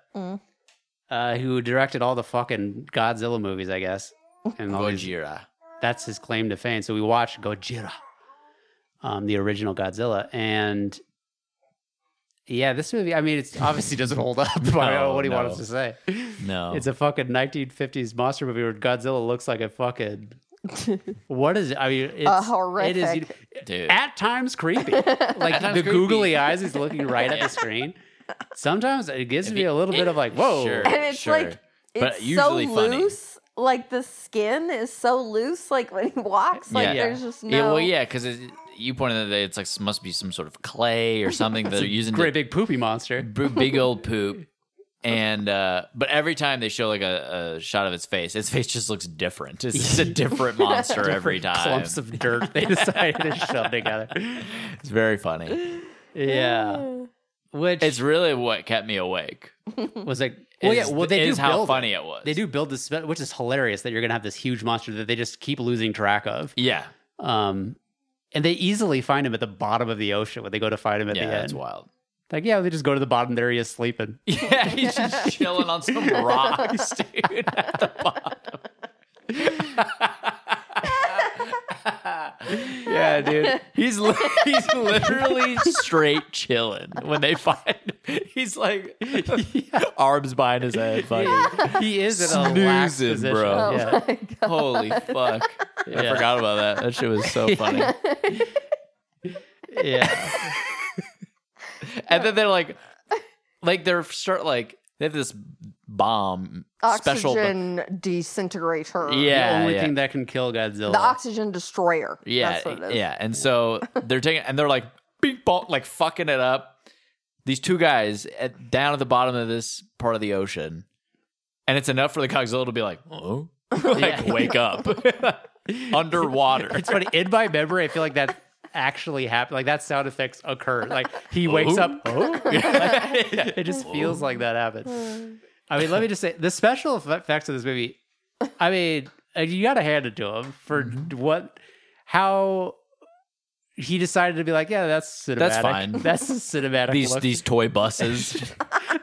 E: uh, who directed all the fucking Godzilla movies, I guess. And
G: that
E: all these-
G: Gojira.
E: that's his claim to fame. So we watched Gojira, um, the original Godzilla, and yeah, this movie. I mean, it obviously doesn't hold up. I don't know
G: No,
E: what do you want
G: no.
E: us to say?
G: No,
E: It's a fucking 1950s monster movie where Godzilla looks like a fucking. what is it? I mean, it's It
F: horrific-
E: is,
G: dude.
E: at times creepy. Like
G: times
E: the
G: creepy.
E: googly eyes, he's looking right at the screen. Sometimes it gives
G: If
E: me
G: you-
E: a little bit of like, whoa.
G: Sure,
F: and it's
G: sure.
F: like
G: But
F: it's so
G: usually funny.
F: loose. Like the skin is so loose. Like when he walks, like
G: Yeah.
F: there's just no.
G: yeah, well, yeah, because you pointed out that it's like s- must be some sort of clay or something that they're using to
E: Great big poopy monster.
G: b- big old poop. And uh but every time they show like a, a shot of its face, its face just looks different. It's just a different monster every
E: Different
G: time.
E: Clumps of dirt they decided to shove together.
G: It's very funny.
E: Yeah. Which
G: It's really what kept me awake.
E: was like, well, yeah,
G: is-
E: well, they
G: is
E: do
G: how
E: build
G: funny it was.
E: They do build this, which is hilarious that you're gonna have this huge monster that they just keep losing track of.
G: Yeah,
E: Um, and they easily find him at the bottom of the ocean when they go to find him at
G: yeah,
E: the end.
G: that's wild.
E: Like, yeah, they just go to the bottom. There he is sleeping.
G: Yeah, he's just chilling on some rocks, dude, at the bottom. yeah, dude. He's li- he's literally straight chilling when they find him. He's like arms behind his head, fucking.
E: He is in a lax
G: Snoozing,
E: position.
G: bro.
E: Yeah.
G: Holy fuck. I forgot about that. That shit was so funny.
E: yeah.
G: And then they're like, like they're start like they have this bomb special. bo-
F: Oxygen disintegrator.
G: Yeah,
E: the only
G: yeah.
E: thing that can kill Godzilla.
F: The oxygen destroyer.
G: Yeah,
F: That's what it is.
G: yeah. And so they're taking and they're like beep bong, like fucking it up. These two guys at, down at the bottom of this part of the ocean, and it's enough for the Godzilla to be like, oh, like wake up underwater.
E: it's funny. In my memory, I feel like that actually happened. Like that sound effects occur. Like he wakes
G: Oh.
E: up. Oh,
G: Yeah.
E: it just feels like that happened. I mean, let me just say the special eff- effects of this movie. I mean, uh, you got to hand it to him for
G: Mm-hmm.
E: what, how he decided to be like, yeah, that's cinematic.
G: That's fine.
E: That's a cinematic.
G: These
E: look
G: these toy buses.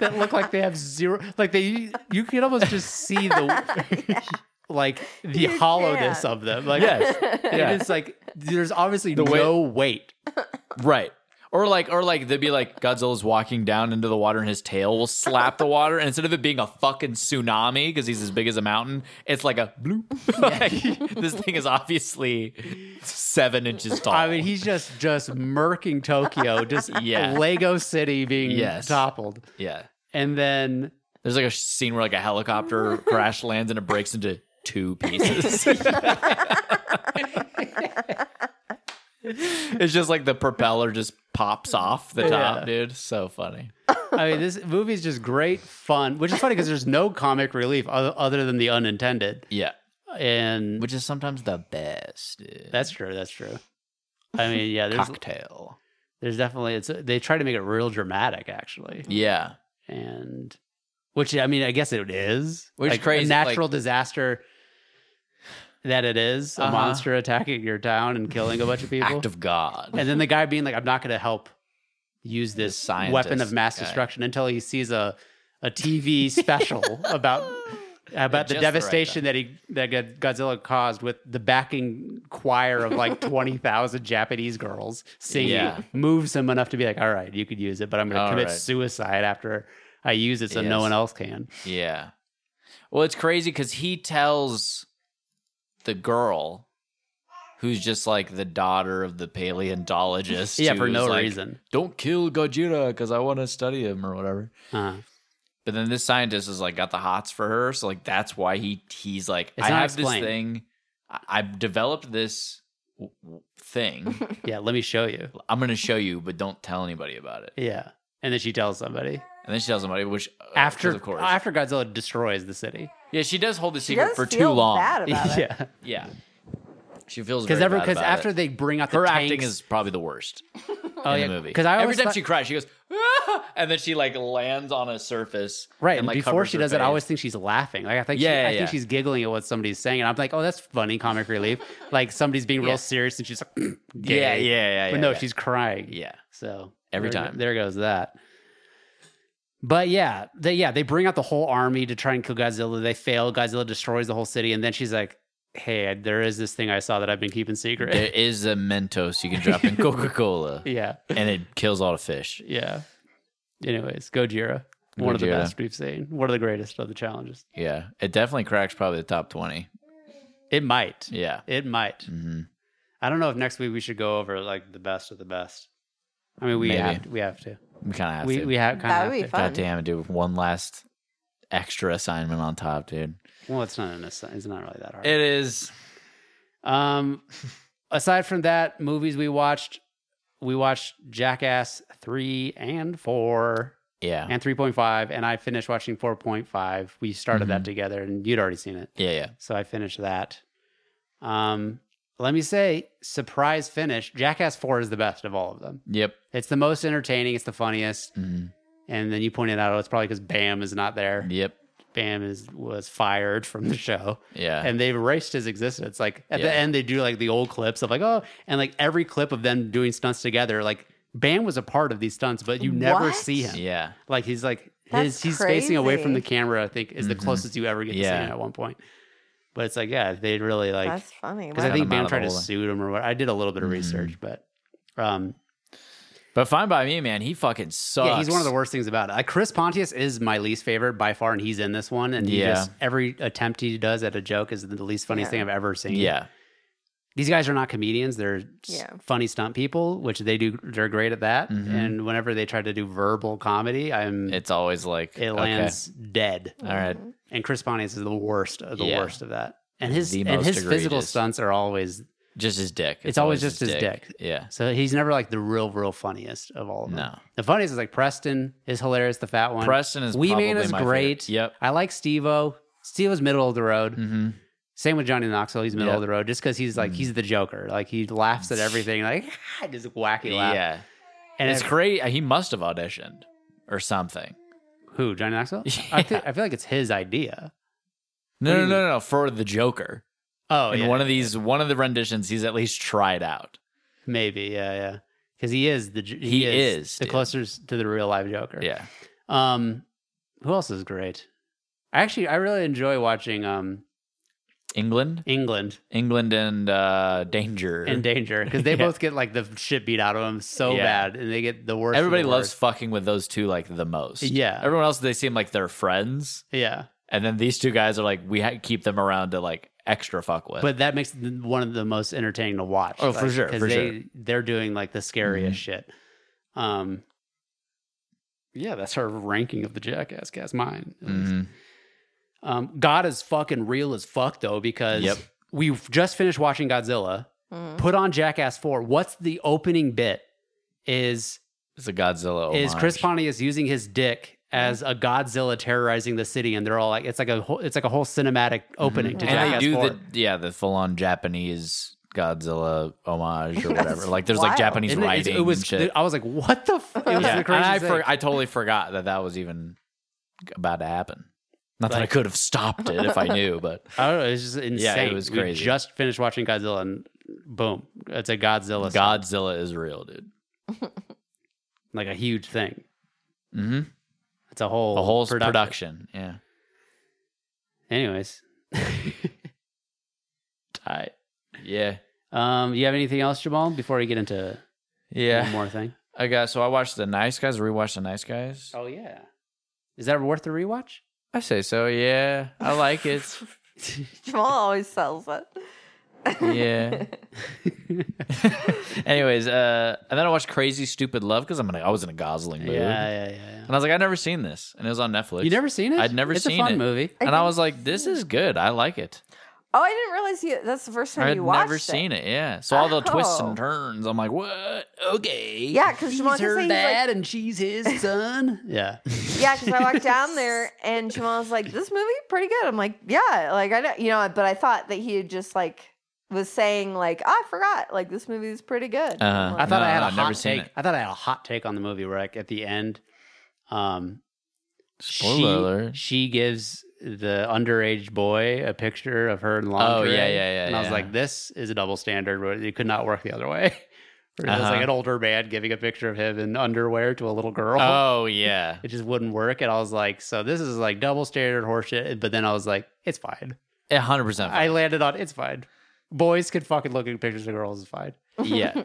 E: that look like they have zero. Like they, you can almost just see the, like the
F: You
E: hollowness
F: can.
E: of them. Like
G: yes, yeah.
E: and it's like there's obviously
G: weight-
E: no weight.
G: right. Or like, or like, they'd be like Godzilla's walking down into the water, and his tail will slap the water, and instead of it being a fucking tsunami because he's as big as a mountain, it's like a bloop. Like, this thing is obviously seven inches tall.
E: I mean, he's just just murking Tokyo, just
G: Yeah.
E: Lego City being
G: Yes.
E: toppled,
G: yeah.
E: and then
G: There's like a scene where like a helicopter crash lands and it breaks into two pieces. it's just like the propeller just pops off the top,
E: Yeah.
G: dude. So funny.
E: I mean, this movie is just great fun, which is funny because there's no comic relief other, other than the unintended,
G: Yeah.
E: and
G: Which is sometimes the best. dude.
E: that's true. That's true. I mean, yeah, there's
G: cocktail.
E: there's definitely it's they try to make it real dramatic actually,
G: Yeah.
E: and which I mean, I guess it is,
G: Which
E: Like,
G: crazy,
E: a natural disaster. That it is a
G: Uh-huh.
E: monster attacking your town and killing a bunch of people.
G: Act of God.
E: and then the guy being like, "I'm not going to help use this
G: scientist
E: weapon of mass
G: guy.
E: destruction until he sees a a TV special about about
G: Just the
E: the
G: right
E: devastation that he that God- Godzilla caused with the backing choir of like twenty thousand Japanese girls singing
G: Yeah.
E: moves him enough to be like, "All right, you could use it, but I'm going to
G: All
E: commit
G: right.
E: suicide after." I use it so no
G: Yes.
E: one else can.
G: yeah. Well, it's crazy because he tells the girl who's just like the daughter of the paleontologist.
E: Yeah,
G: who
E: for
G: was
E: no
G: like,
E: reason.
G: Don't kill Gojira because I want to study him or whatever.
E: Uh,
G: But then this scientist is like got the hots for her, so like that's why he he's like
E: It's
G: I
E: not
G: have
E: explained.
G: this thing, I- I've developed this w- w- thing.
E: yeah, let me show you.
G: I'm gonna show you, but don't tell anybody about it.
E: Yeah, and then she tells somebody
G: And then she tells somebody, which uh, 'cause
E: after
G: of course,
E: after Godzilla destroys the city.
G: yeah, she does hold the
F: She
G: secret
F: does
G: for too
F: feel
G: long.
F: bad about it.
G: Yeah,
E: yeah,
G: she feels
E: because
G: because
E: ever because after they bring out the
G: her
E: tanks,
G: acting is probably the worst
E: oh,
G: in
E: yeah,
G: the movie.
E: Because I
G: every
E: always
G: time
E: thought-
G: she cries, she goes. "Ah!" and then she like lands on a surface.
E: Right.
G: and,
E: And
G: like,
E: before
G: covers
E: she
G: her
E: does it, I
G: face.
E: always think she's laughing. Like I think
G: Yeah,
E: she,
G: yeah,
E: I
G: yeah.
E: think she's giggling at what somebody's saying, and I'm like, oh, that's funny comic relief. like somebody's being real
G: Yeah.
E: serious, and she's like, gay.
G: yeah, yeah, yeah, yeah.
E: But no,
G: yeah.
E: she's crying.
G: yeah.
E: So
G: Every
E: there-
G: time.
E: there goes that. But yeah, they yeah they bring out the whole army to try and kill Godzilla. They fail. Godzilla destroys the whole city, and then she's like, "Hey, there is this thing I saw that I've been keeping secret."
G: There is a Mentos you can drop in Coca Cola,
E: yeah,
G: and it kills all the fish.
E: yeah. Anyways, Gojira, one of the
G: Gojira.
E: best we've seen, one of the greatest of the challenges.
G: Yeah, it definitely cracks probably the top twenty.
E: It might.
G: Yeah.
E: It might.
G: hmm
E: I don't know if next week we should go over like the best of the best. I mean, we
G: Maybe.
E: have to, we have to.
G: We kind of have
E: we
G: to.
E: we have kind
F: That
E: of.
F: would be
E: to.
F: fun.
G: God damn it, dude! One last extra assignment on top, dude.
E: Well, it's not an assi- it's not really that hard.
G: It is.
E: um, aside from that, movies we watched, we watched Jackass three and four
G: Yeah.
E: and three point five, and I finished watching four point five. We started
G: Mm-hmm.
E: that together, and you'd already seen it.
G: Yeah. Yeah.
E: So I finished that. Um, let me say, surprise finish. Jackass 4 is the best of all of them.
G: Yep.
E: It's the most entertaining, it's the funniest.
G: Mhm.
E: And then you pointed out oh, it's probably because Bam is not there.
G: Yep.
E: Bam is was fired from the show.
G: Yeah.
E: And they've erased his existence. Like at
G: Yeah.
E: the end, they do like the old clips of like, oh, and like every clip of them doing stunts together. Like Bam was a part of these stunts, but you never
F: What?
E: see him.
G: yeah.
E: Like he's like his
F: That's
E: he's facing away from the
F: crazy.
E: camera. I think is the closest you ever get to
G: Mm-hmm. Yeah.
E: seeing him at one point. But it's like yeah, they really like
F: That's funny.
E: because
F: Wow.
E: I think
G: Got him out
E: Bam
G: of
E: tried
G: the Mm-hmm.
E: to
G: hole.
E: sue him or what. I did a little bit of research, but um,
G: But fine by me, man. He fucking sucks.
E: yeah, he's one of the worst things about it. Like Chris Pontius is my least favorite by far, and he's in this one. And he
G: Yeah.
E: just every attempt he does at a joke is the least funniest
F: Yeah.
E: thing I've ever seen.
G: Yeah.
E: these guys are not comedians; they're s-
F: Yeah.
E: funny stunt people, which they do. They're great at that.
G: Mhm.
E: And whenever they try to do verbal comedy, I'm
G: It's always like okay.
E: it lands dead.
G: All right.
E: And Chris Pontius is the worst of the
G: Yeah.
E: worst of that. And his
G: The
E: and
G: most
E: his physical
G: egregious.
E: stunts are always
G: Just his dick.
E: It's always just his dick.
G: Yeah.
E: so he's never like the real real funniest of all of them.
G: No.
E: The funniest is like Preston is hilarious, the fat one.
G: Preston is
E: Wee Man
G: probably
E: is
G: my favorite.
E: great.
G: Yep.
E: I like Steve-O. Steve-O's middle of the road.
G: Mm-hmm.
E: Same with Johnny Knoxville. He's middle
G: Yep. Mm.
E: of the road just because he's like, he's the Joker. Like, he laughs at everything. Like, just wacky laugh.
G: Yeah.
E: And
G: it's
E: it's
G: crazy. He must have auditioned or something.
E: who, Johnny Knoxville? I, feel,
G: Yeah.
E: I feel like it's his idea.
G: No,
E: do
G: no,
E: you
G: no, no, no. For the Joker.
E: Oh,
G: In
E: yeah.
G: one of these, one of the renditions, he's at least tried out.
E: Maybe. Yeah, yeah. Because he is the j-
G: He is,
E: the
G: dude.
E: closest to the real life Joker.
G: Yeah.
E: Um, who else is great? Actually, I really enjoy watching um
G: England,
E: England
G: England, and uh, Danger.
E: in danger because they
G: Yeah.
E: both get like the shit beat out of them so
G: Yeah.
E: bad, and they get the worst. of
G: Everybody
E: the
G: loves
E: worst.
G: fucking with those two like the most.
E: Yeah.
G: Everyone else, they seem like they're friends,
E: Yeah,
G: and then these two guys are like we ha- keep them around to like extra fuck with.
E: but that makes th- one of the most entertaining to watch.
G: Oh, for
E: like,
G: sure, for
E: they
G: sure. Mm-hmm.
E: they're doing like the scariest shit. Um, yeah, that's our ranking of the Jackass cast. Mine. at least.
G: Mhm.
E: Um, God is fucking real as fuck though because
G: Yep.
E: we just finished watching Godzilla. Put on Jackass Four. What's the opening bit? Is
G: it's a Godzilla.
E: is Chris
G: homage.
E: Pontius using his dick as a Godzilla terrorizing the city, and they're all like, it's like a whole, it's like a whole cinematic opening to
G: Mm-hmm. and they
E: Jackass
G: do
E: 4.
G: the yeah the full on Japanese Godzilla homage or whatever. like there's like
F: wild.
G: Japanese
E: Isn't it- it's-
G: writing.
E: It was.
G: and shit.
E: I was like, what the? F-? It was
G: Yeah.
E: the
G: And
E: craziest
G: I,
E: thing.
G: for, I totally forgot that that was even about to happen. Not that I
E: Like-
G: could have stopped it if I knew, but
E: I don't know. It's just insane.
G: was
E: We
G: crazy.
E: just finished watching Godzilla, and boom, it's a Godzilla, song,
G: Godzilla is real, dude.
E: like a huge thing.
G: Mm-hmm.
E: It's a whole
G: A whole s-
E: production.
G: production. Yeah.
E: Anyways, tight.
G: Yeah.
E: Um, you have anything else, Jamal? Before we get into one
G: Yeah.
E: more thing.
G: I got so I watched The Nice Guys, rewatched The Nice Guys.
E: Oh yeah, is that worth the rewatch?
G: I say so, yeah. I like it.
F: Jamal always sells it.
G: yeah. Anyways, uh and then I watched Crazy Stupid Love because I'm in a, I was in a Gosling mood.
E: Yeah, yeah, yeah.
G: And I was like, I've never seen this. And it was on Netflix.
E: You never seen it?
G: I'd never
E: it's
G: seen
E: a fun
G: it.
E: movie.
G: and I was like, this is good. I like it.
F: Oh, I didn't realize you. That's the first time
G: I had
F: you watched
G: never seen it. Yeah. So all the twists
F: Oh.
G: and turns, I'm like, what? Okay.
F: Yeah, because Jamal kept saying, he's like,
E: and she's his son. yeah.
F: yeah, because I walked down there and Jamal was like, "This movie pretty good." I'm like, "Yeah, like I know, you know," but I thought that he had just like was saying like, "Oh, "I forgot, like this movie is pretty good."
G: Uh-huh.
E: I thought
G: No,
E: I had
G: no,
E: a
G: I've
E: hot
G: never seen
E: take.
G: it.
E: I thought I had a hot take on the movie where like at the end Um,
G: Spoiler
E: she,
G: alert.
E: She gives the underage boy a picture of her in lingerie.
G: Oh, yeah, yeah, yeah,
E: And I was
G: yeah.
E: like, this is a double standard. but It could not work the other way. Where It was
G: Uh-huh.
E: like an older man giving a picture of him in underwear to a little girl.
G: Oh yeah.
E: It just wouldn't work. And I was like, so this is like double standard horseshit. But then I was like, it's fine.
G: A hundred percent.
E: I landed on it's fine. Boys can fucking look at pictures of girls is fine.
G: Yeah.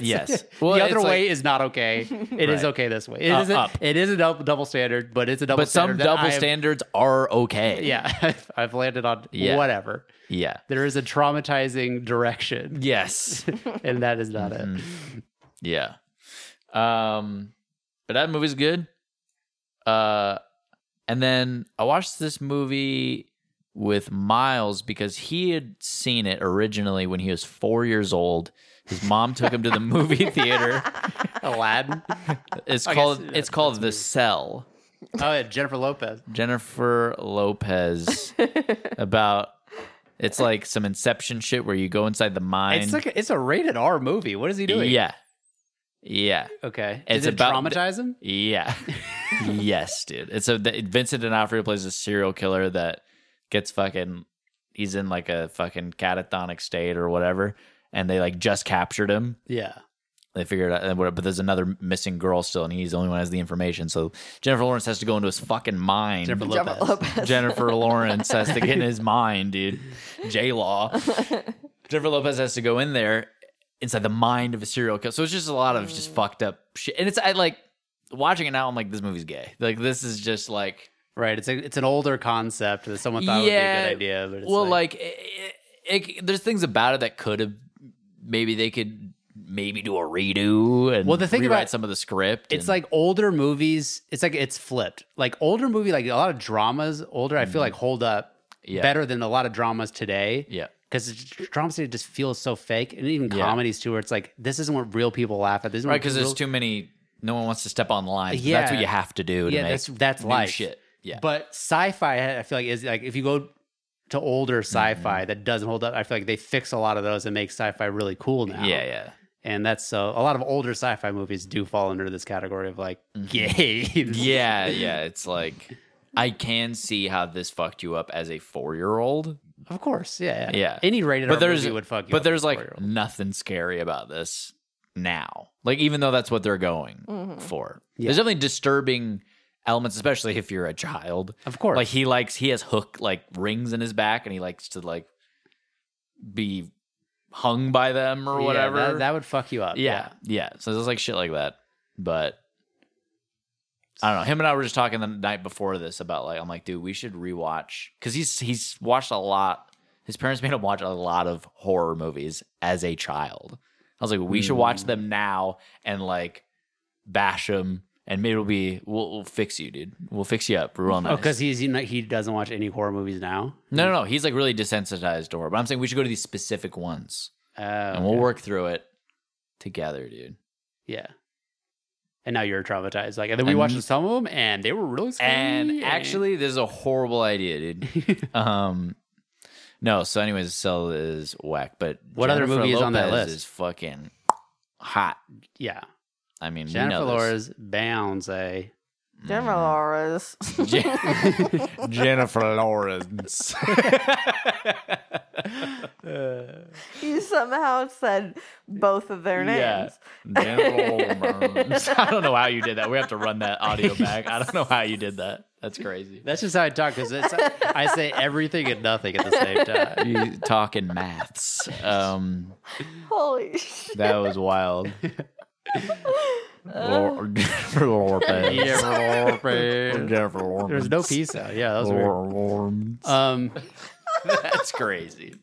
G: Yes. Well,
E: Well, the other
G: it's like-
E: way is not okay. It is
G: Right.
E: okay this way. It
G: Uh,
E: not
G: up.
E: It is a double, double standard, but it's a double.
G: But some
E: standard that
G: double
E: I have-
G: standards are okay.
E: Yeah, I've, I've landed on
G: Yeah.
E: whatever.
G: Yeah.
E: There is a traumatizing direction,
G: Yes.
E: and that is not
G: Mm-hmm.
E: it.
G: yeah. Um, but that movie's good. Uh, and then I watched this movie with Miles because he had seen it originally when he was four years old. His mom took him to the movie theater.
E: Aladdin.
G: It's
E: I guess
G: called
E: that-
G: it's called
E: that's
G: The
E: movie.
G: Cell.
E: Oh, yeah, Jennifer Lopez.
G: Jennifer Lopez about it's like some Inception shit where you go inside the mind.
E: It's like a, it's a rated R movie. What is he doing?
G: yeah, yeah.
E: Okay.
G: It's
E: Does it
G: about-
E: traumatize him?
G: Yeah. yes, dude. It's a the, Vincent D'Onofrio plays a serial killer that gets fucking he's in like a fucking catatonic state or whatever and they like just captured him.
E: Yeah.
G: They figured out and whatever, but there's another missing girl still and he's the only one who has the information. So Jennifer Lawrence has to go into his fucking mind.
E: Jennifer
F: Jennifer
E: Lopez.
F: Lopez.
G: Jennifer Lawrence has to get in his mind, dude. J Law. Jennifer Lopez has to go in there inside the mind of a serial killer. So it's just a lot of just fucked up shit. And it's I like watching it now. I'm like, this movie's gay. Like this is just like
E: Right. It's a, it's an older concept that someone thought
G: Yeah.
E: would be a good idea, but it's
G: well,
E: like,
G: like, it, it, it- there's things about it that could have maybe they could maybe do a redo and
E: Well, the thing
G: rewrite
E: about-
G: some of the script.
E: it's
G: and-
E: like older movies. It's like it's flipped. Like older movie, like a lot of dramas. Older, I feel like hold up
G: Mm-hmm. Yeah.
E: better than a lot of dramas today.
G: yeah.
E: because drama city just feels so fake, and even
G: Yeah.
E: comedies too, where it's like this isn't what real people laugh at. This isn't
G: Right,
E: what
G: because
E: real-
G: there's too many. No one wants to step on the line.
E: Yeah.
G: that's what you have to do. To
E: yeah,
G: make
E: that's that's
G: new
E: life
G: shit. Yeah,
E: but sci-fi, I feel like is like if you go to older sci-fi
G: Mm-hmm.
E: that doesn't hold up, I feel like they fix a lot of those and make sci-fi really cool now.
G: yeah, yeah.
E: and that's so a lot of older sci-fi movies do fall under this category of like
G: Mm-hmm.
E: gay.
G: Yeah, yeah. It's like I can see how this fucked you up as a four year old.
E: of course, yeah,
G: Yeah.
E: Any rated
G: But
E: R
G: there's
E: movie would fuck you.
G: but
E: up
G: there's
E: as a
G: like
E: four-year-old.
G: nothing scary about this now. Like even though that's what they're going for.
E: Yeah.
G: There's definitely disturbing elements, especially if you're a child.
E: of course,
G: Like he likes he has hook like rings in his back and he likes to like be hung by them or
E: Yeah,
G: whatever.
E: that, that would fuck you up.
G: yeah, yeah. So there's like shit like that. But I don't know. Him and I were just talking the night before this about like I'm like, dude, we should rewatch because he's he's watched a lot. His parents made him watch a lot of horror movies as a child. I was like, we should
E: Mm.
G: watch them now and like bash them, and maybe it'll be we'll, we'll fix you, dude. We'll fix you up real nice.
E: Oh, because he's you know, he doesn't watch any horror movies now.
G: no, no, no. He's like really desensitized to horror. But I'm saying we should go to these specific ones
E: Oh,
G: and we'll work through it together, dude.
E: Yeah. And now you're traumatized. Like, and then we
G: And-
E: watched some of them, and they were really scary.
G: And actually, this is a horrible idea, dude. um, no. So, anyways, Cell is whack. But
E: What other
G: Jennifer
E: movie is on that
G: Lopez
E: list?
G: Is fucking hot.
E: yeah,
G: I mean, we
E: Jennifer
G: know
E: Lawrence eh? bounds a
F: Jennifer Lawrence.
G: this. Je- Jennifer Lawrence.
F: you somehow said both of their
G: yeah,
F: names.
G: Jennifer Lawrence. I don't know how you did that. We have to run that audio back. I don't know how you did that. That's crazy.
E: That's just how I talk because I say everything and nothing at the same time.
G: You talking maths? Um,
F: Holy shit.
G: that was wild. Lor- Jennifer Lopez. Jennifer Lawrence.
E: There's no peace out. Yeah, that was weird. Um,
G: That's crazy.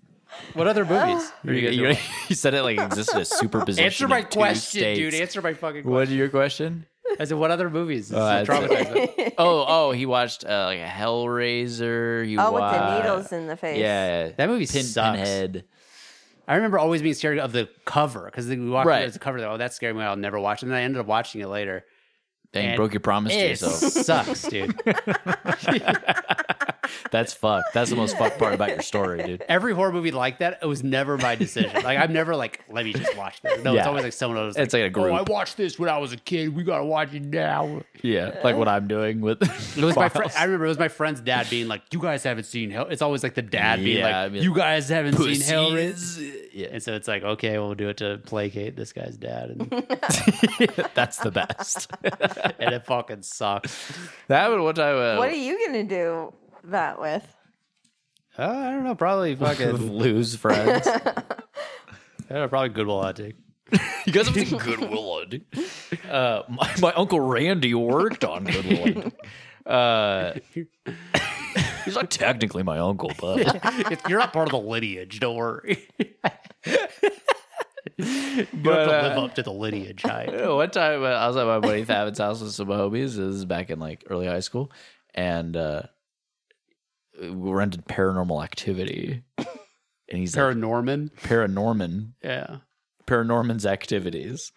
E: what other movies?
G: You, you- you said it like existed a superposition.
E: Answer my
G: of two
E: question, dude.
G: states.
E: Answer my fucking question.
G: What is your question?
E: I said, what other movies?
G: Oh,
E: is
G: that's it.
E: traumatized?
G: Oh, oh, he watched uh, like a Hellraiser. He
F: Oh, with
G: watched,
F: the needles in the face.
G: Yeah,
E: That movie
G: Pin,
E: sucks.
G: Pinhead.
E: I remember always being scared of the cover because we walked
G: Right.
E: right. the cover. Oh, that's scary movie. I'll never watch. it. And then I ended up watching it later.
G: Dang,
E: And
G: broke your promise to
E: It
G: yourself.
E: sucks, dude.
G: That's fucked. That's the most fucked part about your story, dude.
E: Every horror movie like that, it was never my decision. Like I'm never like, let me just watch this. No,
G: Yeah.
E: it's always like someone else.
G: It's like a group.
E: Oh, I watched this when I was a kid. We gotta watch it now.
G: Yeah, like what I'm doing with.
E: It was my friend. I remember it was my friend's dad being like, "You guys haven't seen Hell." It's always like the dad being
G: Yeah,
E: like,
G: I mean,
E: "You guys haven't seen Hellraiser."
G: Hellraiser. Yeah,
E: And so it's like, okay, we'll do it to placate this guy's dad, and,
G: that's the best.
E: and it fucking sucks.
G: that would what I uh, would.
F: What are you gonna do that with?
E: Uh, I don't know, probably fucking,
G: lose friends?
E: I don't know, probably Goodwill Hunting.
G: you guys have seen Good Willard. Uh, my, my uncle Randy worked on Good Willard. Uh, he's not technically my uncle, but
E: If you're not part of the lineage, don't worry. you don't
G: But,
E: have to
G: uh,
E: live up to the lineage height.
G: Yeah, one time uh, I was at my buddy Thavin's house with some homies. This is back in like early high school, and uh, we rented Paranormal Activity, and he's like,
E: Paranorman.
G: Paranorman,
E: Yeah.
G: Paranorman's activities.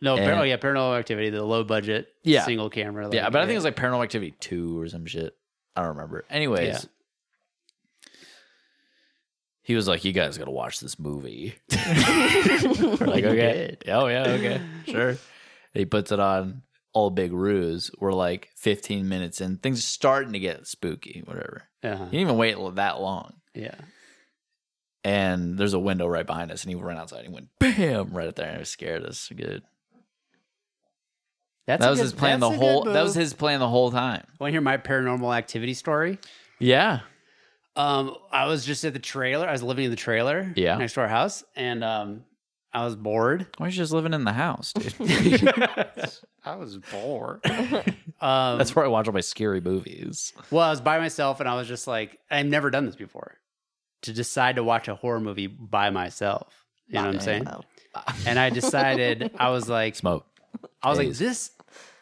E: No, par-
G: And-
E: oh yeah, paranormal activity, the low budget
G: Yeah.
E: single camera. like,
G: yeah, but I think it was like Paranormal Activity two or some shit. I don't remember. Anyways,
E: Yeah.
G: he was like, "You guys gotta watch this movie." We're like, okay, oh yeah, okay, sure. he puts it on. All big ruse. We're like 15 minutes in. Things are starting to get spooky. Whatever.
E: Uh-huh.
G: He didn't even wait l- that long.
E: Yeah.
G: And there's a window right behind us, and he ran outside and he went bam right up there, and it scared us good.
E: That's
G: that
E: a
G: was
E: good-
G: his plan the
E: that's a good
G: whole. That was
E: move.
G: his plan the whole time.
E: Want to hear my paranormal activity story?
G: Yeah,
E: Um, I was just at the trailer. I was living in the trailer
G: Yeah.
E: next to our house, and um, I was bored.
G: why are you just living in the house, dude?
E: I was bored. um,
G: That's where I watch all my scary movies.
E: well, I was by myself, and I was just like, I've never done this before. To decide to watch a horror movie by myself, you know what I'm saying? And I decided I was like,
G: Smoke.
E: I was like,
G: Days.
E: this.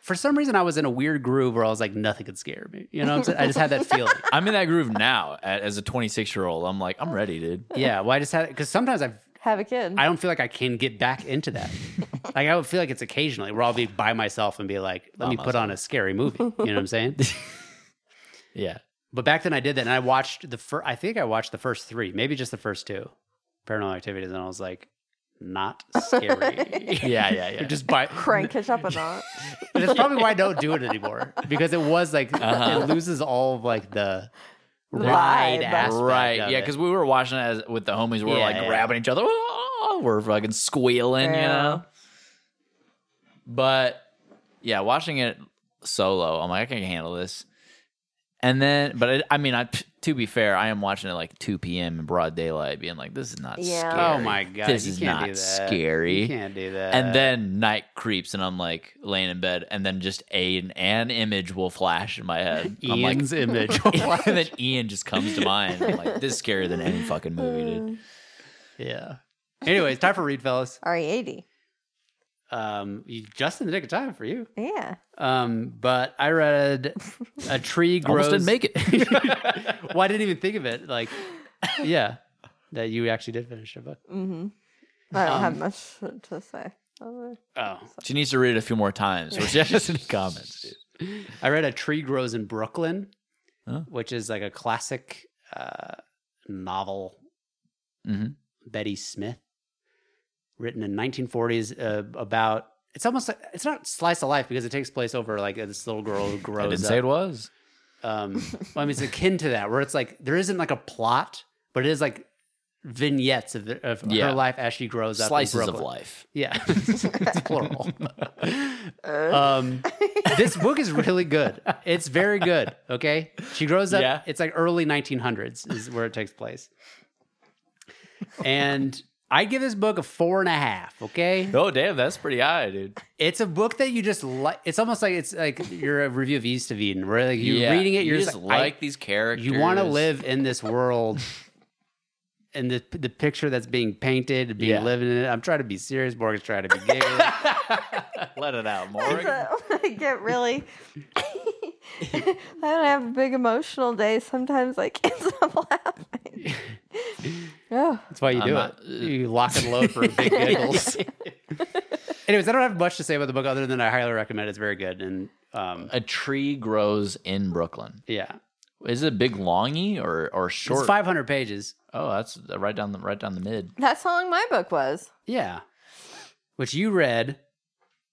E: For some reason, I was in a weird groove where I was like, nothing could scare me. You know what I'm saying? I just had that feeling.
G: I'm in that groove now. a- As a 26 year old, I'm like, I'm ready, dude.
E: Yeah. Well, I just had because sometimes I
F: Have a kid.
E: I don't feel like I can get back into that. like I would feel like it's occasionally where I'll be by myself and be like, let
G: By
E: me put on a scary movie. You know what I'm saying?
G: Yeah,
E: but back then I did that, and I watched the first. I think I watched the first three, maybe just the first two, Paranormal Activities, and I was like, not scary.
G: yeah, yeah, yeah.
E: just by
F: Crank it up a notch.
E: And that's probably why I don't do it anymore because it was like
G: Uh-huh.
E: it loses all of like the
F: Vibe.
E: ride aspect.
G: right.
E: of
G: Yeah,
E: it.
G: because we were watching it as, with the homies. We were
E: Yeah,
G: like
E: yeah.
G: grabbing each other. "Ah!" We're fucking squealing, you
F: Yeah.
G: know. But yeah, watching it solo, I'm like, I can handle this. And then, but it, I mean, I to be fair, I am watching it like 2 p.m. in broad daylight, being like, this is not
F: Yeah.
G: scary.
E: oh my god,
G: this
E: you
G: is
E: can't
G: not
E: do that.
G: scary.
E: You can't do that.
G: And then night creeps, and I'm like laying in bed, and then just a an image will flash in my head. I'm like,
E: Ian's image.
G: and then Ian just comes to mind. I'm like, this is scarier than any fucking movie,
E: Uh,
G: dude.
E: Yeah. Anyways, time for read, fellas.
F: Re eighty.
E: Um, you, just in the nick of time for you.
F: Yeah.
E: Um, but I read a tree grows.
G: Almost didn't make it.
E: well, I didn't even think of it. Like, yeah, that you actually did finish it, but
F: I don't have
E: Um,
F: much to say. Uh,
E: oh,
G: she needs to read it a few more times. Or she has any comments, dude.
E: I read a tree grows in Brooklyn,
G: Huh?
E: which is like a classic uh, novel.
G: Mhm.
E: Betty Smith, written in 1940s uh, about. It's almost like, it's not slice of life because it takes place over like this little girl who
G: I
E: grows
G: didn't
E: up.
G: say it was.
E: um well, i mean it's akin to that where it's like there isn't like a plot but it is like vignettes of, the, of
G: Yeah.
E: her life as she grows up in
G: Slices of
E: Brooklyn.
G: life.
E: yeah it's plural um this book is really good it's very good okay she grows up
G: Yeah.
E: it's like early 1900s is where it takes place and i give this book a four and a half okay
G: Oh damn, that's pretty high, dude.
E: it's a book that you just like it's almost like it's like you're a review of east of eden where like you're
G: Yeah,
E: reading it
G: you
E: you're
G: just
E: I-
G: like these characters.
E: you want to live in this world and the the picture that's being painted, being
G: Yeah.
E: lived in it. I'm trying to be serious. Morgan's trying to be giggling.
G: Let it out, Morgan.
F: I get really. I don't have a big emotional day. Sometimes I can't stop laughing. oh,
E: that's why you
G: I'm
E: do
G: not-
E: it. uh, You lock and load for big giggles. Anyways, I don't have much to say about the book other than I highly recommend it. It's very good. And um,
G: A tree grows in Brooklyn.
E: yeah.
G: Is it a big longy or or short?
E: It's 500 pages.
G: Oh, that's right down the right down the mid.
F: That's how long my book was.
E: Yeah. Which you read.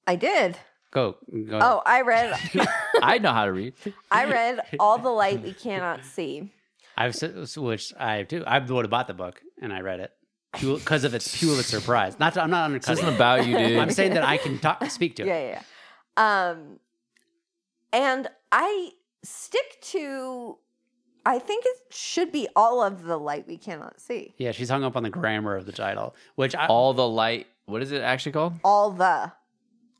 F: I did.
E: Go. go
F: Oh, I read
G: I know how to read.
F: I read All the Light We Cannot See.
E: I've s- which I too. I'm the one who bought the book and I read it because of its Pulitzer Prize. Not to, I'm not
G: This
E: undercutting.
G: isn't
E: it.
G: about you,
E: I'm
G: dude.
E: saying that I can talk, speak to it.
F: Yeah, yeah, yeah. Um and I stick to I think it should be all of the light we cannot see.
E: Yeah, she's hung up on the grammar of the title, which I
G: All the light. What is it actually called?
F: All the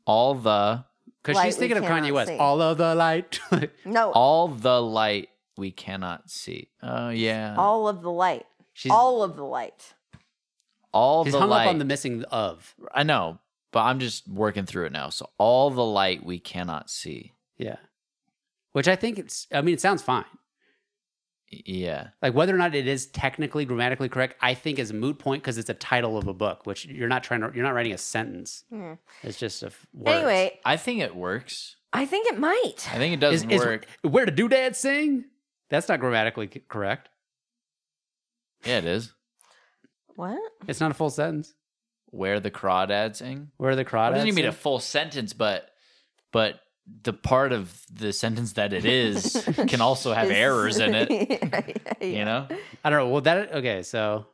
G: All the
E: because
F: Light
E: she's
F: we
E: thinking of Kanye
F: cannot
E: West.
F: see.
E: All of the light.
F: no all,
G: all the light we cannot see. Oh yeah. All,
F: of the light.
E: she's
F: all of the light.
E: she's
G: the
E: hung
G: light.
E: up on the missing of.
G: I know, but I'm just working through it now. So all the light we cannot see.
E: Yeah, which I think it's. I mean, it sounds fine.
G: Y- Yeah.
E: Like whether or not it is technically grammatically correct, I think is a moot point because it's a title of a book, which you're not trying to. You're not writing a sentence.
F: Hmm.
E: It's just a f- words.
F: Anyway,
G: I think it works.
F: I think it might.
G: I think it
E: is,
G: does
E: is
G: work.
E: where to do dad sing? That's not grammatically c- correct.
G: yeah, it is.
F: What?
E: It's not a full sentence.
G: Where the crawdads sing.
E: Where are the
G: It
E: crawdads?
G: doesn't even mean a
E: sing?
G: full sentence, but but the part of the sentence that it is can also have errors in it.
F: Yeah, yeah, yeah.
G: You know?
E: I don't know. Well, that okay. So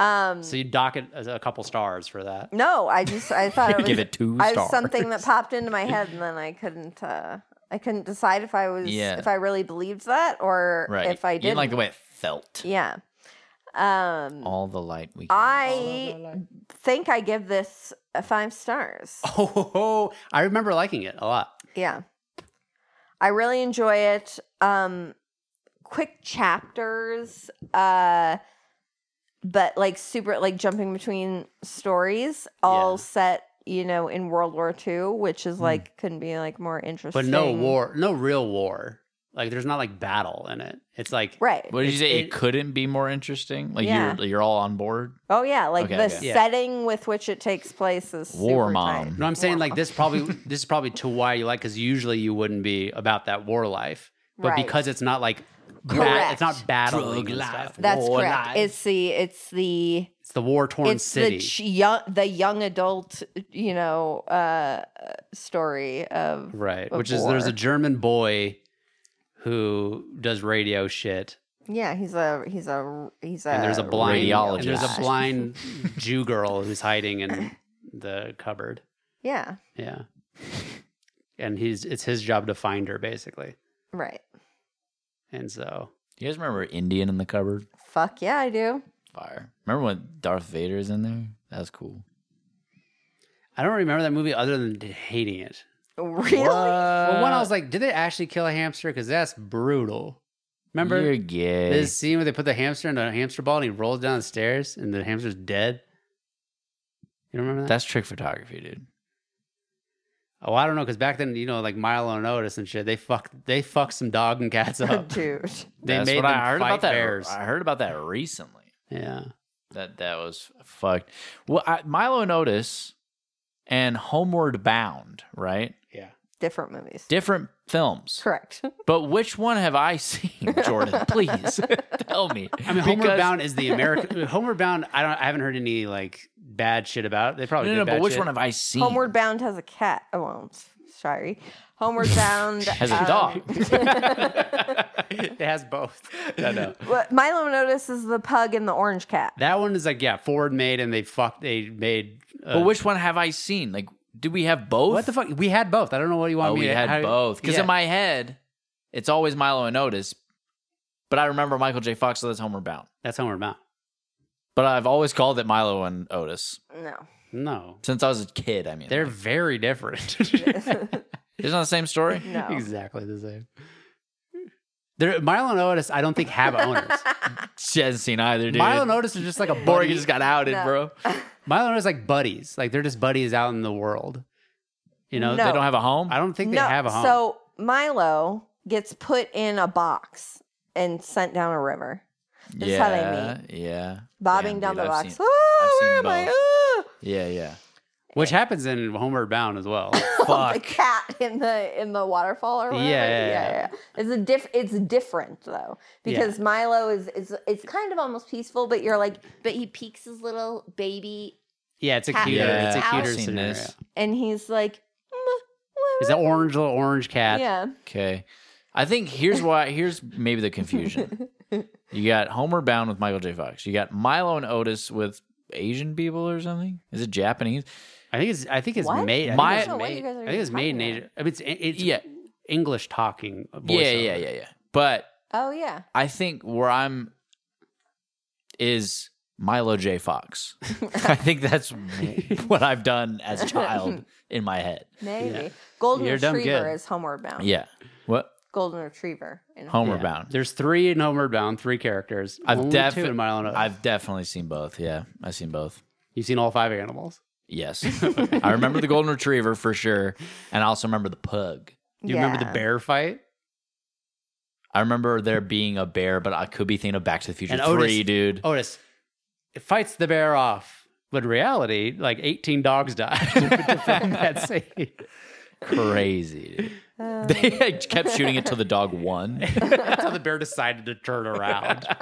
F: Um
E: so you dock it as a couple stars for that.
F: no, I just I thought it was
G: Give it two
F: I,
G: stars.
F: something that popped into my head, and then I couldn't. Uh, I couldn't decide if I was
G: Yeah.
F: if I really believed that or
G: right.
F: if I
G: You
F: didn't.
G: like the way it felt.
F: yeah. Um,
G: All the light we can.
F: I think I give this a five stars.
E: Oh, ho, ho. I remember liking it a lot.
F: Yeah, I really enjoy it. Um, quick chapters, uh, but like super like jumping between stories, all
E: Yeah. Hmm.
F: set you know in World War II, which is like couldn't be like more interesting.
E: But no war, no real war. Like there's not like battle in it. It's like
F: right?
G: What did you say? It,
E: it-
G: couldn't be more interesting. Like
F: Yeah.
G: you're you're all on board.
F: Oh yeah, like
G: Okay,
F: the
G: okay.
E: Yeah.
F: setting with which it takes place is
G: War
F: super
G: mom.
F: tight.
E: no, I'm saying like this probably this is probably to why you like because usually you wouldn't be about that war life, but
F: Right.
E: because it's not like
F: Correct.
E: bat, it's not battling
G: Drug
E: and
G: life.
E: stuff.
F: That's
G: War
F: correct.
G: lives.
F: It's the it's the
E: It's the war torn
F: it's
E: city.
F: the ch- young the young adult you know uh story of
E: Right.
F: of
E: Which is there's
F: war.
E: a German boy who does radio shit,
F: yeah he's a he's a he's a
E: and there's a blind
G: radiologist.
E: and there's a blind Jew girl who's hiding in the cupboard.
F: yeah
E: Yeah. And he's it's his job to find her basically.
F: right
E: And so
G: Do you guys remember Indian in the cupboard?
F: fuck yeah I do
G: Fire. Remember when Darth Vader's in there? That was cool.
E: I don't remember that movie other than hating it.
F: really
E: well, one I was like, did they actually kill a hamster? Because that's brutal. Remember
G: You're gay.
E: this scene where they put the hamster in a hamster ball and he rolls down the stairs and the hamster's dead? You don't remember that?
G: That's trick photography, dude.
E: Oh, I don't know, because back then, you know, like Milo and Otis and shit, they fucked they fucked some dog and cats up.
F: dude
E: They
G: That's
E: made
G: what
E: them
G: I heard
E: fight
G: about that.
E: bears.
G: I heard about that recently.
E: Yeah,
G: That that was fucked. Well, I, Milo and Otis and Homeward Bound, right?
F: different movies
G: Different films.
F: correct
G: But which one have I seen, Jordan? Please tell me.
E: I mean, Homeward
G: Because-
E: Bound is the American Homeward Bound. I don't, I haven't heard any like bad shit about. It. They
G: No,
E: probably
G: no,
E: did
G: no,
E: bad
G: but which
E: shit.
G: one have I seen?
F: Homeward Bound has a cat oh well, sorry Homeward Bound
G: Has a
F: um,
G: dog.
E: it has both. I know.
F: Well, Milo Notice is the pug and the orange cat.
E: That one is like yeah, Ford made and they fucked. They made. Uh,
G: But which one have I seen? Like, do we have both?
E: what the fuck? We had both. I don't know what you want
G: Oh,
E: me.
G: we
E: to,
G: had
E: how-
G: both. Because
E: yeah.
G: in my head, it's always Milo and Otis. But I remember Michael J. Fox, so that's Homeward Bound.
E: that's Homeward Bound.
G: But I've always called it Milo and Otis
F: No.
E: No,
G: since I was a kid. I mean,
E: they're very different.
G: it's not the same story.
F: No.
E: exactly the same. They're, Milo and Otis, I don't think have owners.
G: She hasn't seen either, dude.
E: Milo and Otis is just like a
G: Morgan
E: buddy.
G: just got outed,
F: No.
G: bro.
E: Milo and Otis like buddies. Like they're just buddies out in the world. You know, they
F: No.
G: They
E: don't.
G: don't have a home.
E: I don't think they
F: no.
E: have a home.
F: So Milo gets put in a box and sent down a river, That's
G: yeah,
F: how they
G: Yeah,
F: bobbing
G: Damn,
F: down
G: dude,
F: the
G: I've
F: box.
G: seen-
F: oh,
G: I've
F: where
G: seen
F: am I?
G: both.
F: Oh.
G: yeah, yeah.
E: which happens in Homeward Bound as well.
F: the
G: Fuck.
F: cat in the in the waterfall or whatever.
E: Yeah, yeah, yeah.
F: It's a diff. It's different though because Milo is is it's kind of almost peaceful, but you're like,
C: But he peeks his little baby.
E: Yeah, it's a
C: Cat-
E: cuter,
G: Yeah,
E: it's a
C: I've
E: cuter
G: seen
E: scenario.
G: this.
F: and he's like, "Mm,
E: It's an orange little orange cat.
F: yeah,
G: Okay. I think here's why here's maybe the confusion. you got Homer Bound with Michael J. Fox. You got Milo and Otis with Asian people or something. Is it Japanese?
E: I think it's I think it's
F: What?
E: made.
G: My- I
E: I
G: don't
E: think it's
F: know what
E: made,
F: you guys are
E: I think it's
F: even
E: made in
F: talking
E: Asia. I mean, it's, it's
G: Yeah.
E: English talking. Voiceover.
G: Yeah, yeah, yeah, yeah. But
F: oh yeah,
G: I think where I'm is Milo J. Fox. I think that's what I've done as a child in my head.
F: maybe golden
E: You're done
F: retriever
E: good.
F: is homeward bound.
G: Yeah. What?
F: golden retriever. In
G: Homer
E: Yeah.
G: Bound.
E: There's three in Homeward Bound, three characters.
G: I've
E: Only two
G: definitely
E: in Milo and Otis.
G: I've definitely seen both. Yeah, I've seen both.
E: You've seen all five animals.
G: Yes, I remember the golden retriever for sure, and I also remember the pug.
E: Do you remember the
F: Yeah.
E: bear fight?
G: I remember there being a bear, but I could be thinking of Back to the Future
E: And
G: Three,
E: Otis-
G: dude.
E: Otis, it fights the bear off, but in reality, like 18 dogs died to film that scene.
G: Crazy. Dude. They kept shooting it till the dog won.
E: Until the bear decided to turn around.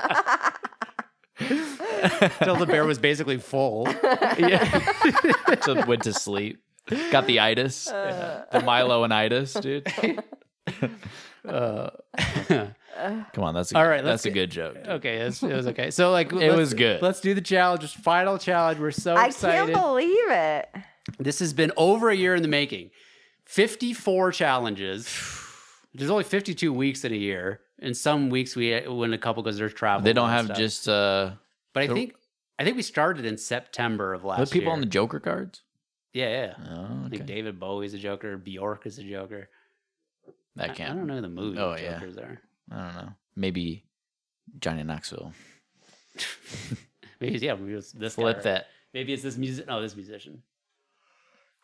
E: Until the bear was basically full.
G: so it went to sleep. Got the itis, the Milo and itis, dude. Come on, that's a,
E: All right, let's
G: That's a
E: get-
G: good joke. dude.
E: Okay, it was, it was okay. So like, it
G: was good.
E: Let's do the challenge. Just final challenge. We're so
F: I
E: excited.
F: can't believe it.
E: This has been over a year in the making. 54 challenges. There's only 52 weeks in a year. And some weeks we win a couple because there's travel.
G: They
E: and
G: don't
E: all that
G: have
E: stuff.
G: just uh,
E: But I
G: there-
E: think I think we started in September of last
G: put people
E: year.
G: on the Joker cards.
E: yeah yeah.
G: Oh,
E: I think
G: okay.
E: David Bowie's a Joker. Bjork is a Joker. I,
G: that
E: I
G: can't.
E: don't know the movie
G: Oh, yeah.
E: Jokers are.
G: I don't know. Maybe Johnny Knoxville.
E: Maybe it's- yeah, maybe it's this guy,
G: Flip
E: right?
G: that.
E: Maybe it's this music. No, this musician.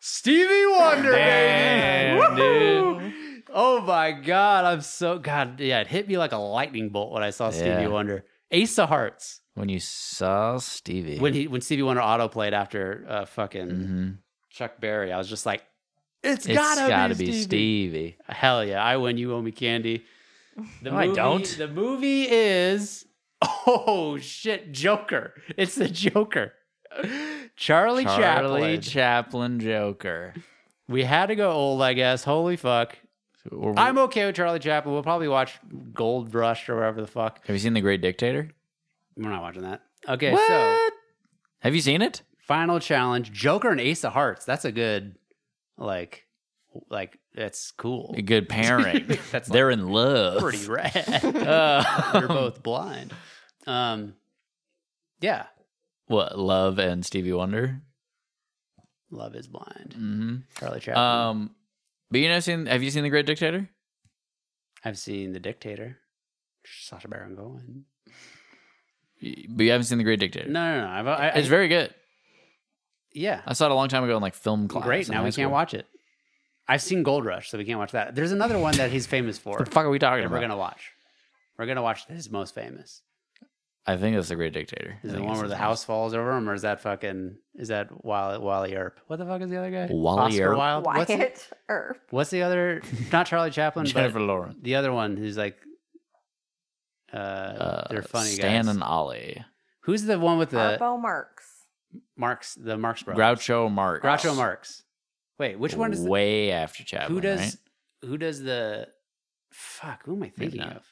E: Stevie Wonder, baby. Woo! Oh my God, I'm so God. Yeah, it hit me like a lightning bolt when I saw Stevie
G: Yeah.
E: Wonder. Ace of Hearts
G: When you saw Stevie.
E: when he when Stevie Wonder auto played after uh, fucking
G: Mhm.
E: Chuck Berry. I was just like, it's
G: It's
E: gotta,
G: gotta
E: be,
G: be
E: Stevie.
G: Stevie.
E: Hell yeah, I win. You owe me candy. The
G: No, I don't.
E: The movie is oh shit, Joker. It's the Joker.
G: Charlie
E: Charlie, Chaplin.
G: Chaplin Joker.
E: We had to go old, I guess. Holy fuck.
G: Or-
E: I'm okay with Charlie Chaplin. We'll probably watch Gold Rush or whatever the fuck.
G: have you seen The Great Dictator?
E: We're not watching that. Okay, so
G: What? Have you seen it?
E: final challenge: Joker and Ace of Hearts. That's a good, like, like that's cool.
G: A good pairing.
E: That's like
G: They're in love.
E: pretty rad.
G: Uh,
E: They're both blind. Um, yeah,
G: what? Love and Stevie Wonder.
E: Love is blind.
G: hmm
E: Charlie Chaplin.
G: Um, but you know, seen? Have you seen The Great Dictator?
E: I've seen The Dictator. Sacha Baron Cohen.
G: Y- But you haven't seen The Great Dictator.
E: No, no, no. I've, I, I,
G: it's very good.
E: yeah.
G: I saw it a long time ago in like film class.
E: Great.
G: in
E: Now
G: high
E: we
G: school.
E: can't watch it. I've seen Gold Rush, so we can't watch that. There's another one that he's famous for
G: What the fuck are we talking
E: that
G: about?
E: we're gonna watch. We're gonna watch his most famous.
G: I think that's The Great Dictator. I
E: Is it the
G: think
E: one
G: it's
E: where the
G: his
E: house falls over him, or is that fucking is that Wally Wally Earp? What the fuck is the other guy?
G: Wally
E: Oscar
G: Earp?
E: Wilde? Uh, What's, the-
F: Wyatt Earp.
E: what's the other? Not Charlie Chaplin,
G: name.
E: but
G: Jennifer Lawrence.
E: the other one who's like, uh,
G: Uh,
E: they're funny
G: Stan
E: guys.
G: and Ollie.
E: Who's the one with the
F: Harpo Marx.
E: Marx? The Marx brothers.
G: Groucho Marx.
E: Groucho Marx. Wait, which one is the,
G: way after Chaplin?
E: who does
G: right?
E: who does the fuck? Who am I thinking
G: not.
E: of?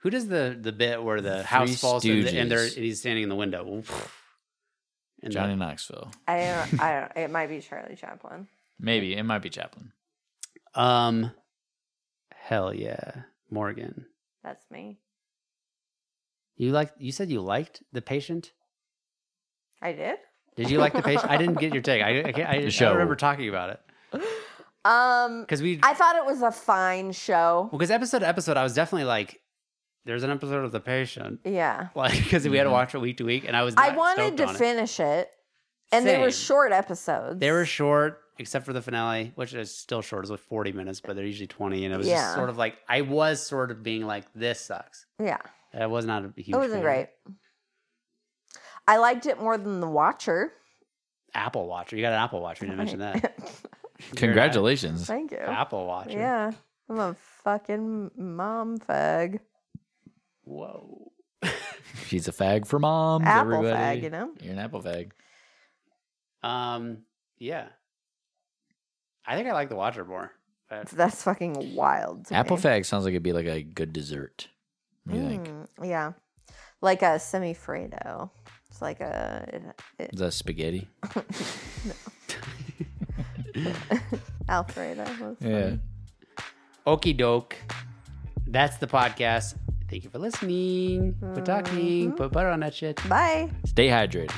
E: Who does the the bit where the house
G: Three
E: falls and, the, and, they're, and
G: Stooges.
E: he's standing in the window? And
G: Johnny
E: the-
G: Knoxville?
F: I don't, I don't, it might be Charlie Chaplin.
G: Maybe it might be Chaplin.
E: um, hell yeah, Morgan.
F: That's me.
E: You like you said you liked the patient.
F: I did.
E: Did you like the patient? I didn't get your take. I I, can't, I, I
G: show.
E: don't remember talking about it
F: Um,
E: because we
F: I thought it was a fine show.
E: because episode to episode I was definitely like, there's an episode of the patient.
F: Yeah.
E: Like, because we had to watch it week to week, and I was.
F: I
E: not
F: wanted
E: stoked
F: to
E: on it.
F: finish it, and they were
E: Same.
F: short episodes.
E: They were short, except for the finale, which is still short. It's like 40 minutes, but they're usually 20. And it was
F: Yeah.
E: just sort of like, I was sort of being like, this sucks.
F: yeah,
E: I was not a huge
F: it wasn't
E: fan.
F: great. I liked it more than The Watcher.
E: Apple Watch. You got an Apple Watch. We didn't mention that.
G: Congratulations.
F: Thank you.
E: Apple Watch.
F: Yeah. I'm a fucking mom fag.
E: Whoa.
G: She's a fag for moms.
F: Apple
G: everybody.
F: fag, you know?
G: You're an apple fag.
E: Um. Yeah. I think I like the Watcher more. But
F: That's fucking wild. to
G: Apple
F: me.
G: fag sounds like it'd be like a good dessert. What do you think?
F: Mm, yeah. Like a semifredo. It's like a it- it-
G: Is that spaghetti?
F: Alfredo. was-
G: Yeah.
E: okie doke. That's the podcast. Thank you for listening. Put talking. Put butter on that shit.
F: Bye.
G: Stay hydrated.